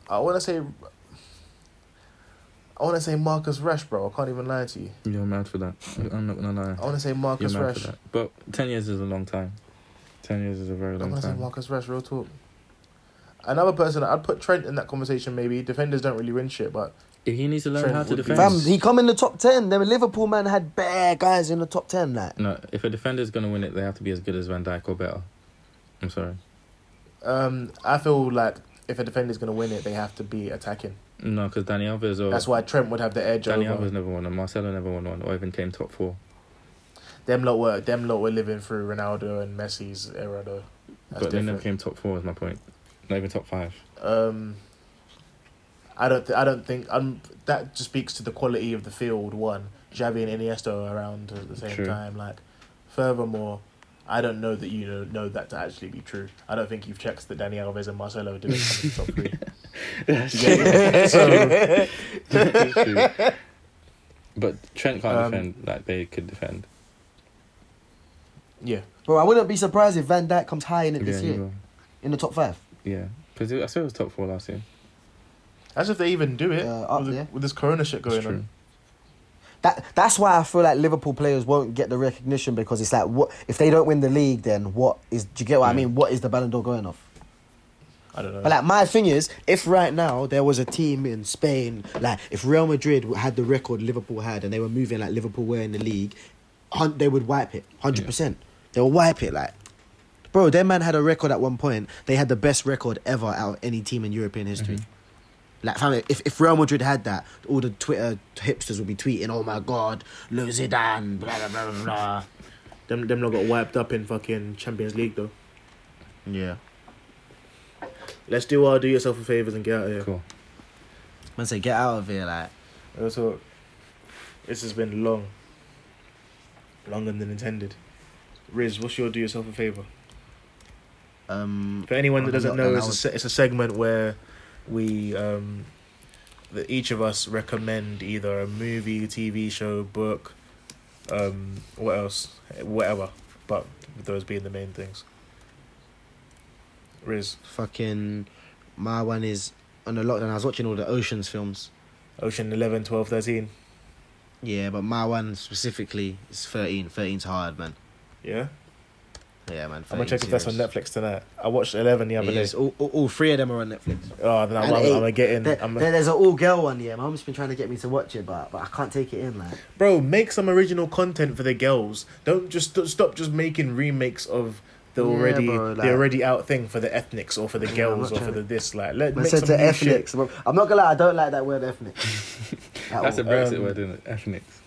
[SPEAKER 3] I want to say. I want to say Marcus Rash, bro. I can't even lie to you.
[SPEAKER 1] You're mad for that. I'm not gonna lie.
[SPEAKER 3] I want to say
[SPEAKER 1] You're
[SPEAKER 3] Marcus
[SPEAKER 1] mad
[SPEAKER 3] Rash.
[SPEAKER 1] for that. But ten years is a long time. Ten years is a very
[SPEAKER 3] I'm
[SPEAKER 1] long
[SPEAKER 3] gonna say
[SPEAKER 1] time.
[SPEAKER 3] Marcus Rashford, real talk. Another person, I'd put Trent in that conversation. Maybe defenders don't really win shit, but
[SPEAKER 1] If he needs to learn
[SPEAKER 3] Trent
[SPEAKER 1] how to
[SPEAKER 3] would be-
[SPEAKER 1] defend.
[SPEAKER 2] Fam, he come in the top ten. Then Liverpool man had bare guys in the top ten. Like
[SPEAKER 1] No, if a defender's gonna win it, they have to be as good as Van Dijk or better. I'm sorry.
[SPEAKER 3] um, I feel like if a defender's gonna win it, they have to be attacking.
[SPEAKER 1] No, because Danny Alves or
[SPEAKER 3] That's why Trent would have the edge
[SPEAKER 1] Danny
[SPEAKER 3] over
[SPEAKER 1] Alves never won one. Marcelo never won one, or even came top four.
[SPEAKER 3] them. Lot were them lot were living through Ronaldo and Messi's era though. That's
[SPEAKER 1] but they never
[SPEAKER 3] different.
[SPEAKER 1] came top four. Is my point. Not even top five.
[SPEAKER 3] Um, I don't. Th- I don't think. Um, that just speaks to the quality of the field. One, Xavi and Iniesta are around at the same
[SPEAKER 1] True.
[SPEAKER 3] time. Like, furthermore, I don't know that you know, know that to actually be true. I don't think you've checked that Dani Alves and Marcelo do it in the top three. Yeah, so,
[SPEAKER 1] It's true. But Trent can't
[SPEAKER 3] Um,
[SPEAKER 1] defend like they could defend.
[SPEAKER 3] yeah,
[SPEAKER 2] Bro, I wouldn't be surprised if Van Dijk comes high in it
[SPEAKER 1] Yeah,
[SPEAKER 2] this
[SPEAKER 1] he
[SPEAKER 2] year,
[SPEAKER 1] will.
[SPEAKER 2] in the top five.
[SPEAKER 1] yeah. Because I still was top four last year.
[SPEAKER 3] as if they even do it
[SPEAKER 2] Uh, up
[SPEAKER 3] with, the-
[SPEAKER 2] there.
[SPEAKER 3] with this Corona shit
[SPEAKER 1] It's
[SPEAKER 3] going
[SPEAKER 1] true.
[SPEAKER 3] on.
[SPEAKER 2] That that's why I feel like Liverpool players won't get the recognition because it's like what if they don't win the league, then what is? Do you get what I
[SPEAKER 1] Yeah.
[SPEAKER 2] mean? What is the Ballon d'Or going off?
[SPEAKER 3] I don't know.
[SPEAKER 2] But like my thing is, if right now there was a team in Spain, like if Real Madrid had the record Liverpool had, and they were moving like Liverpool were in the league, hun- they would wipe it, hundred percent. They'll wipe it, like. Bro, their man had a record at one point. They had the best record ever out of any team in European history.
[SPEAKER 1] Mm-hmm.
[SPEAKER 2] Like, fam, if, if Real Madrid had that, all the Twitter hipsters would be tweeting, "Oh my God, Lou Zidane!" Blah blah blah blah. blah.
[SPEAKER 3] them them lot got wiped up in fucking Champions League though.
[SPEAKER 2] Yeah.
[SPEAKER 3] Let's do our do yourself a favors and get out of here.
[SPEAKER 1] Cool.
[SPEAKER 2] Man, say get out of here, like.
[SPEAKER 3] Also, this has been long, longer than intended. Riz, what's your do yourself a favor?
[SPEAKER 2] Um,
[SPEAKER 3] For anyone
[SPEAKER 2] Well,
[SPEAKER 3] that doesn't
[SPEAKER 2] not
[SPEAKER 3] know,
[SPEAKER 2] an
[SPEAKER 3] it's a,
[SPEAKER 2] hour.
[SPEAKER 3] se- it's a segment where we um, that each of us recommend either a movie, TV show, book, um, what else, whatever. But those being the main things. Riz,
[SPEAKER 2] Fucking, my one is on the lockdown. I was watching all the oceans films.
[SPEAKER 3] Ocean 11, 12, 13.
[SPEAKER 2] Yeah, but my one specifically is 13. 13's hard, man.
[SPEAKER 3] Yeah?
[SPEAKER 2] Yeah, man. 13's
[SPEAKER 3] I'm gonna check if that's on
[SPEAKER 2] serious.
[SPEAKER 3] Netflix tonight. I watched 11 the other
[SPEAKER 2] It
[SPEAKER 3] day.
[SPEAKER 2] is. All, all, all three of them are on Netflix.
[SPEAKER 3] Oh, then I'm,
[SPEAKER 2] And
[SPEAKER 3] I'm,
[SPEAKER 2] eight.
[SPEAKER 3] I'm gonna get in.
[SPEAKER 2] There-
[SPEAKER 3] I'm,
[SPEAKER 2] there- there's an all girl one, yeah. My mum's been trying to get me to watch it, but, but I can't take it in, like.
[SPEAKER 3] Bro, make some original content for the girls. Don't just don't stop just making remakes of the
[SPEAKER 2] Yeah,
[SPEAKER 3] already
[SPEAKER 2] bro, like-
[SPEAKER 3] the already out thing for the ethnics or for the
[SPEAKER 2] Yeah, I'm
[SPEAKER 3] girls
[SPEAKER 2] not
[SPEAKER 3] or for
[SPEAKER 2] trying
[SPEAKER 3] the this. Like, let
[SPEAKER 2] I
[SPEAKER 3] make
[SPEAKER 2] said
[SPEAKER 3] some
[SPEAKER 2] to
[SPEAKER 3] new shit.
[SPEAKER 2] ethnics. I'm not gonna lie, I don't like that word ethnics. At
[SPEAKER 1] That's a
[SPEAKER 2] all.
[SPEAKER 1] Brexit
[SPEAKER 3] um,
[SPEAKER 1] word, isn't it? Ethnics.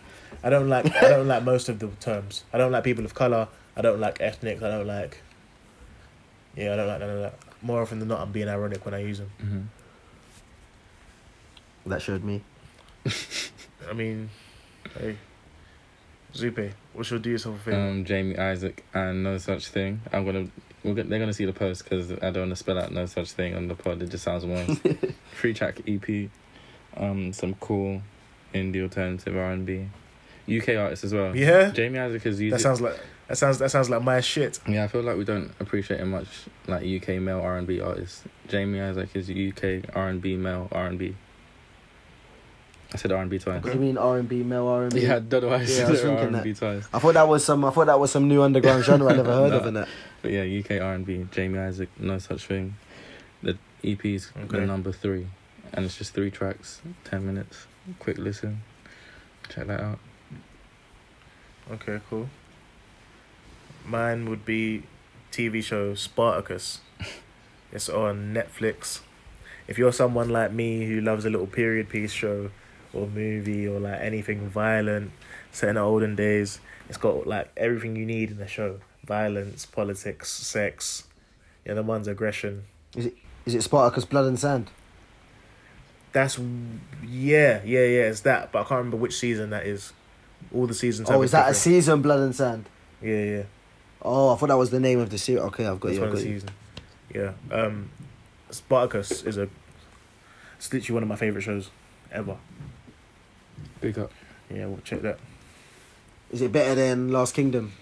[SPEAKER 3] I don't like I don't like most of the terms. I don't like people of color. I don't like ethnic. I don't like. Yeah, I don't like none of that. More often than not, I'm being ironic when I use them.
[SPEAKER 1] Mm-hmm.
[SPEAKER 2] That showed me.
[SPEAKER 3] I mean, hey, Zupe, what should do yourself a favor?
[SPEAKER 1] um, Jamie Isaac and No Such Thing. I'm gonna, we're gonna they're gonna see the post because I don't want to spell out No Such Thing on the pod. It just sounds worse. Three track EP, um, some cool indie alternative R and B, UK artists as well.
[SPEAKER 3] yeah,
[SPEAKER 1] Jamie Isaac has used.
[SPEAKER 3] that
[SPEAKER 1] Um, it-
[SPEAKER 3] sounds like that sounds that sounds like my shit.
[SPEAKER 1] yeah, I feel like we don't appreciate it much like UK male R and B artists. Jamie Isaac is UK R and B male R and B. I said R and B twice.
[SPEAKER 2] What do you mean R and B, male R and B?
[SPEAKER 1] Yeah, I don't know why I
[SPEAKER 2] Yeah, I
[SPEAKER 1] said
[SPEAKER 2] was
[SPEAKER 1] R
[SPEAKER 2] thinking
[SPEAKER 1] and B twice.
[SPEAKER 2] I thought that was some. I thought that was some new underground genre I never heard of.
[SPEAKER 1] No.
[SPEAKER 2] In that.
[SPEAKER 1] But yeah, UK R and B, Jamie Isaac, no such thing. The EP's the
[SPEAKER 3] Okay.
[SPEAKER 1] number three, and it's just three tracks, ten minutes, quick listen. Check that out.
[SPEAKER 3] Okay, cool. Mine would be TV show Spartacus. It's on Netflix. If you're someone like me who loves a little period piece show or movie or like anything violent, set in the olden days, it's got like everything you need in the show. Violence, politics, sex, the other one's aggression.
[SPEAKER 2] Is it Spartacus, Blood and Sand?
[SPEAKER 3] That's yeah, yeah, yeah, it's that, but I can't remember which season that is. All the seasons
[SPEAKER 2] oh,
[SPEAKER 3] have
[SPEAKER 2] is that a
[SPEAKER 3] different-
[SPEAKER 2] season, Blood and Sand?
[SPEAKER 3] Yeah, yeah.
[SPEAKER 2] Oh, I thought that was the name of the series. Okay, I've got
[SPEAKER 3] It's
[SPEAKER 2] you.
[SPEAKER 3] one
[SPEAKER 2] I've
[SPEAKER 3] of
[SPEAKER 2] got
[SPEAKER 3] the
[SPEAKER 2] you.
[SPEAKER 3] season. Yeah. Um, Spartacus is a. It's literally one of my favorite shows, ever.
[SPEAKER 1] Big up.
[SPEAKER 3] Yeah, we'll check that.
[SPEAKER 2] Is it better than Last Kingdom?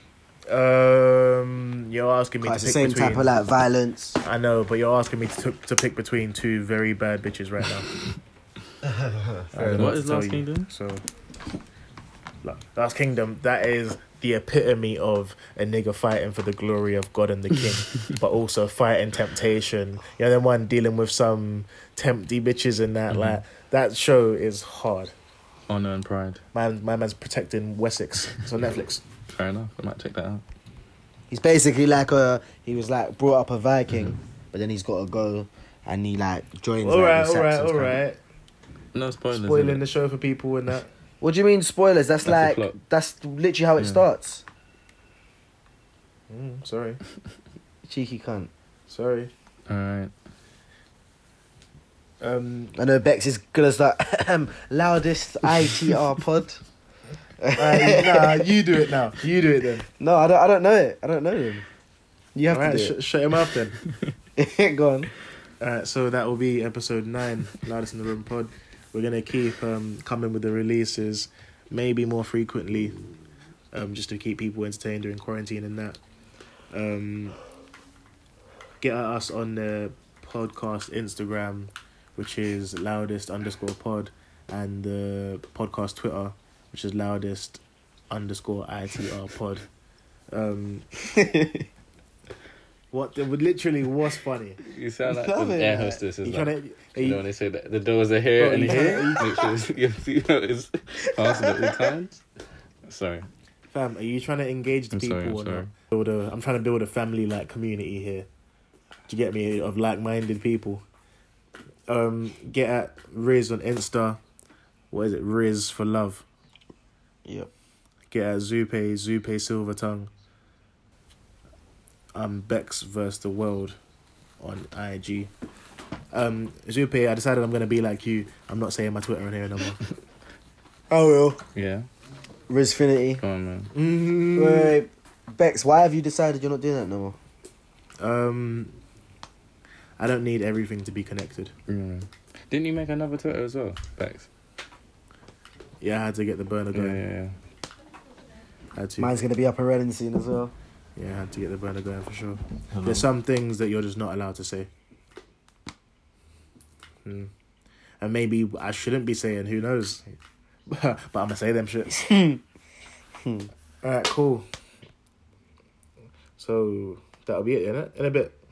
[SPEAKER 3] Um, you're asking me to
[SPEAKER 2] 'Cause It's
[SPEAKER 3] pick
[SPEAKER 2] the same
[SPEAKER 3] between.
[SPEAKER 2] type of like violence.
[SPEAKER 3] I know, but you're asking me to to pick between two very bad bitches right now. I don't know
[SPEAKER 1] What
[SPEAKER 3] to
[SPEAKER 1] is
[SPEAKER 3] tell
[SPEAKER 1] Last
[SPEAKER 3] you.
[SPEAKER 1] Kingdom?
[SPEAKER 3] So, La- Last Kingdom, that is the epitome of a nigga fighting for the glory of God and the King, but also fighting temptation. You know, the one dealing with some tempty bitches and that.
[SPEAKER 1] Mhm.
[SPEAKER 3] Like that show is hard.
[SPEAKER 1] Honor and pride.
[SPEAKER 3] Man, my man's protecting Wessex. It's on Netflix.
[SPEAKER 1] Fair enough. I might check that out.
[SPEAKER 2] He's basically like a. He was like brought up a Viking, but then he's got to go, and he like joins.
[SPEAKER 3] all
[SPEAKER 2] like,
[SPEAKER 3] right,
[SPEAKER 2] the
[SPEAKER 3] all right,
[SPEAKER 2] Saxons kind
[SPEAKER 3] all
[SPEAKER 2] of-
[SPEAKER 3] right.
[SPEAKER 1] No spoilers.
[SPEAKER 3] Spoiling
[SPEAKER 1] innit?
[SPEAKER 3] the show for people and that.
[SPEAKER 2] What do you mean spoilers?
[SPEAKER 1] That's
[SPEAKER 2] That's,
[SPEAKER 1] the
[SPEAKER 2] like
[SPEAKER 1] plot.
[SPEAKER 2] that's literally how it
[SPEAKER 1] Yeah.
[SPEAKER 2] starts.
[SPEAKER 3] Mm, sorry,
[SPEAKER 2] Cheeky cunt.
[SPEAKER 3] sorry.
[SPEAKER 1] All right.
[SPEAKER 3] Um,
[SPEAKER 2] I know Bex is good as that loudest ITR pod.
[SPEAKER 3] I- nah, you do it now. You do it then.
[SPEAKER 2] No, I don't. I don't know it. I don't know him. You have
[SPEAKER 3] All
[SPEAKER 2] to
[SPEAKER 3] right,
[SPEAKER 2] do
[SPEAKER 3] sh- shut him up then.
[SPEAKER 2] it. Go on.
[SPEAKER 3] Alright, Uh, so that will be episode nine, Loudest in the Room Pod. We're gonna keep um coming with the releases, maybe more frequently, um, just to keep people entertained during quarantine and that. Um get at us on the podcast Instagram, which is loudest underscore pod, and the podcast Twitter, which is loudest underscore ITR pod. Um What literally was funny.
[SPEAKER 1] You sound like
[SPEAKER 2] Love
[SPEAKER 1] an
[SPEAKER 2] it.
[SPEAKER 1] air hostess. Is
[SPEAKER 3] You
[SPEAKER 1] like,
[SPEAKER 3] tryna-
[SPEAKER 1] you know when they say that the doors are here
[SPEAKER 3] Bro,
[SPEAKER 1] and
[SPEAKER 3] you
[SPEAKER 1] here. Literally, you see how it's passing at all times. Sorry.
[SPEAKER 3] Fam, are you trying to engage the
[SPEAKER 1] I'm
[SPEAKER 3] people
[SPEAKER 1] sorry, I'm
[SPEAKER 3] or not?
[SPEAKER 1] sorry.
[SPEAKER 3] Build a, I'm trying to build a family like community here. Do you get me? Of like minded people. Um, get at Riz on Insta. What is it? Riz for love.
[SPEAKER 2] Yep.
[SPEAKER 3] Get at Zupe, Zupe Silver Tongue. I'm Um, Bex versus the world on IG. Um, Zupe, I decided I'm gonna be like you. I'm not saying my Twitter on here no more.
[SPEAKER 2] Oh well.
[SPEAKER 1] Yeah.
[SPEAKER 2] Rizfinity.
[SPEAKER 1] Come on, man.
[SPEAKER 3] Mm.
[SPEAKER 2] Wait, Bex, why have you decided you're not doing that no more?
[SPEAKER 3] Um, I don't need everything to be connected.
[SPEAKER 1] Mm. Didn't you make another Twitter as well, Bex?
[SPEAKER 3] Yeah, I had to get the burner
[SPEAKER 1] Yeah,
[SPEAKER 3] going.
[SPEAKER 1] yeah, yeah.
[SPEAKER 3] I had to.
[SPEAKER 2] Mine's gonna be up and running soon as well.
[SPEAKER 3] Yeah, I had to get the burner going for sure. There's some things that you're just not allowed to say. Hmm. And maybe I shouldn't be saying, who knows? but I'm going to say them shits. All right, cool. So that'll be it, innit? In a bit.